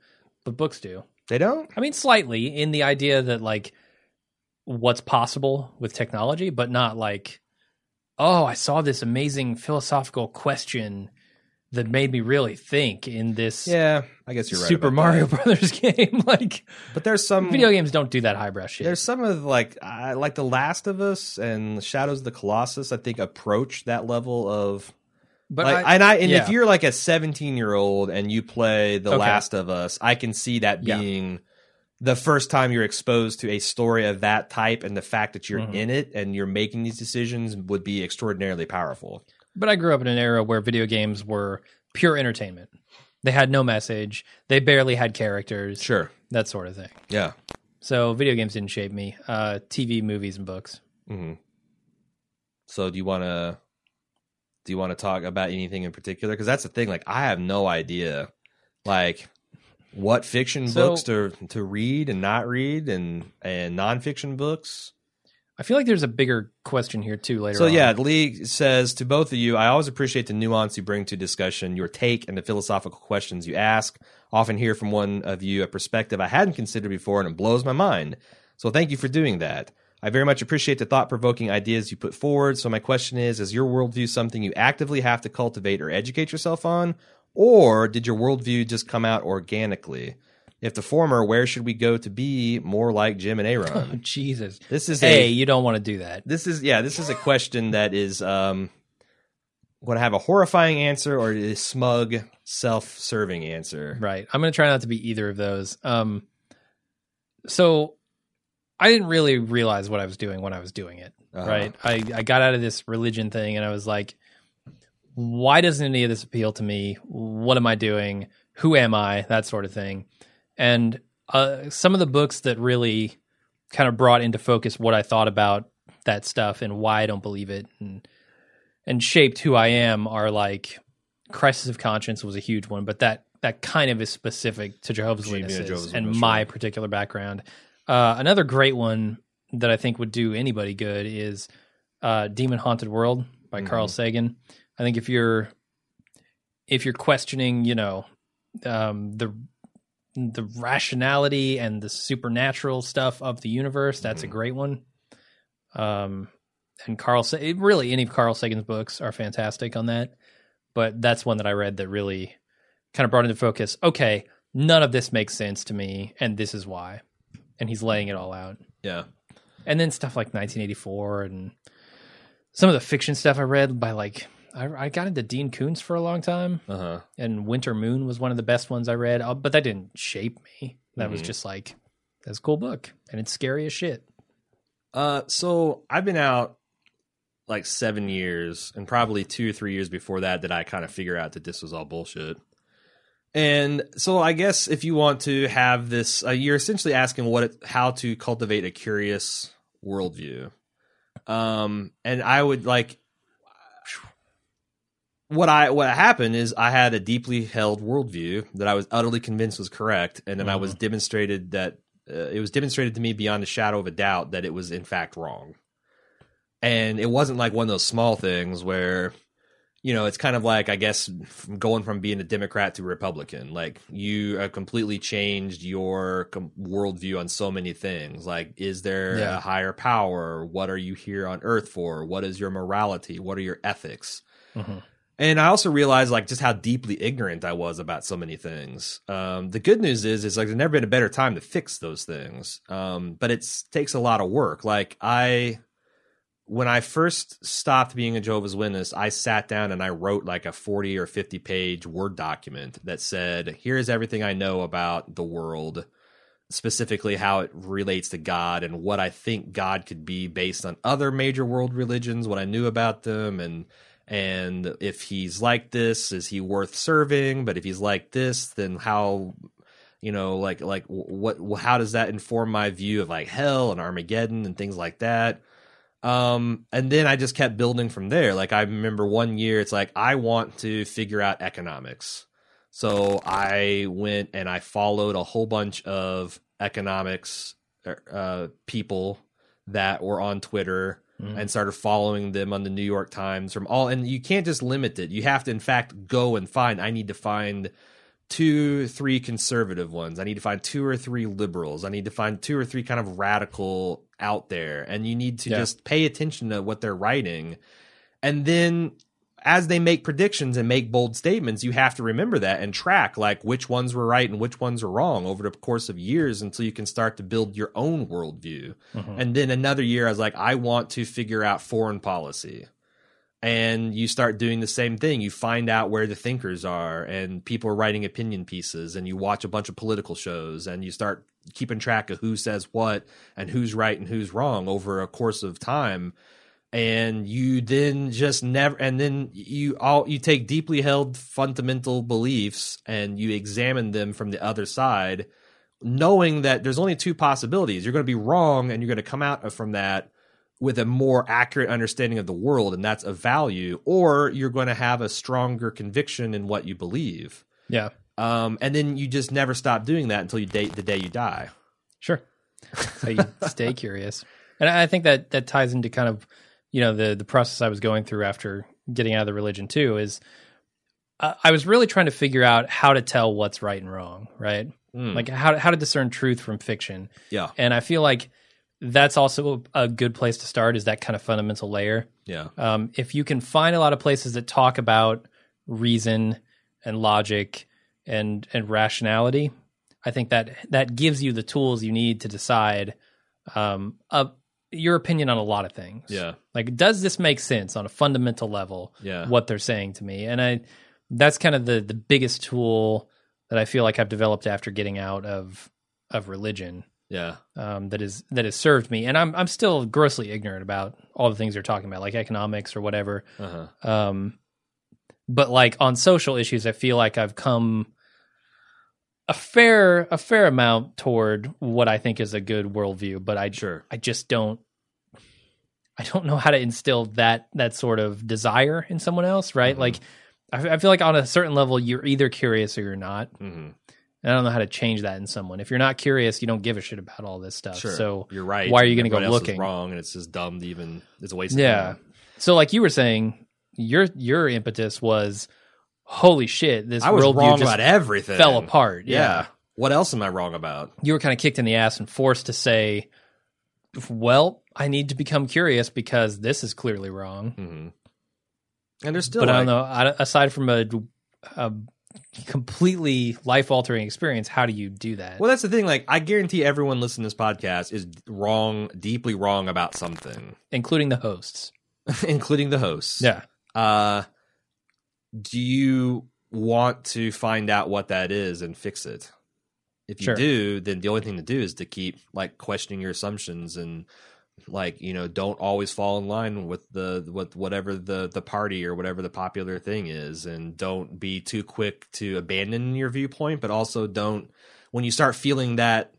but books do. they don't. I mean, slightly in the idea that like what's possible with technology, but not like, oh, I saw this amazing philosophical question that made me really think in this Yeah, I guess you're right. Super about Mario that. Brothers game. like, but there's some video games don't do that highbrow shit. Um, There's some of like I like The Last of Us and Shadows of the Colossus. I think approach that level of but like, and I and if yeah. you're like a 17 year old and you play The Okay. Last of Us, I can see that Yeah. being the first time you're exposed to a story of that type, and the fact that you're Mhm. in it and you're making these decisions would be extraordinarily powerful. But I grew up in an era where video games were pure entertainment. They had no message. They barely had characters. Sure. That sort of thing. Yeah. So video games didn't shape me. Uh, TV, movies, and books. hmm So do you want to do you want to talk about anything in particular? Because that's the thing. Like I have no idea, like what fiction So- books to to read and not read, and and nonfiction books. I feel like there's a bigger question here too later. So on. yeah, Lee says to both of you, I always appreciate the nuance you bring to discussion, your take, and the philosophical questions you ask. Often hear from one of you a perspective I hadn't considered before, and it blows my mind. So thank you for doing that. I very much appreciate the thought-provoking ideas you put forward. So my question is: Is your worldview something you actively have to cultivate or educate yourself on, or did your worldview just come out organically? If the former, where should we go to be more like Jim and Aaron? Oh, Jesus. This is Hey, a you don't want to do that. this is yeah this is a question that is um going to have a horrifying answer or a smug self-serving answer Right. I'm going to try not to be either of those. Um, so I didn't really realize what I was doing when I was doing it. Uh-huh. Right. I, I got out of this religion thing and I was like, why doesn't any of this appeal to me? What am I doing? Who am I? That sort of thing. And uh, some of the books that really kind of brought into focus what I thought about that stuff and why I don't believe it and and shaped who I am are like Crisis of Conscience was a huge one, but that that kind of is specific to Jehovah's Gee, being a Witnesses Jehovah's and Witness, my right. particular background. Uh, another great one that I think would do anybody good is uh, Demon Haunted World by Carl Sagan. I think if you're if you're questioning, you know, um, the the rationality and the supernatural stuff of the universe. That's a great one. Um, and Carl, Sa- it- really, any of Carl Sagan's books are fantastic on that. But that's one that I read that really kind of brought into focus. Okay, none of this makes sense to me, and this is why. And he's laying it all out. yeah And then stuff like 1984 and some of the fiction stuff I read by like I, I got into Dean Koontz for a long time uh-huh and Winter Moon was one of the best ones I read, uh, but that didn't shape me. That was just like that's a cool book and it's scary as shit. uh so i've been out like seven years and probably two or three years before that did I kind of figure out that this was all bullshit. And so I guess if you want to have this, uh, you're essentially asking what it, how to cultivate a curious worldview. Um, and I would like what I what happened is I had a deeply held worldview that I was utterly convinced was correct, and then I was demonstrated that uh, it was demonstrated to me beyond a shadow of a doubt that it was in fact wrong. And it wasn't like one of those small things where, you know, it's kind of like I guess f- going from being a Democrat to Republican. Like you have completely changed your com- worldview on so many things. Like, is there Yeah. a higher power? What are you here on Earth for? What is your morality? What are your ethics? and I also realized like just how deeply ignorant I was about so many things. Um, the good news is, is like there's never been a better time to fix those things. Um, but it takes a lot of work. Like I, when I first stopped being a Jehovah's Witness, I sat down and I wrote like a 40 or 50 page Word document that said, here's everything I know about the world, specifically how it relates to God and what I think God could be based on other major world religions, what I knew about them and and if he's like this, is he worth serving? But if he's like this, then how you know like like wh- what wh- how does that inform my view of like hell and Armageddon and things like that? um and then i just kept building from there like i remember one year it's like i want to figure out economics so i went and i followed a whole bunch of economics er, uh people that were on twitter and started following them on the new york times from all and you can't just limit it you have to in fact go and find i need to find two, three conservative ones. I need to find two or three liberals. I need to find two or three kind of radical out there. And you need to Yeah. just pay attention to what they're writing. And then as they make predictions and make bold statements, you have to remember that and track like which ones were right and which ones were wrong over the course of years until you can start to build your own worldview. And then another year, I was like, I want to figure out foreign policy and you start doing the same thing. You find out where the thinkers are, and people are writing opinion pieces, and you watch a bunch of political shows, and you start keeping track of who says what and who's right and who's wrong over a course of time. And you then just never, and then you all you take deeply held fundamental beliefs and you examine them from the other side, knowing that there's only two possibilities. You're going to be wrong, and you're going to come out from that with a more accurate understanding of the world, and that's a value, or you're going to have a stronger conviction in what you believe. Yeah. Um, and then you just never stop doing that until you date the day you die. Sure. So you stay curious. And I I think that that ties into kind of, you know, the the process I was going through after getting out of the religion too is I, I was really trying to figure out how to tell what's right and wrong, right? Hmm. Like how how to discern truth from fiction. Yeah, And I feel like that's also a good place to start is that kind of fundamental layer. yeah, Um, if you can find a lot of places that talk about reason and logic and and rationality, I think that that gives you the tools you need to decide um, of your opinion on a lot of things. Yeah. like does this make sense on a fundamental level? Yeah. what they're saying to me, and I that's kind of the the biggest tool that I feel like I've developed after getting out of of religion yeah, um, that is that has served me, and I'm I'm still grossly ignorant about all the things you're talking about, like economics or whatever. uh-huh. Um, but like on social issues, I feel like I've come a fair a fair amount toward what I think is a good worldview, but I Sure. I just don't I don't know how to instill that that sort of desire in someone else, right? Like I, f- I feel like on a certain level, you're either curious or you're not. Mhm. And I don't know how to change that in someone. If you're not curious, you don't give a shit about all this stuff. sure. So you're right. Why are you going to go Everyone else is looking? Wrong, and it's just dumb. To even it's a waste. Yeah. Of time. So like you were saying, your your impetus was, holy shit, this I was worldview wrong just about everything. fell apart. Yeah. What else am I wrong about? You were kind of kicked in the ass and forced to say, well, I need to become curious because this is clearly wrong. Mm-hmm. And there's still. but I like- don't know. I, aside from a, a completely life altering experience, how do you do that? Well, that's the thing. Like, I guarantee everyone listening to this podcast is wrong, deeply wrong about something, Including the hosts. including the hosts. Uh, do you want to find out what that is and fix it? If you Sure. do, then the only thing to do is to keep like questioning your assumptions and like you know don't always fall in line with the with whatever the the party or whatever the popular thing is and don't be too quick to abandon your viewpoint but also don't when you start feeling that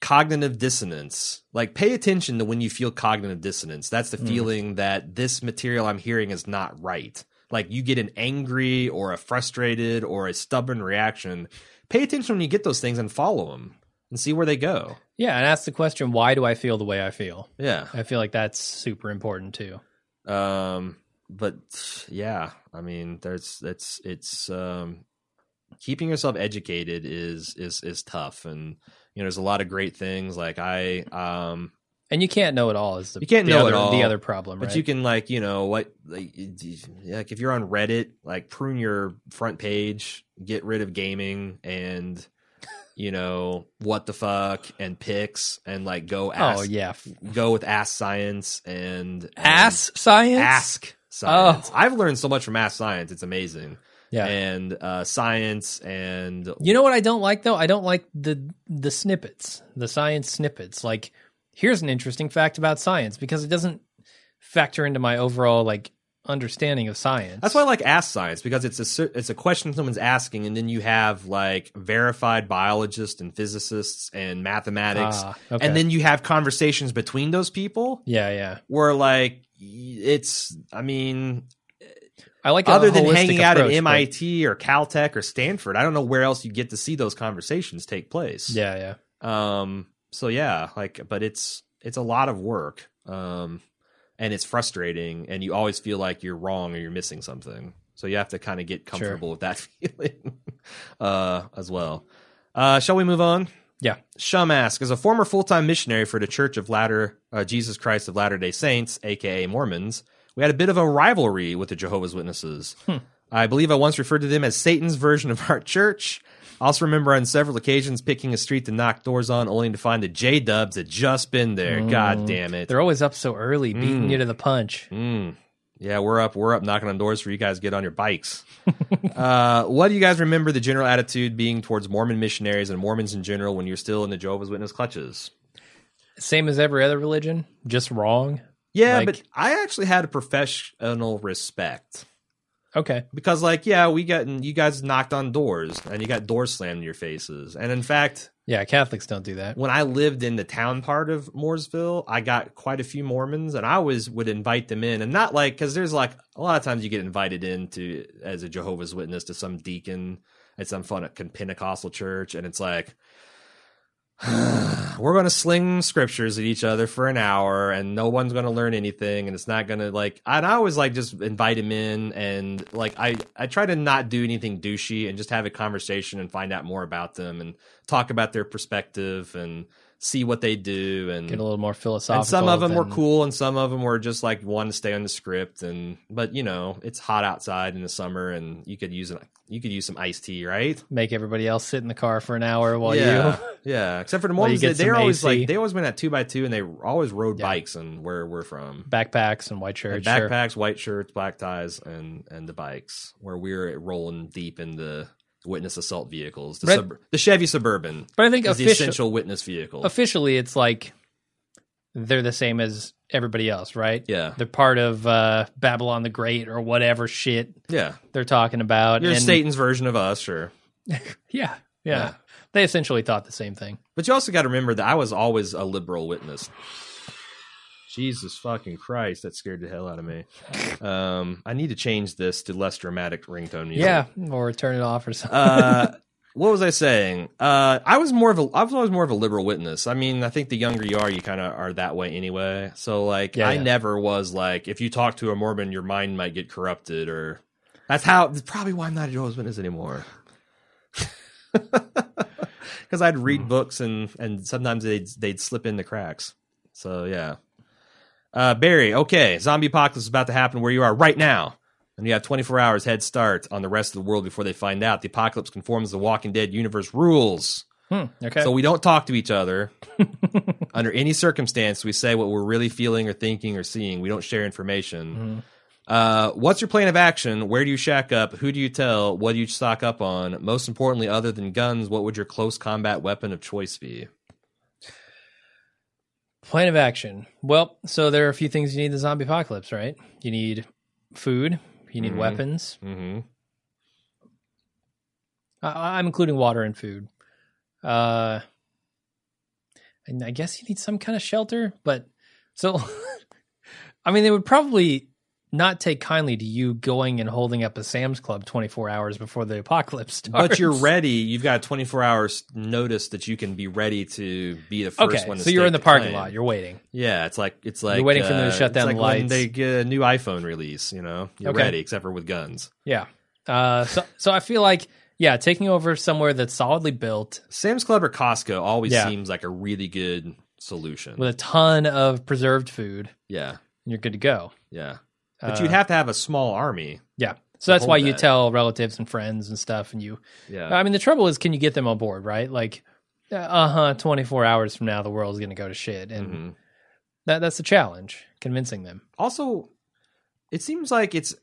cognitive dissonance like pay attention to when you feel cognitive dissonance that's the feeling that this material i'm hearing is not right like you get an angry or a frustrated or a stubborn reaction pay attention when you get those things and follow them and see where they go Yeah, and ask the question, why do I feel the way I feel? yeah I feel like that's super important too. um but yeah i mean there's it's it's um keeping yourself educated is is is tough and you know there's a lot of great things like i um And you can't know it all is the You can't the know other, it all, the other problem, but right? you can like you know what like, like if you're on reddit like prune your front page get rid of gaming and you know what the fuck and pics and like go ask Oh yeah, go with ass science and, and ass science. Oh. ask science i've learned so much from ask science it's amazing Yeah. and uh, science and You know what I don't like though? I don't like the the snippets, the science snippets. Like, here's an interesting fact about science because it doesn't factor into my overall like understanding of science. that's why I like ask science because it's a cer- it's a question someone's asking, and then you have like verified biologists and physicists and mathematics, Ah, okay. and then you have conversations between those people yeah, yeah. where like y- it's I mean I like a other than holistic hanging out at approach, but- MIT or Caltech or Stanford, I don't know where else you get to see those conversations take place. Yeah, yeah. Um so yeah, like but it's it's a lot of work. Um and it's frustrating and you always feel like you're wrong or you're missing something. So you have to kind of get comfortable with that feeling uh as well. Uh shall we move on? Yeah. Shumask is a former full-time missionary for the Church of Latter uh, Jesus Christ of Latter-day Saints, aka Mormons. We had a bit of a rivalry with the Jehovah's Witnesses. I believe I once referred to them as Satan's version of our church. I also remember on several occasions picking a street to knock doors on, only to find the J Dubs had just been there. God damn it! They're always up so early, beating you to the punch. Mm. Yeah, we're up. We're up knocking on doors for you guys. to Get on your bikes. uh, what do you guys remember the general attitude being towards Mormon missionaries and Mormons in general when you're still in the Jehovah's Witness clutches? Same as every other religion, just wrong. Yeah, Like- but I actually had a professional respect Okay. because, like, yeah, we got you guys knocked on doors and you got doors slammed in your faces. And in fact, Yeah, Catholics don't do that. when I lived in the town part of Mooresville, I got quite a few Mormons, and I always would invite them in, and not like because there's like a lot of times you get invited in to as a Jehovah's Witness to some deacon at some fun Pentecostal church, and it's like we're going to sling scriptures at each other for an hour, and no one's going to learn anything, and it's not going to like. And I always like just invite him in, and like I I try to not do anything douchey, and just have a conversation and find out more about them, and talk about their perspective, and see what they do, and Get a little more philosophical. and some of them were than- cool, and some of them were just like wanted to stay on the script. And but you know, it's hot outside in the summer, and you could use an you could use some iced tea, right? Make everybody else sit in the car for an hour while yeah, you. yeah. Except for the While you Mormons, they- get they're some always AC. like they always went at two by two, and they always rode bikes and where we're from. Backpacks and white shirts. And sure. backpacks, white shirts, black ties, and and the bikes. Where we're rolling deep in the witness assault vehicles, the, Red- sub- the Chevy Suburban But I think is the official- essential witness vehicle. officially it's like they're the same as everybody else, right? Yeah. They're part of uh, Babylon the Great or whatever shit yeah, they're talking about. you're and- Satan's version of us, sure. Yeah, yeah. Yeah. They essentially thought the same thing. But you also got to remember that I was always a liberal witness. Jesus fucking Christ, that scared the hell out of me. Um, I need to change this to less dramatic ringtone music. Yeah. Or turn it off or something. Uh, what was I saying? Uh, I was more of a I was always more of a liberal witness. I mean, I think the younger you are, you kind of are that way anyway. So like, Yeah, I yeah. never was like, if you talk to a Mormon, your mind might get corrupted, or that's how. That's probably why I'm not a Jehovah's Witness anymore. Because I'd Hmm. read books and and sometimes they'd they'd slip in the cracks. So yeah. Uh, Barry, okay, zombie apocalypse is about to happen where you are right now, and you have 24 hours head start on the rest of the world before they find out. The apocalypse conforms to the Walking Dead universe rules, okay. so we don't talk to each other under any circumstance. We say what we're really feeling or thinking or seeing. We don't share Mm-hmm. information. Uh, what's your plan of action? Where do you shack up? Who do you tell? What do you stock up on? Most importantly, other than guns, what would your close combat weapon of choice be? Plan of action. Well, so there are a few things you need in the zombie apocalypse, right? You need food. You need Mhm. weapons. Mm-hmm. I, I'm including water and food. Uh, and I guess you need some kind of shelter, but so, I mean, they would probably not take kindly to you going and holding up a Sam's Club 24 hours before the apocalypse starts. But you're ready. You've got 24 hours notice that you can be ready to be the first Okay, one. To so you're stake in the the parking claim. lot. You're waiting. Yeah, it's like it's like waiting for them to uh, shut it's down like When lights. they get a new iPhone release, you know, you're Okay. ready, except for with guns. Yeah. Uh, so, so I feel like, yeah, taking over somewhere that's solidly built Sam's Club or Costco always Yeah. seems like a really good solution. with a ton of preserved food, yeah, and you're good to go. yeah. But Uh, you'd have to have a small army. yeah. So that's why hold you that. tell relatives and friends and stuff, and you Yeah, I mean, the trouble is, can you get them on board, right? Like, uh huh, 24 hours from now, the world's going to go to shit. And Mhm. that, that's the challenge, convincing them. also it seems like it's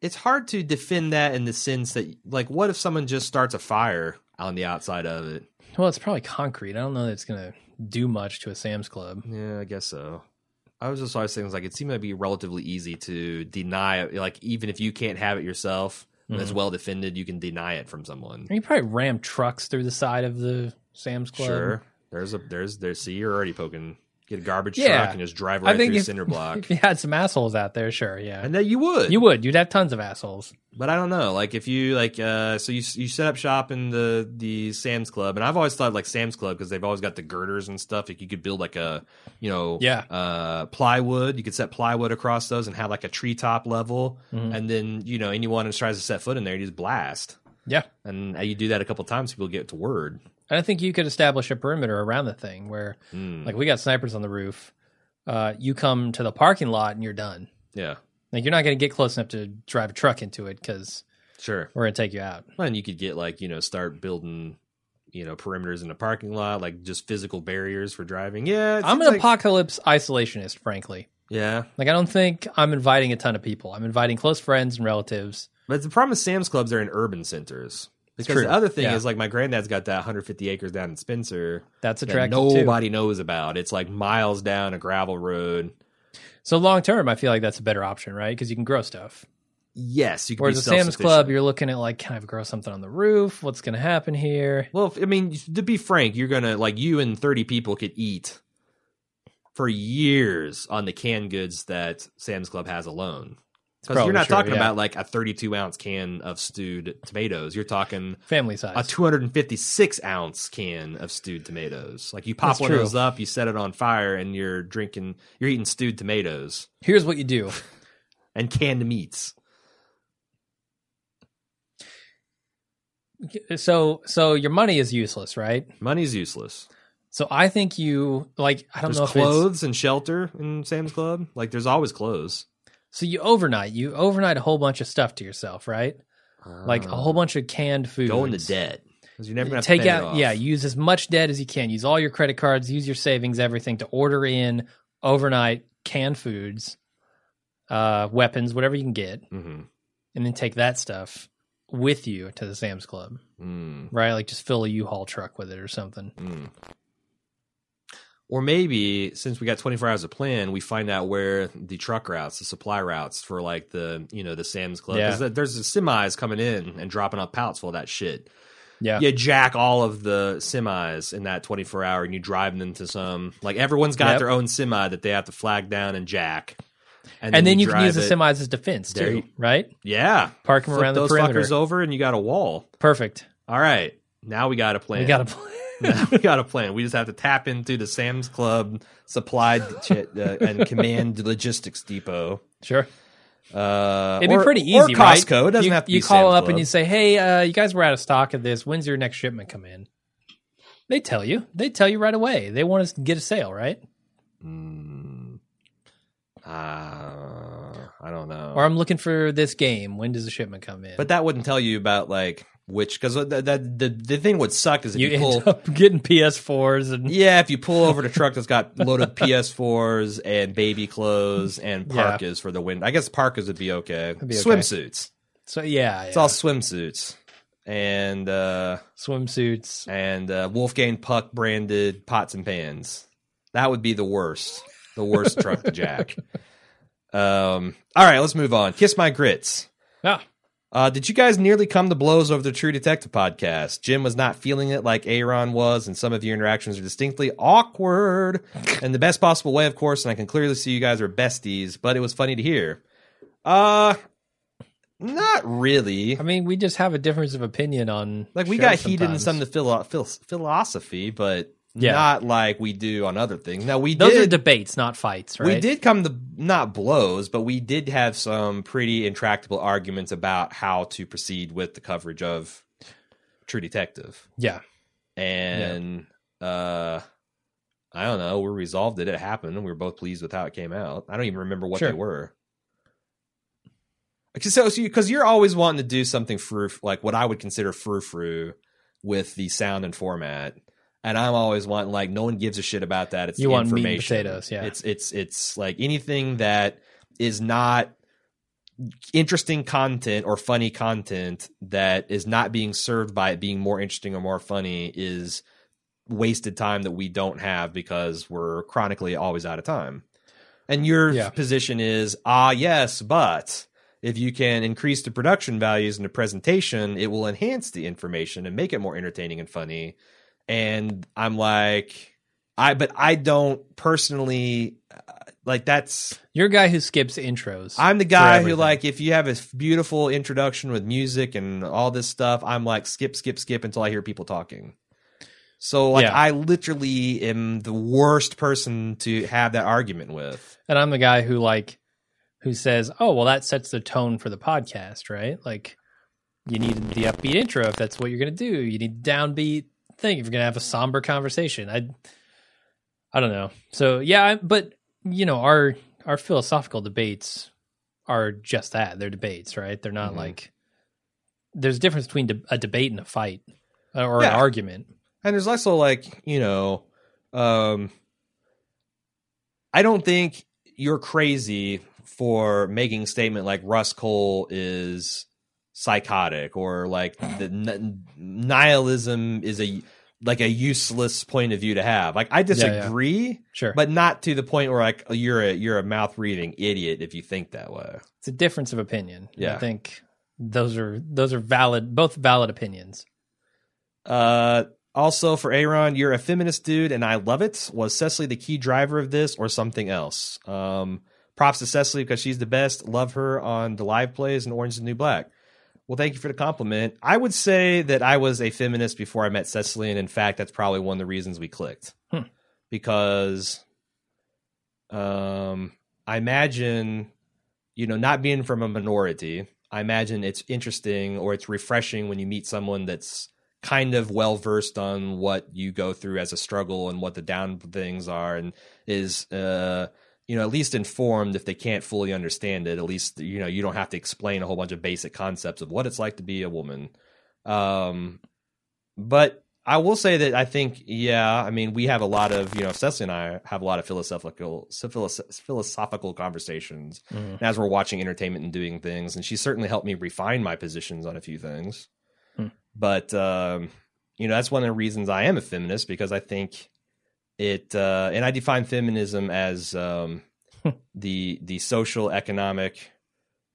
it's hard to defend that in the sense that like what if someone just starts a fire on the outside of it Well, it's probably concrete. I don't know that it's going to do much to a Sam's Club. yeah i guess so i was just always thinking like it seemed to be relatively easy to deny like even if you can't have it yourself and Mm-hmm. it's well defended you can deny it from someone You could probably ram trucks through the side of the Sam's Club. sure there's a there's there's see you're already poking get a garbage Yeah. truck and just drive right through if, cinder block if you had some assholes out there, sure, yeah. and then you would you would. You'd have tons of assholes. But I don't know. Like if you like, uh, so you you set up shop in the the Sam's Club, and I've always thought like Sam's Club because they've always got the girders and stuff. Like you could build like a, you know, Yeah. uh, plywood. You could set plywood across those and have like a treetop level, Mm-hmm. and then you know anyone who tries to set foot in there, you just blast. Yeah. And you do that a couple times, people get to word. And I think you could establish a perimeter around the thing where, Mm, like, we got snipers on the roof. Uh, you come to the parking lot and you're done. Yeah, Like you're not going to get close enough to drive a truck into it because sure. we're going to take you out. And you could get like you know start building. You know, perimeters in the parking lot, like just physical barriers for driving. Yeah, it I'm seems an like- apocalypse isolationist, frankly. Yeah, Like I don't think I'm inviting a ton of people. I'm inviting close friends and relatives. But the problem is Sam's Clubs are in urban centers. Because true. the other thing Yeah. is like my granddad's got that 150 acres down in Spencer That's that attractive too. nobody knows about. It's like miles down a gravel road. So long term, I feel like that's a better option, right? Because you can grow stuff. Yes, you can Whereas be a Sam's self-sufficient. Club, you're looking at like, can I grow something on the roof? What's going to happen here? Well, if- I mean, to be frank, you're gonna like you and 30 people could eat for years on the canned goods that Sam's Club has alone. Because probably you're not true, talking yeah. about like a 32 ounce can of stewed tomatoes. You're talking Family a size. 256 ounce can of stewed tomatoes. Like you pop That's one true. of those up, you set it on fire, and you're drinking, you're eating stewed tomatoes Here's what you do. and canned meats. So so your money is useless, right? Money's useless. So I think you like I don't There's know if it's clothes and shelter in Sam's Club. Like there's always clothes. So you overnight, you overnight a whole bunch of stuff to yourself, right? like a whole bunch of canned food. Oh. Go into debt because you're never gonna have Take to pay it out, off. yeah. Use as much debt as you can. Use all your credit cards. Use your savings, everything to order in overnight canned foods, uh, weapons, whatever you can get, Mhm. and then take that stuff with you to the Sam's Club, Mm. right? Like just fill a U-Haul truck with it or something. Hmm. Or maybe since we got 24 hours to plan, we find out where the truck routes, the supply routes for like the you know the Sam's Club. Yeah. 'Cause th- There's semis coming in and dropping off pallets full of that shit. Yeah, you jack all of the semis in that 24 hour and you drive them to some like everyone's got Yep. their own semi that they have to flag down and jack and, then, you, can drive use the it- semis as defense There too, you- right? yeah Park 'em Flip around the those perimeter. fuckers over and you got a wall Perfect. all right now we got a plan We got to. Now we got a plan we just have to tap into the sam's club supply ch- uh, and command logistics depot sure. uh It'd or- be pretty or easy, right? costco it doesn't you, have to You be call Sam's up Club. and you say, "Hey, uh, you guys were out of stock of this. When's your next shipment come in?" They tell you. They tell you right away. They want us to get a sale, right? uh, i don't know Or I'm looking for this game. When does the shipment come in? But that wouldn't tell you about like which because that the the thing would suck is if you you, end pull up getting PS4s and yeah if you pull over to a truck that's got loaded PS4s and baby clothes and Yeah. parkas for the wind. I guess parkas would be okay. be okay. Swimsuits. so yeah, It's all swimsuits. and uh, swimsuits. and uh, Wolfgang Puck branded pots and pans. That would be the worst, the worst truck to jack. Um, all right, let's move on. Kiss my grits. Ah, Uh, did you guys nearly come to blows over the True Detective podcast? Jim was not feeling it like Aaron was, and some of your interactions are distinctly awkward in the best possible way, of course. And I can clearly see you guys are besties, but it was funny to hear. Uh, not really. I mean, we just have a difference of opinion on Like we shows got heated in sometimes. some of the philo- phil- philosophy, but Yeah. not like we do on other things. Now we Those are did. debates, not fights, right? We did come to not blows, but we did have some pretty intractable arguments about how to proceed with the coverage of True Detective. Yeah. And uh I don't know, we resolved it. It happened and we were both pleased with how it came out. I don't even remember what Sure. they were. 'Cause- So, because you're always wanting to do something frou like what I would consider frou frou with the sound and format, and I'm always wanting like no one gives a shit about that. It's You the want meat and information. potatoes, yeah. It's it's it's like anything that is not interesting content or funny content that is not being served by it being more interesting or more funny is wasted time that we don't have because we're chronically always out of time. And your Yeah. position is ah yes, but if you can increase the production values in the presentation, it will enhance the information and make it more entertaining and funny. And I'm like I but I don't personally uh, like that's You're a guy who skips intros. I'm the guy who everything. like if you have a f- beautiful introduction with music and all this stuff, I'm like skip, skip, skip until I hear people talking. So like Yeah. I literally am the worst person to have that argument with. and I'm the guy who like who says, "Oh, well, that sets the tone for the podcast, right? Like, you need the upbeat intro if that's what you're gonna do. You need downbeat thing if you're gonna have a somber conversation. I, I don't know. So yeah, I- but you know, our our philosophical debates are just that. They're debates, right? They're not Mhm. like there's a difference between de- a debate and a fight uh, or Yeah. an argument. And there's also like, you know, um I don't think you're crazy for making a statement like Russ Cole is psychotic or like the n- nihilism is a like a useless point of view to have. Like I yeah. disagree, Sure, but not to the point where like you're a you're a mouth reading idiot if you think that way. it's a difference of opinion. And Yeah. I think those are those are valid, both valid opinions. Uh, also for Aaron, you're a feminist dude, and I love it. Was Cecily the key driver of this, or something else? Um, props to Cecily because she's the best. Love her on the live plays and Orange is the New Black. Well, thank you for the compliment. I would say that I was a feminist before I met Cecily, and in fact, that's probably one of the reasons we clicked Hmm. because, um, I imagine, you know, not being from a minority, I imagine it's interesting or it's refreshing when you meet someone that's kind of well versed on what you go through as a struggle and what the down things are and is uh you know at least informed if they can't fully understand it at least you know you don't have to explain a whole bunch of basic concepts of what it's like to be a woman um but i will say that i think yeah i mean we have a lot of you know cecily and i have a lot of philosophical philos- philosophical conversations Mhm. as we're watching entertainment and doing things and she certainly helped me refine my positions on a few things but um, you know that's one of the reasons I am a feminist because I think it uh, and I define feminism as um, the the social, economic,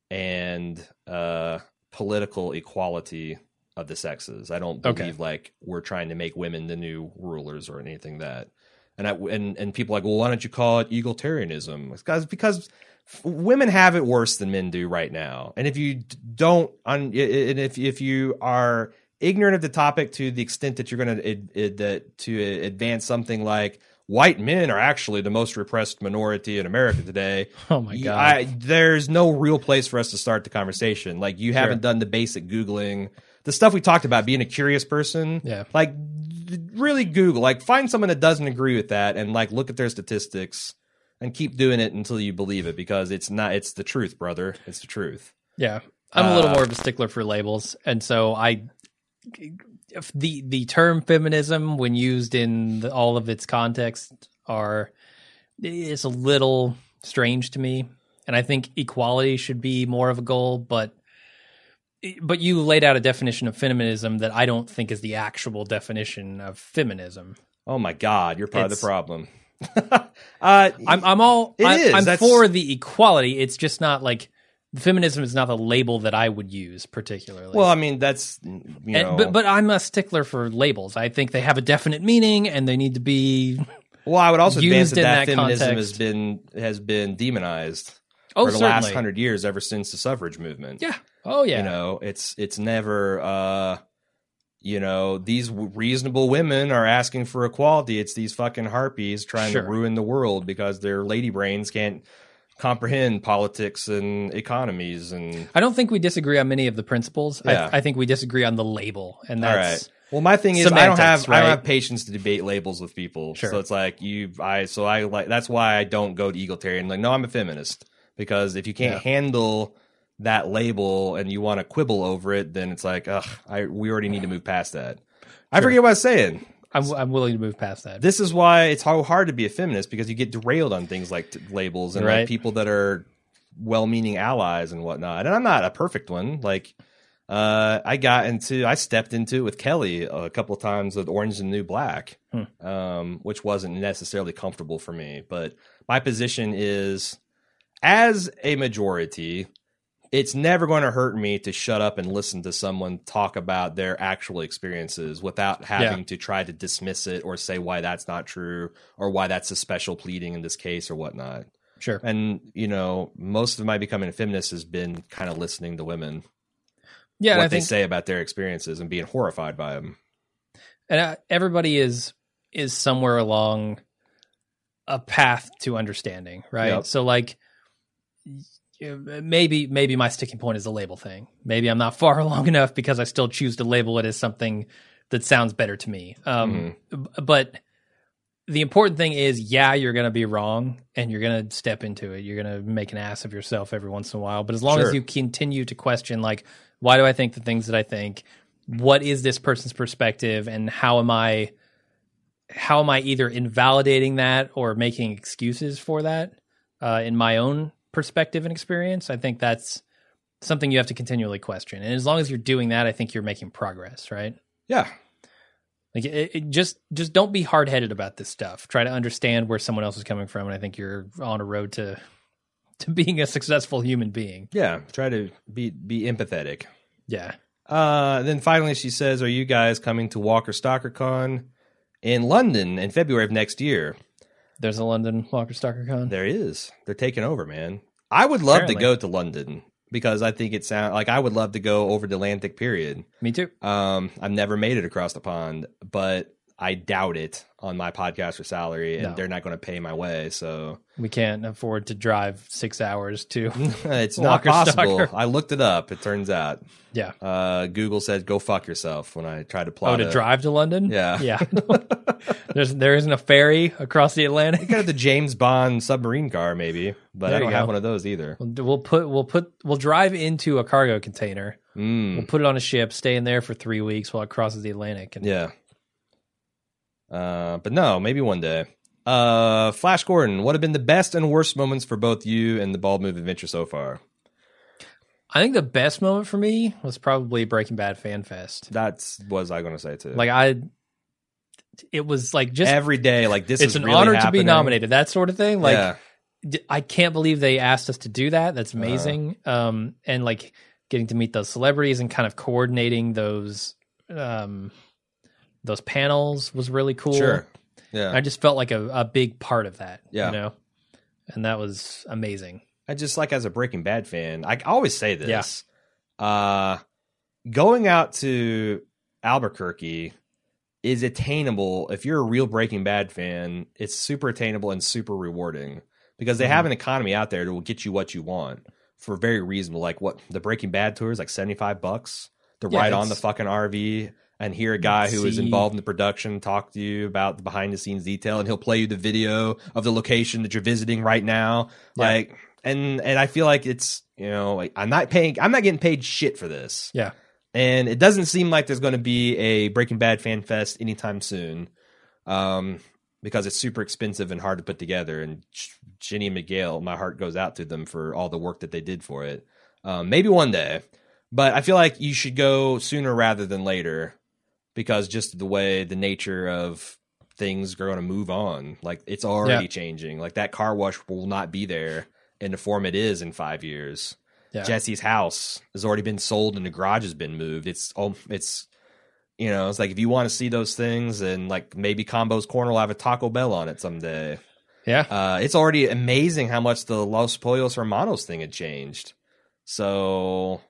and uh, political equality of the sexes. I don't believe Okay. like we're trying to make women the new rulers or anything that. And I and and people are like, well, why don't you call it egalitarianism? It's 'cause- because f- women have it worse than men do right now. And if you d- don't, un, i- i- and if if you are ignorant of the topic to the extent that you're going to that to advance something like white men are actually the most repressed minority in America today. Oh my you- god! I, there's no real place for us to start the conversation. Like you haven't done the basic googling, the stuff we talked about being a curious person. Yeah. like d- really Google, like find someone that doesn't agree with that, and like look at their statistics, and keep doing it until you believe it because it's not. It's the truth, brother. It's the truth. Yeah, I'm a little Uh, more of a stickler for labels, and so I if the the term feminism, when used in the, all of its context, are is a little strange to me, and I think equality should be more of a goal, but but you laid out a definition of feminism that I don't think is the actual definition of feminism. Oh my God, you're part of It's- the problem. uh, I'm I'm all It I, is, I'm that's- for the equality. It's just not like feminism is not the label that I would use particularly. well, I mean, that's you know, And- but but I'm a stickler for labels. I think they have a definite meaning and they need to be well, I would also advance used that, in that that feminism context. has been has been demonized oh for the certainly last hundred years, ever since the suffrage movement. yeah oh yeah you know it's it's never uh you know these w- reasonable women are asking for equality it's these fucking harpies trying Sure. to ruin the world because their lady brains can't comprehend politics and economies and I don't think we disagree on many of the principles. Yeah. I, I think we disagree on the label, and all that's right well my thing is i don't semantics, have i right? don't have patience to debate labels with people Sure. so it's like you i so i like that's why i don't go to egalitarian like no i'm a feminist because if you can't Yeah. handle that label and you want to quibble over it then it's like ugh i we already need to move past that i Sure. forget what i was saying I'm I'm willing to move past that. this is why it's so hard to be a feminist because you get derailed on things like t- labels and like Right. people that are well-meaning allies and whatnot. And I'm not a perfect one. Like uh, I got into, I stepped into it with Kelly a couple of times with Orange and the New Black, um, which wasn't necessarily comfortable for me. But my position is, as a majority, it's never going to hurt me to shut up and listen to someone talk about their actual experiences without having to try to dismiss it or say why that's not true or why that's a special pleading in this case or whatnot. sure, And, you know, most of my becoming a feminist has been kind of listening to women, yeah, and what I they think say about their experiences and being horrified by them. and uh, everybody is is somewhere along a path to understanding right Yep. so like y- maybe maybe my sticking point is the label thing maybe i'm not far along enough because i still choose to label it as something that sounds better to me um b- but the important thing is yeah you're gonna be wrong and you're gonna step into it you're gonna make an ass of yourself every once in a while but as long Sure. as you continue to question like why do i think the things that i think what is this person's perspective and how am i how am i either invalidating that or making excuses for that uh, in my own perspective and experience i think that's something you have to continually question and as long as you're doing that i think you're making progress right Yeah. like it, it just just don't be hard-headed about this stuff try to understand where someone else is coming from and i think you're on a road to to being a successful human being Yeah. Try to be, be empathetic. yeah Uh, then finally, she says, "Are you guys coming to Walker Stalker Con in London in February of next year?" there's a london walker stalker con There is. They're taking over, man. I would love Apparently. to go to London because I think it sounds like I would love to go over the Atlantic. Period. me too Um, I've never made it across the pond, but I doubt it on my podcast for salary, and No. they're not going to pay my way. So we can't afford to drive six hours to Mm-hmm. it's Walker not possible. Stalker. I looked it up. It turns out yeah uh, Google said, "Go fuck yourself." When I tried to plot oh to a- drive to london Yeah. yeah there's there isn't a ferry across the atlantic You could have the James Bond submarine car, maybe, but I There you don't have go. one of those either. we'll, we'll put we'll put we'll drive into a cargo container Mm, we'll put it on a ship stay in there for three weeks while it crosses the atlantic and yeah. Uh, but no, maybe one day. Uh, Flash Gordon, what have been the best and worst moments for both you and the Bald Move Adventure so far? i think the best moment for me was probably breaking bad fan fest That's was I going to say too. like i it was like just every day, like this. it's is an really honor to happening. be nominated that sort of thing like yeah, Uh-huh. d- I can't believe they asked us to do that. That's amazing. um, and like getting to meet those celebrities and kind of coordinating those um, those panels was really cool. sure, yeah. I just felt like a, a big part of that. Yeah. You know, and that was amazing. I just like as a Breaking Bad fan, I always say this. Uh going out to Albuquerque is attainable if you're a real Breaking Bad fan. It's super attainable and super rewarding because Mm-hmm. they have an economy out there that will get you what you want for very reasonable. Like what the Breaking Bad tour is like 75 bucks to Yeah, ride on the it's- fucking RV and hear a guy who is See- involved in the production talk to you about the behind the scenes detail and he'll play you the video of the location that you're visiting right now. Yeah. Like and and I feel like it's you know like, I'm not paying I'm not getting paid shit for this. Yeah. And it doesn't seem like there's going to be a Breaking Bad fan fest anytime soon. Um because it's super expensive and hard to put together and J- Jenny and Miguel, my heart goes out to them for all the work that they did for it. Um, maybe one day. But I feel like you should go sooner rather than later because just the way the nature of things are going to move on, like it's already Yeah. changing. Like that car wash will not be there in the form it is in five years. Yeah. Jesse's house has already been sold and the garage has been moved. It's oh, it's you know, it's like if you want to see those things, then like maybe Combo's Corner will have a Taco Bell on it someday. yeah. Uh, it's already amazing how much the Los Pollos Hermanos thing had changed. So,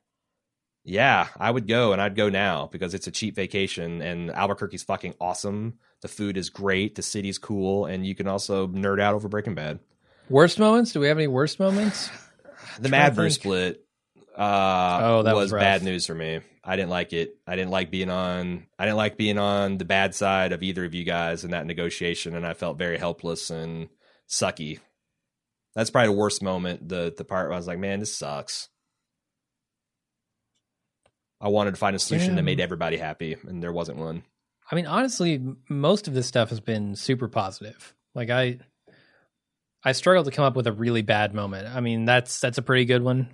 yeah, I would go and I'd go now because it's a cheap vacation and Albuquerque's fucking awesome. The food is great, the city's cool, and you can also nerd out over Breaking Bad. worst moments? Do we have any worst moments? The Trying to Mad Brew think. split uh, Oh, that was was rough. bad news for me. I didn't like it. I didn't like being on. I didn't like being on the bad side of either of you guys in that negotiation, and I felt very helpless and sucky. That's probably the worst moment. The the part where I was like, "Man, this sucks." I wanted to find a solution that Damn. made everybody happy, and there wasn't one. I mean, honestly, m- most of this stuff has been super positive. Like I, I struggled to come up with a really bad moment. I mean, that's that's a pretty good one.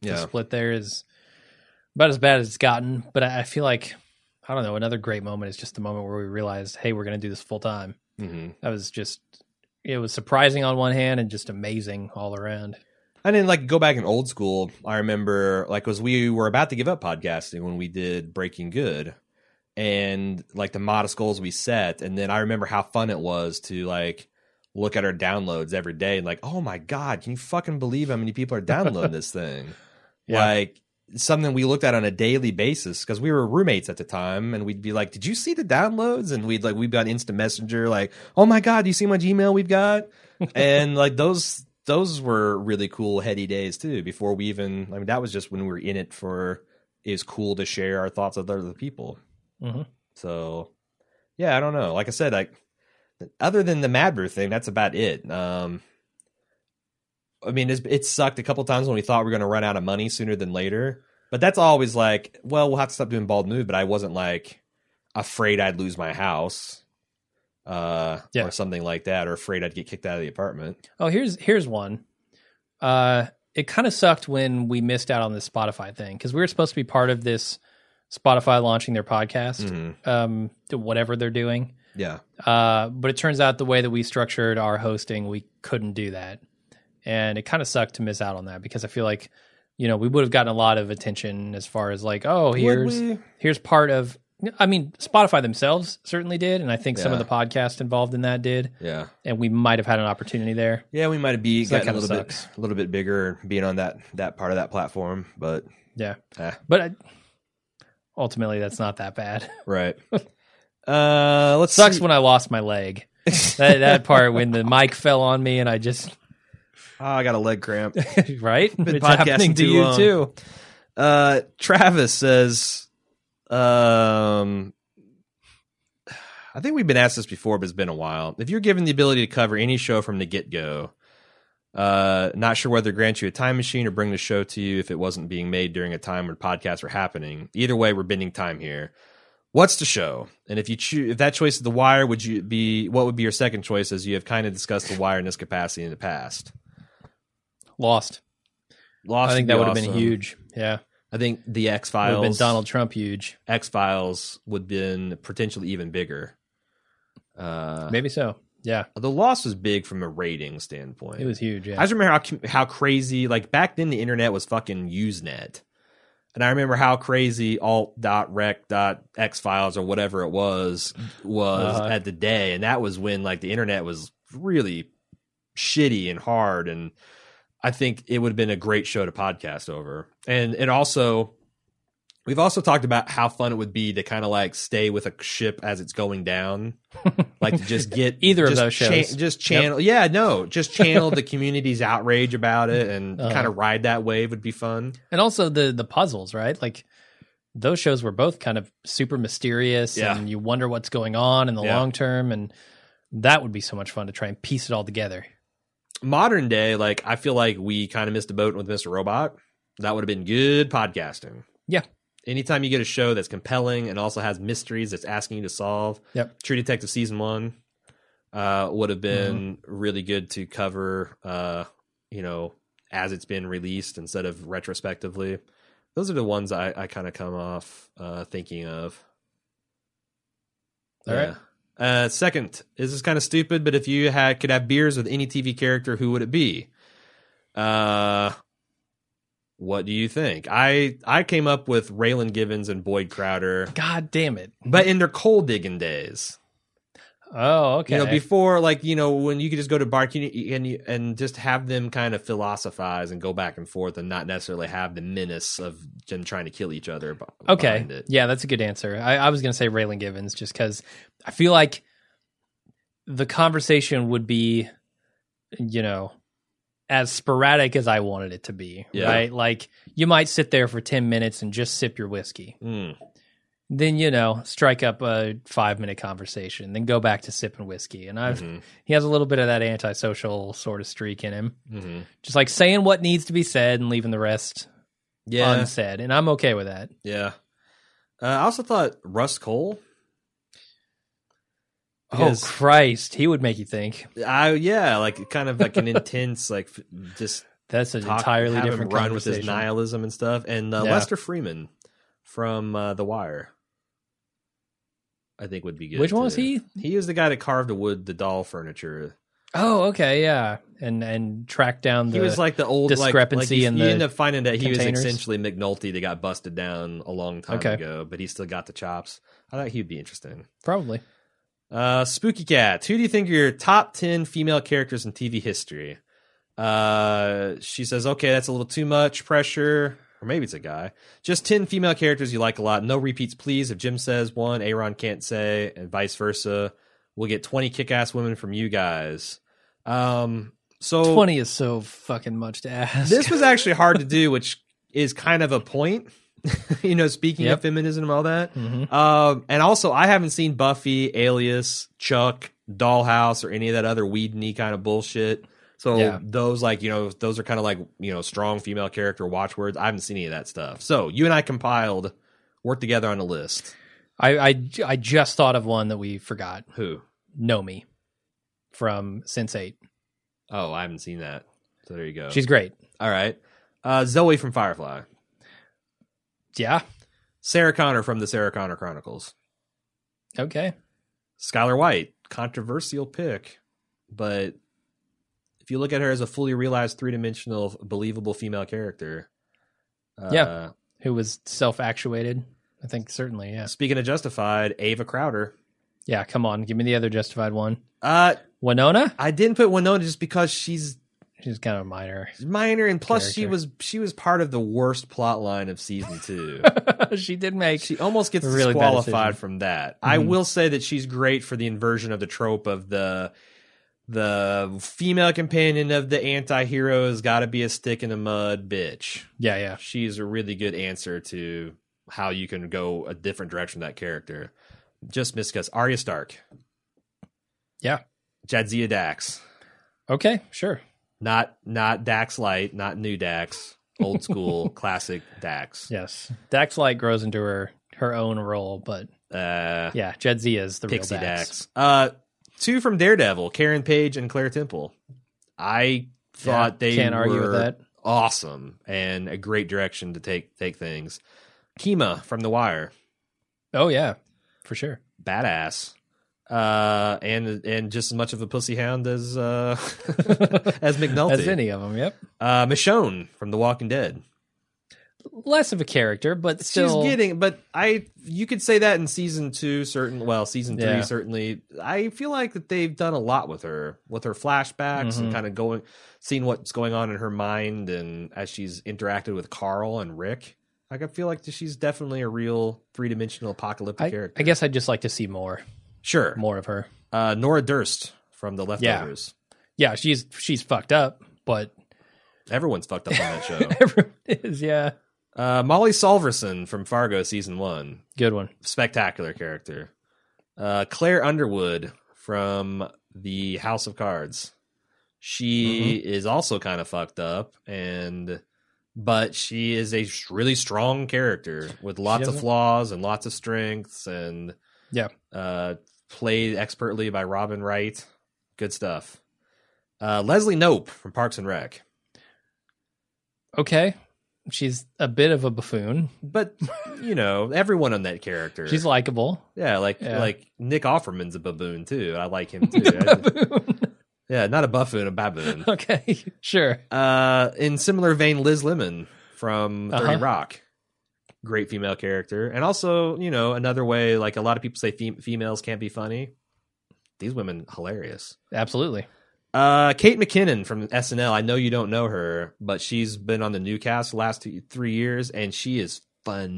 Yeah, The split there is about as bad as it's gotten. But I, I feel like I don't know. Another great moment is just the moment where we realized, hey, we're going to do this full time. hmm That was just it was surprising on one hand and just amazing all around. And then like go back in old school, I remember like was we were about to give up podcasting when we did Breaking Good and like the modest goals we set and then I remember how fun it was to like look at our downloads every day and like, oh my God, can you fucking believe how many people are downloading this thing? Yeah. Like something we looked at on a daily basis because we were roommates at the time and we'd be like, Did you see the downloads? And we'd like we'd be on instant messenger, like, oh my God, do you see how much email we've got? and like those those were really cool heady days too before we even i mean that was just when we were in it for it was cool to share our thoughts with other people Mhm. so yeah i don't know like i said like other than the mad brew thing that's about it um i mean it's, it sucked a couple times when we thought we were going to run out of money sooner than later but that's always like well we'll have to stop doing bald move but i wasn't like afraid i'd lose my house uh Yeah. or something like that or afraid i'd get kicked out of the apartment Oh, here's here's one. Uh, it kind of sucked when we missed out on this Spotify thing because we were supposed to be part of this Spotify launching their podcast, Mm-hmm. um, to whatever they're doing. Yeah. Uh, but it turns out the way that we structured our hosting, we couldn't do that, and it kind of sucked to miss out on that because I feel like, you know, we would have gotten a lot of attention as far as like, oh, here's here's part of. I mean, Spotify themselves certainly did, and I think some of Yeah. the podcasts involved in that did, Yeah. and we might have had an opportunity there. Yeah, we might have be So that gotten a kinda little sucks. bit a little bit bigger being on that that part of that platform, but Yeah. eh, But I, ultimately, that's not that bad. right. uh let's Sucks see. when I lost my leg. That, that part when the mic fell on me and I just Oh, I got a leg cramp. right. Been it's happening podcasting to too you long. too. Uh Travis says um I think we've been asked this before, but it's been a while. If you're given the ability to cover any show from the get go, uh, not sure whether to grant you a time machine or bring the show to you if it wasn't being made during a time when podcasts were happening. Either way, we're bending time here. What's the show? And if you choose, if that choice is The Wire, would you be what would be your second choice? As you have kind of discussed The Wire in this capacity in the past. Lost. Lost I think would that be would have been awesome. huge. Yeah. I think the X Would have been Files, Donald Trump huge. X Files would have been potentially even bigger. Uh, Maybe so. Yeah. the loss was big from a rating standpoint. It was huge. I Yeah. just remember how how crazy like back then the internet was fucking Usenet, and I remember how crazy alt dot rec dot x files or whatever it was was Uh-huh. at the day, and that was when like the internet was really shitty and hard, and I think it would have been a great show to podcast over, and it also. We've also talked about how fun it would be to kind of like stay with a ship as it's going down, like to just get Either of just those shows. just channel yeah no just channel the community's outrage about it and Uh-huh. kind of ride that wave would be fun And also the the puzzles, right? Like those shows were both kind of super mysterious Yeah. and you wonder what's going on in the Yeah. long term and that would be so much fun to try and piece it all together. modern day like i feel like we kind of missed a boat with mr robot that would have been good podcasting Yeah. anytime you get a show that's compelling and also has mysteries that's asking you to solve Yep. Uh-huh. true detective season one uh would have been really good to cover uh you know as it's been released instead of retrospectively Those are the ones I, I kind of come off uh, thinking of. All right. Uh, second, this is kind of stupid, but if you had could have beers with any TV character, who would it be? Uh, what do you think? I I came up with Raylan Givens and Boyd Crowder, God damn it. but in their coal digging days. Oh, okay. You know, before like you know when you could just go to bar and you, and, you, and just have them kind of philosophize and go back and forth and not necessarily have the menace of them trying to kill each other. b- okay. behind it. Yeah, that's a good answer. I, I was going to say Raylan Givens just because I feel like the conversation would be, you know, as sporadic as I wanted it to be. Yeah. Right. Like you might sit there for 10 minutes and just sip your whiskey. Mm. Then, you know, strike up a five minute conversation, then go back to sipping whiskey. And I've, Mhm. he has a little bit of that antisocial sort of streak in him. Mhm. Just like saying what needs to be said and leaving the rest Yeah, unsaid. And I'm okay with that. yeah. Uh, I also thought Russ Cole. Oh Because- Christ, he would make you think. I yeah, like kind of like an intense like f- just That's an talk, entirely have him different run with his conversation. nihilism and stuff, and uh, Yeah. Lester Freeman from uh, The Wire. I think would be good. Which one was too. he? He is the guy that carved the wood, the doll furniture. Oh, okay, yeah, and and track down the. he was like the old like- discrepancy Like, you- in you the end up finding that he was containers? essentially McNulty that got busted down a long time Okay. ago, but he still got the chops. I thought he'd be interesting. probably. Uh, Spooky Cat, who do you think are your top 10 female characters in TV history? Uh, she says, okay, that's a little too much pressure. Or maybe it's a guy. Just 10 female characters you like a lot. No repeats, please. If Jim says one, Aaron can't say, and vice versa. We'll get 20 kick ass women from you guys. Um, so Twenty is so fucking much to ask. this was actually hard to do, which is kind of a point. you know, speaking Yep. of feminism and all that. Mhm. Um, and also, I haven't seen Buffy, Alias, Chuck, Dollhouse, or any of that other weedney kind of bullshit. So Yeah. those, like you know, those are kind of like you know, strong female character watchwords. I haven't seen any of that stuff. So you and I compiled, worked together on a list. I, I j- I just thought of one that we forgot. Who? Nomi from Sense Eight. Oh, I haven't seen that. So there you go. She's great. all right. Uh, Zoe from Firefly, Yeah. Sarah Connor from the Sarah Connor Chronicles. Okay. Skylar White, controversial pick, but if you look at her as a fully realized three dimensional, believable female character, uh, Yeah. Who was self actuated? I think certainly. Yeah. Speaking of Justified, Ava Crowder. Yeah. Come on, give me the other justified one. Uh, Winona. I didn't put Winona just because she's She's kind of minor. minor, and plus she Character. was she was part of the worst plot line of season two. she did make. she almost gets Really bad decision. disqualified from that. I Mhm. will say that she's great for the inversion of the trope of the the female companion of the anti-hero has got to be a stick in the mud bitch. yeah. Yeah. She's a really good answer to how you can go a different direction with that character. Just discuss Arya Stark, Yeah. Jadzia Dax, Okay. Sure. not not Dax Light, not new Dax, old school classic Dax. Yes. Dax Light grows into her her own role, but Uh, yeah, Jed Z is the Pixie real Dax. Dax. Uh, two from Daredevil, Karen Page and Claire Temple. I thought they can't argue with were that. Awesome and a great direction to take take things. Kima from The Wire, Oh yeah, for sure. badass. Uh, and and just as much of a pussy hound as uh as McNulty. As any of them. Yep. Uh, Michonne from The Walking Dead. Less of a character, but still. She's getting, but I you could say that in season two, certain well, season three Yeah. certainly. I feel like that they've done a lot with her, with her flashbacks Mm-hmm. and kind of going, seeing what's going on in her mind, and as she's interacted with Carl and Rick. Like I feel like that she's definitely a real three dimensional apocalyptic I, character. I guess I'd just like to see more, sure. more of her. Uh, Nora Durst from The Leftovers. Yeah, she's she's fucked up, but Everyone's fucked up on that show. everyone is. Yeah, uh, Molly Solverson from Fargo season one. good one. spectacular character. Uh, Claire Underwood from the House of Cards. She Mm-hmm. is also kind of fucked up, and but she is a sh- really strong character with lots of doesn't- flaws and lots of strengths, and Yeah. uh, played expertly by Robin Wright. Good stuff. Uh, Leslie Nope from Parks and Rec. Okay, she's a bit of a buffoon. But you know, everyone on that character. She's likable. yeah, like Yeah. like Nick Offerman's a baboon too. I like him too. I- yeah, not a buffoon, a baboon. okay, sure. Uh, in similar vein, Liz Lemon from 30 Uh-huh. Rock. Great female character. And also, you know, another way, like a lot of people say fem- females can't be funny. These women, hilarious. Absolutely. Uh, Kate McKinnon from SNL. I know you don't know her, but she's been on the newcast the last two, three years, and she is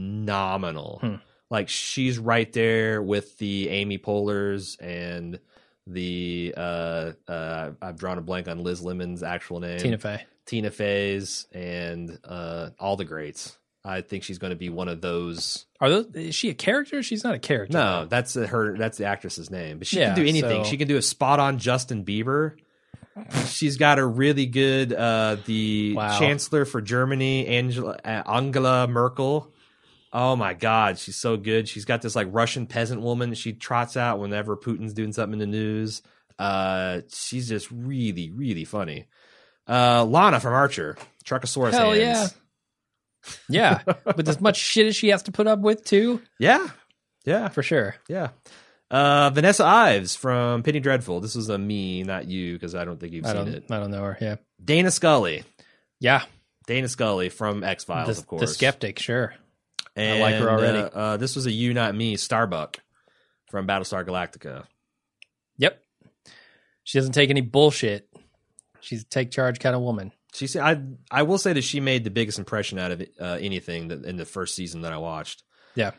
phenomenal. Hmm. Like she's right there with the Amy Polars and the uh, uh, I've drawn a blank on Liz Lemon's actual name. Tina Fey. Tina Fey's and uh, all the greats. I think she's going to be one of those. Are those? Is she a character? She's not a character. No, that's her. That's the actress's name. But she Yeah, can do anything. so- She can do a spot on Justin Bieber. She's got a really good uh, the Wow. chancellor for Germany, Angela uh, Angela Merkel. Oh my God, she's so good. She's got this like Russian peasant woman she trots out whenever Putin's doing something in the news. Uh, she's just really, really funny. Uh, Lana from Archer, Truckosaurus. Hell hands. yeah. Yeah, with as much shit as she has to put up with too, Yeah. Yeah. for sure. Yeah. Uh, Vanessa Ives from Penny Dreadful. This was a me, not you, because I don't think you've I seen don't. it. I don't know her. Yeah. Dana Scully. Yeah. Dana Scully from X the, Files, of course. the skeptic. Sure. And, like her already. Uh, uh, this was a you, not me, Starbuck from Battlestar Galactica. Yep. She doesn't take any bullshit. She's a take charge kind of woman. She said, "I I will say that she made the biggest impression out of uh, anything that, in the first season that I watched." Yeah.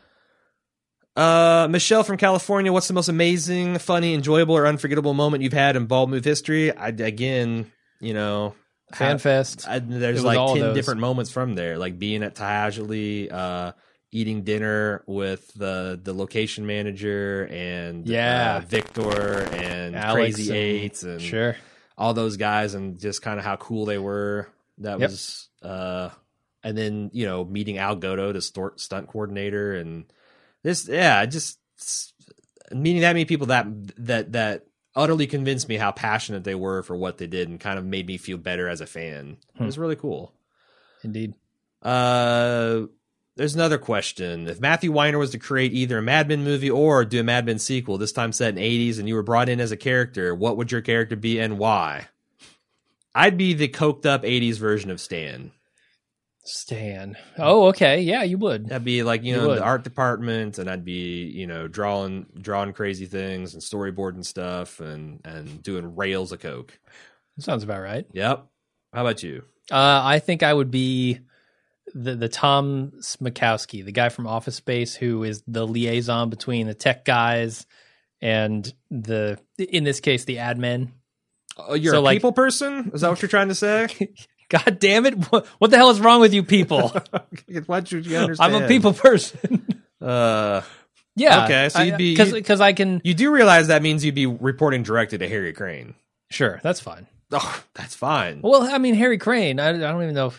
Uh, Michelle from California, what's the most amazing, funny, enjoyable, or unforgettable moment you've had in Bald Move history? I, again, you know, how- Fanfest. I, It was there's all like ten those. different moments from there, like being at Tajali, uh, eating dinner with the the location manager and Yeah. uh, Victor and Alex Crazy and- Eights and sure. all those guys and just kind of how cool they were. That Yep. was, uh, and then you know meeting Al Godo, the stor- stunt coordinator, and this, yeah, just s- meeting that many people that that that utterly convinced me how passionate they were for what they did and kind of made me feel better as a fan. It was really cool. Indeed. Uh, there's another question. If Matthew Weiner was to create either a Mad Men movie or do a Mad Men sequel, this time set in 80s, and you were brought in as a character, what would your character be and why? I'd be the coked up 80s version of Stan. Stan. Oh, okay. Yeah, you would. I'd be like, you You know, in would. the art department and I'd be, you know, drawing drawing crazy things and storyboarding stuff and and doing rails of coke. Sounds about right. Yep. How about you? Uh, I think I would be the the Tom Smakowski, the guy from Office Space, who is the liaison between the tech guys and the in this case the admin. Oh, you're a So, like- people person? Is that what you're trying to say? God damn it! What, what the hell is wrong with you people? Why should you understand? I'm a people person. Uh, yeah. Okay, so you'd be- you- because I can. You do realize that means you'd be reporting directly to Harry Crane. Sure, that's fine. Oh, that's fine. Well, I mean Harry Crane. I, I don't even know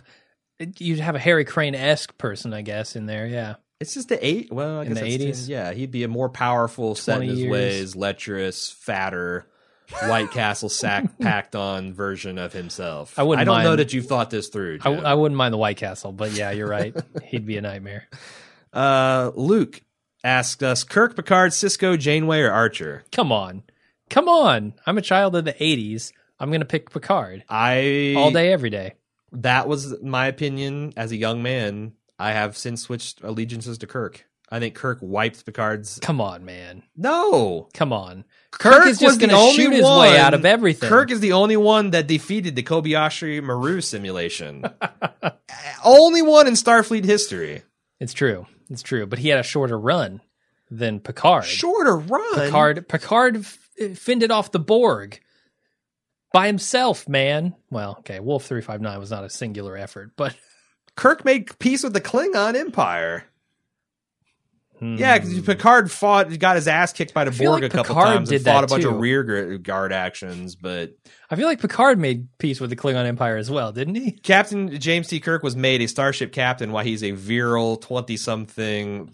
if you'd have a Harry Crane esque person, I guess, in there. Yeah. It's just the eight. Well, I In guess the that's 80s? ten. Yeah, he'd be a more powerful, set in 20 his years. ways, lecherous, fatter, White Castle sack packed on version of himself. I wouldn't I don't know mind- that you thought this through. I, Jim. I wouldn't mind the White Castle, but yeah, you're right. He'd be a nightmare. uh, Luke asked us: Kirk, Picard, Cisco, Janeway, or Archer? Come on. Come on. I'm a child of the 80s. I'm going to pick Picard I all day, every day. That was my opinion as a young man. I have since switched allegiances to Kirk. I think Kirk wiped Picard's. Come on, man. No, Come on. Kirk, is just was the gonna only shoot his one- way out of everything. Kirk is the only one that defeated the Kobayashi Maru simulation. only one in Starfleet history. It's true. It's true. But he had a shorter run than Picard. Shorter run. Picard, Picard f- fended off the Borg by himself, man. Well, okay. Wolf 359 was not a singular effort, but Kirk made peace with the Klingon Empire. Hmm. Yeah, because Picard fought, got his ass kicked by the I feel Borg like a couple Picard times did and fought that a bunch too. of rear guard actions. But I feel like Picard made peace with the Klingon Empire as well, didn't he? Captain James T. Kirk was made a starship captain while he's a virile 20 something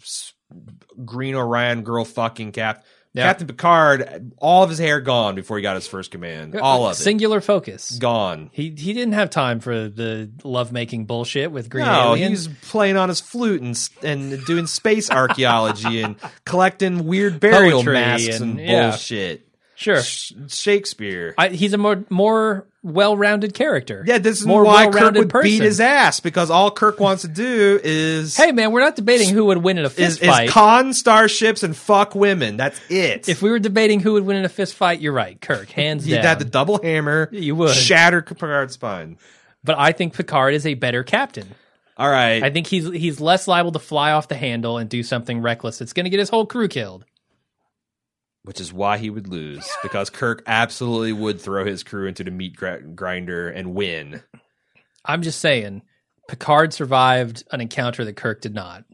green Orion girl fucking cap. Yeah. Captain Picard, all of his hair gone before he got his first command. All of it Singular focus. gone. He he didn't have time for the lovemaking bullshit with green No, aliens. he's playing on his flute and s- and doing space archaeology and collecting weird burial Poetry masks and, and- yeah. bullshit. Sure, Sh- Shakespeare. I, he's a more more well-rounded character. yeah, this is more why Kirk well-rounded would beat person. his ass because all Kirk wants to do is Hey man, we're not debating who would win in a fist is, fight. is con starships and fuck women. That's it. if we were debating who would win in a fist fight, you're right, Kirk, hands He'd down. have the double hammer. You would. shatter Picard's spine. but I think Picard is a better captain. All right, I think he's he's less liable to fly off the handle and do something reckless. It's going to get his whole crew killed. which is why he would lose because Kirk absolutely would throw his crew into the meat gr- grinder and win. I'm just saying, Picard survived an encounter that Kirk did not.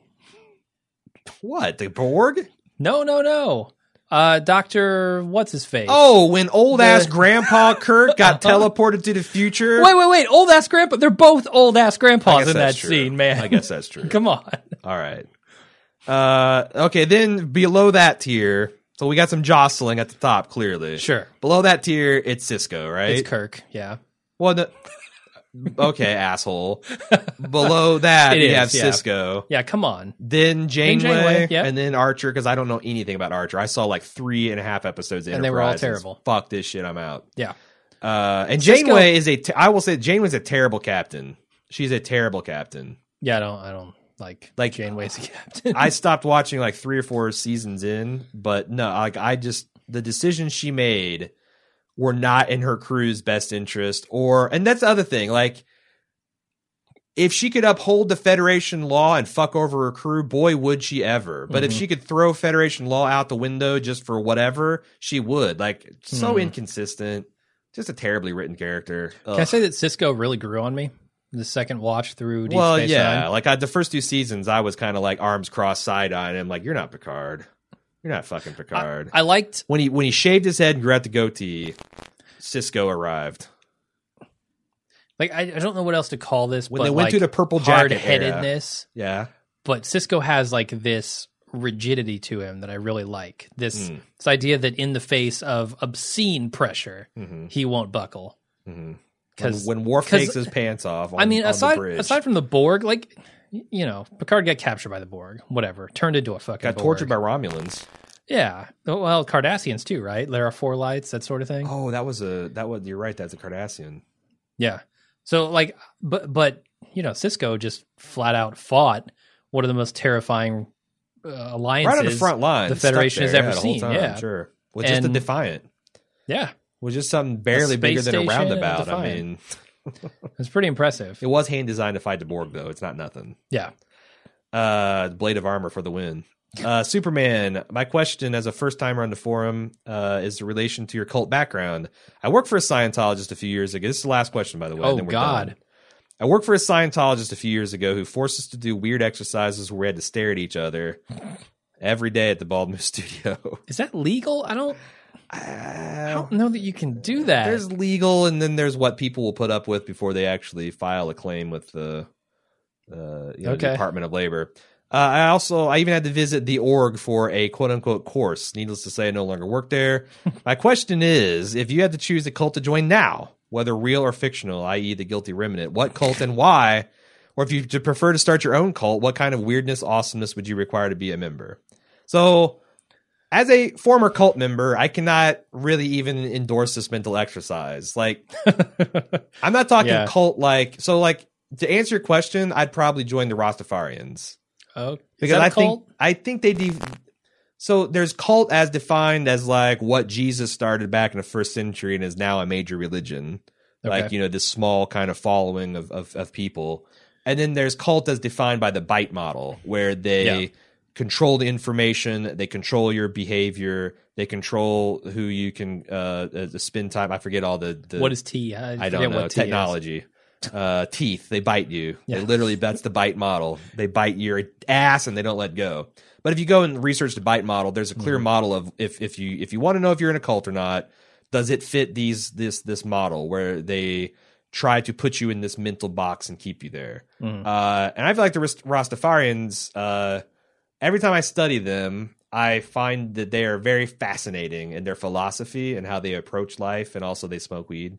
What the Borg? No, no, no. Uh, Doctor, what's his face? Oh, when old ass The- Grandpa Kirk got teleported to the future. wait, wait, wait. Old ass grandpa. They're both old ass I grandpas guess in that that's true. scene, man. I guess that's true. Come on. All right. Uh, okay, then below that tier, so we got some jostling at the top, clearly. Sure. Below that tier, it's Cisco, right? It's Kirk. Yeah. Well, no, okay, asshole. Below that, It you is, have yeah. Cisco, Yeah. Come on. then Janeway, Janeway, yeah. and then Archer. Because I don't know anything about Archer. I saw like three and a half episodes, of And they were all Enterprise, it's, terrible. Fuck this shit. I'm out. Yeah. Uh, and Cisco- Janeway is a. Te- I will say Janeway's a terrible captain. She's a terrible captain. Yeah. I don't, I don't like, Like- like Janeway's a captain. I stopped watching like three or four seasons in, but no, like I just the decisions she made were not in her crew's best interest or and that's the other thing, like if she could uphold the Federation law and fuck over her crew, boy would she ever. But if Mm-hmm. she could throw Federation law out the window just for whatever, she would. Like so Mhm. inconsistent. Just a terribly written character. Can I say that Cisco really grew on me the second watch through Deep well, Space yeah. Nine? Like I, the first two seasons, I was kind of like arms crossed, side eyeing him, like you're not Picard, you're not fucking Picard. I liked when he when he shaved his head and grew out the goatee, Cisco arrived. like I, I don't know what else to call this. When but they went like, through the purple hard jacket era. headedness, Yeah, but Cisco has like this rigidity to him that I really like. This Mm. this idea that in the face of obscene pressure, Mhm. he won't buckle. because Because mm-hmm. when, Worf 'cause- takes his pants off, on, I mean, on the aside bridge, aside from the Borg, like y- you know, Picard got captured by the Borg, whatever, turned into a fucking got Borg. tortured by Romulans. yeah. Oh, Well, Cardassians too, right? There are four lights, that sort of thing. Oh, that was a that was you're right. That's a Cardassian. Yeah. So like but but you know, Cisco just flat out fought one of the most terrifying uh, alliances. Right on the front line, the stuck Federation there, has ever yeah, the whole seen, time, yeah. sure. With just a And- defiant, Yeah. was just something barely space bigger than a station and a roundabout. I Defiant. mean, It's pretty impressive. it was hand designed to fight the Borg, though. It's not nothing. Yeah. uh blade of armor for the win uh superman my question as a first timer on the forum uh is in relation to your cult background i worked for a scientologist a few years ago this is the last question by the way and Oh, then we're God. done. i worked for a scientologist a few years ago who forced us to do weird exercises where we had to stare at each other every day at the bald moose studio Is that legal? I don't I don't know that you can do that. Uh, there's legal and then there's what people will put up with before they actually file a claim with the uh, you know, Okay. department of labor uh, i also i even had to visit the org for a quote unquote course needless to say i no longer work there my question is if you had to choose a cult to join now whether real or fictional i.e the guilty remnant what cult and why or if you prefer to start your own cult what kind of weirdness awesomeness would you require to be a member so as a former cult member, I cannot really even endorse this mental exercise. Like, I'm not talking Yeah. cult like. So, like to answer your question, I'd probably join the Rastafarians oh, is because that a I cult? think I think they. De- so there's cult as defined as like what Jesus started back in the first century and is now a major religion. Like Okay. you know this small kind of following of, of of people, and then there's cult as defined by the bite model where they Yeah. control the information, they control your behavior, they control who you can uh, uh spend time. I forget all the, the what is T? I, I don't know forget what T is. technology. Uh, teeth, they bite you. Yeah. They literally that's the bite model. They bite your ass and they don't let go. But if you go and research the bite model, there's a Mm-hmm. clear model of if if you if you want to know if you're in a cult or not, does it fit these this this model where they try to put you in this mental box and keep you there? Mm-hmm. Uh, and I feel like the Rast- Rastafarians. Uh, every time I study them, I find that they are very fascinating in their philosophy and how they approach life, and also they smoke weed,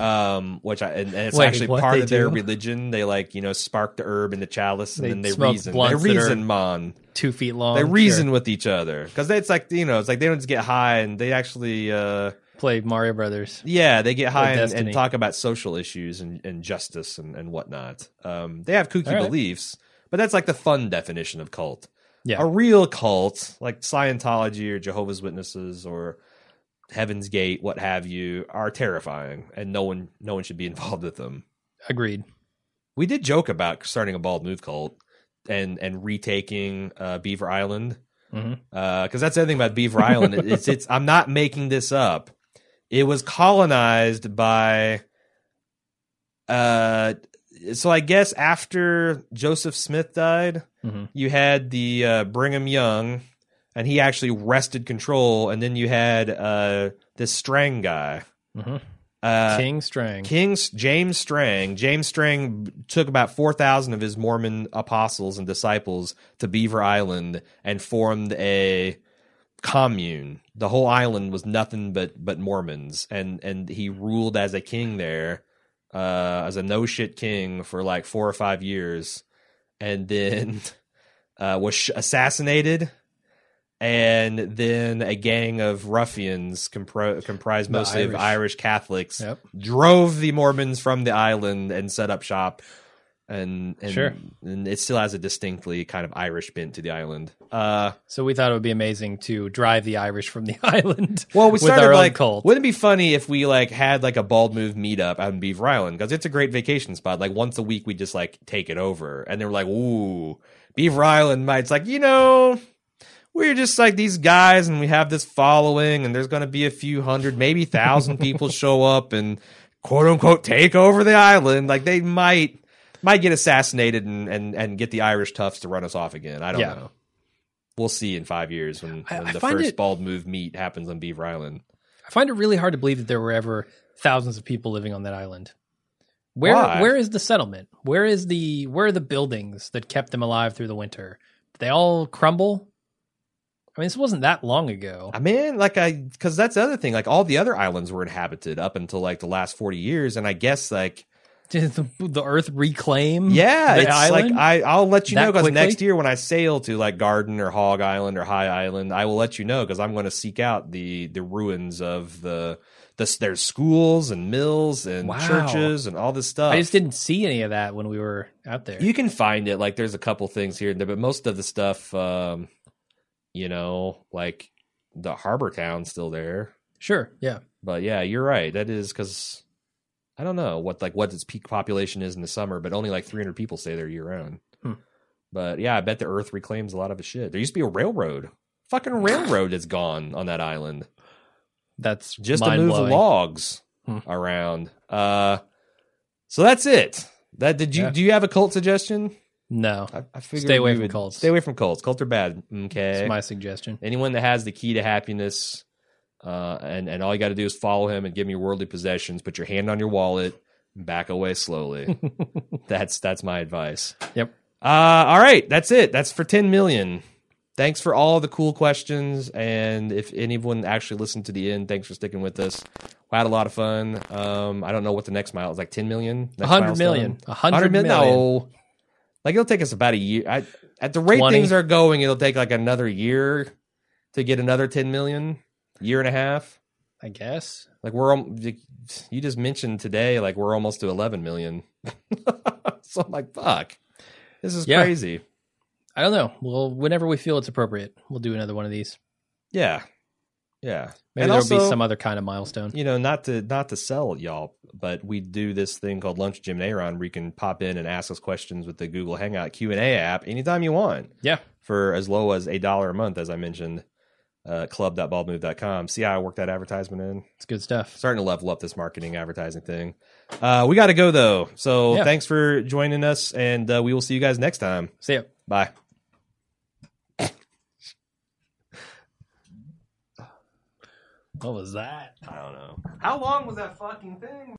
um, which I and, and it's Wait, actually what? part They of their do? religion. They like you know spark the herb in the chalice, and They then they smoke reason. They blunts that are- reason, mon. two feet long. They sure. reason with each other because it's like you know it's like they don't just get high and they actually. Uh, play Mario Brothers. yeah, they get high and, and Destiny. talk about social issues and, and justice and, and whatnot. Um, they have kooky All right. beliefs, but that's like the fun definition of cult. Yeah. A real cult, like Scientology or Jehovah's Witnesses or Heaven's Gate, what have you, are terrifying, and no one no one should be involved with them. Agreed. We did joke about starting a bald move cult and and retaking uh, Beaver Island Mhm. because that's the other thing about Beaver Island. It- it's it's I'm not making this up. It was colonized by. Uh, so I guess after Joseph Smith died, Mhm. you had the uh, Brigham Young, and he actually wrested control, and then you had uh this Strang guy. Mhm. Uh, King Strang. King's James Strang. James Strang b- took about four thousand of his Mormon apostles and disciples to Beaver Island and formed a commune. The whole island was nothing but but Mormons, and and he ruled as a king there, uh, as a no shit king for like four or five years, and then uh, was sh- assassinated. And then a gang of ruffians compro- comprised The mostly of Irish. Irish Catholics Yep. drove the Mormons from the island and set up shop. And, and Sure. and it still has a distinctly kind of Irish bent to the island. Uh, So we thought it would be amazing to drive the Irish from the island. well, we with started our like, own cult. wouldn't it be funny if we like had like a bald move meetup out in Beaver Island because it's a great vacation spot. Like once a week, we just like take it over, and they were like, "Ooh, Beaver Island." Might it's like you know, we're just like these guys, and we have this following, and there's going to be a few hundred, maybe thousand people show up and quote unquote take over the island. Like they might might get assassinated and and and get the Irish toughs to run us off again. I don't Yeah. know. We'll see in five years when, I- when I the find first it- bald move meet happens on Beaver Island. I find it really hard to believe that there were ever thousands of people living on that island. Where Why? where is the settlement? Where is the where are the buildings that kept them alive through the winter? Did they all crumble? I mean, this wasn't that long ago. I mean, like I, because that's the other thing. Like all the other islands were inhabited up until like the last forty years, and I guess like Did the, the Earth reclaim? yeah, the it's island? like I, I'll let you That know because quickly? next year when I sail to like Garden or Hog Island or High Island, I will let you know because I'm going to seek out the the ruins of the the there's schools and mills and Wow. churches and all this stuff. I just didn't see any of that when we were out there. uh, You can find it. Like there's a couple things here and there, but most of the stuff, um, you know, like the harbor town's still there. sure, yeah. But yeah, you're right. That is because I don't know what like what its peak population is in the summer, but only like 300 people stay there year round. Hmm. But yeah, I bet the Earth reclaims a lot of its shit. There used to be a railroad, fucking railroad that's gone on that island That's just to move mind-blowing. logs Hmm. around. Uh, so that's it. That did you Yeah. do you have a cult suggestion? No, I, I figured Stay away we from would- cults. Stay away from cults. Cults are bad. Okay, that's my suggestion. anyone that has the key to happiness uh, and and all you got to do is follow him and give him your worldly possessions put your hand on your wallet and back away slowly that's that's my advice Yep. uh, all right that's it that's for 10 million thanks for all the cool questions and if anyone actually listened to the end thanks for sticking with us we had a lot of fun um, i don't know what the next mile is like 10 million Next 100 million. milestone? 100 no like it'll take us about a year I, at the rate 20. things are going it'll take like another year to get another 10 million year and a half I guess. like we're al- you just mentioned today like we're almost to 11 million so i'm like fuck this is Yeah. crazy I don't know. Well, whenever we feel it's appropriate, we'll do another one of these. yeah yeah Maybe And there'll be also- some other kind of milestone. you know, not to not to sell y'all, but we do this thing called Lunch with Jim and Aaron, where you can pop in and ask us questions with the Google Hangout Q and A app anytime you want. Yeah. for as low as a dollar a month, as I mentioned. Uh, club.baldmove.com. See how I work that advertisement in? It's good stuff. Starting to level up this marketing advertising thing. Uh, we got to go though. So Yeah. thanks for joining us, and uh, we will see you guys next time. See ya. Bye. What was that? I don't know. How long was that fucking thing?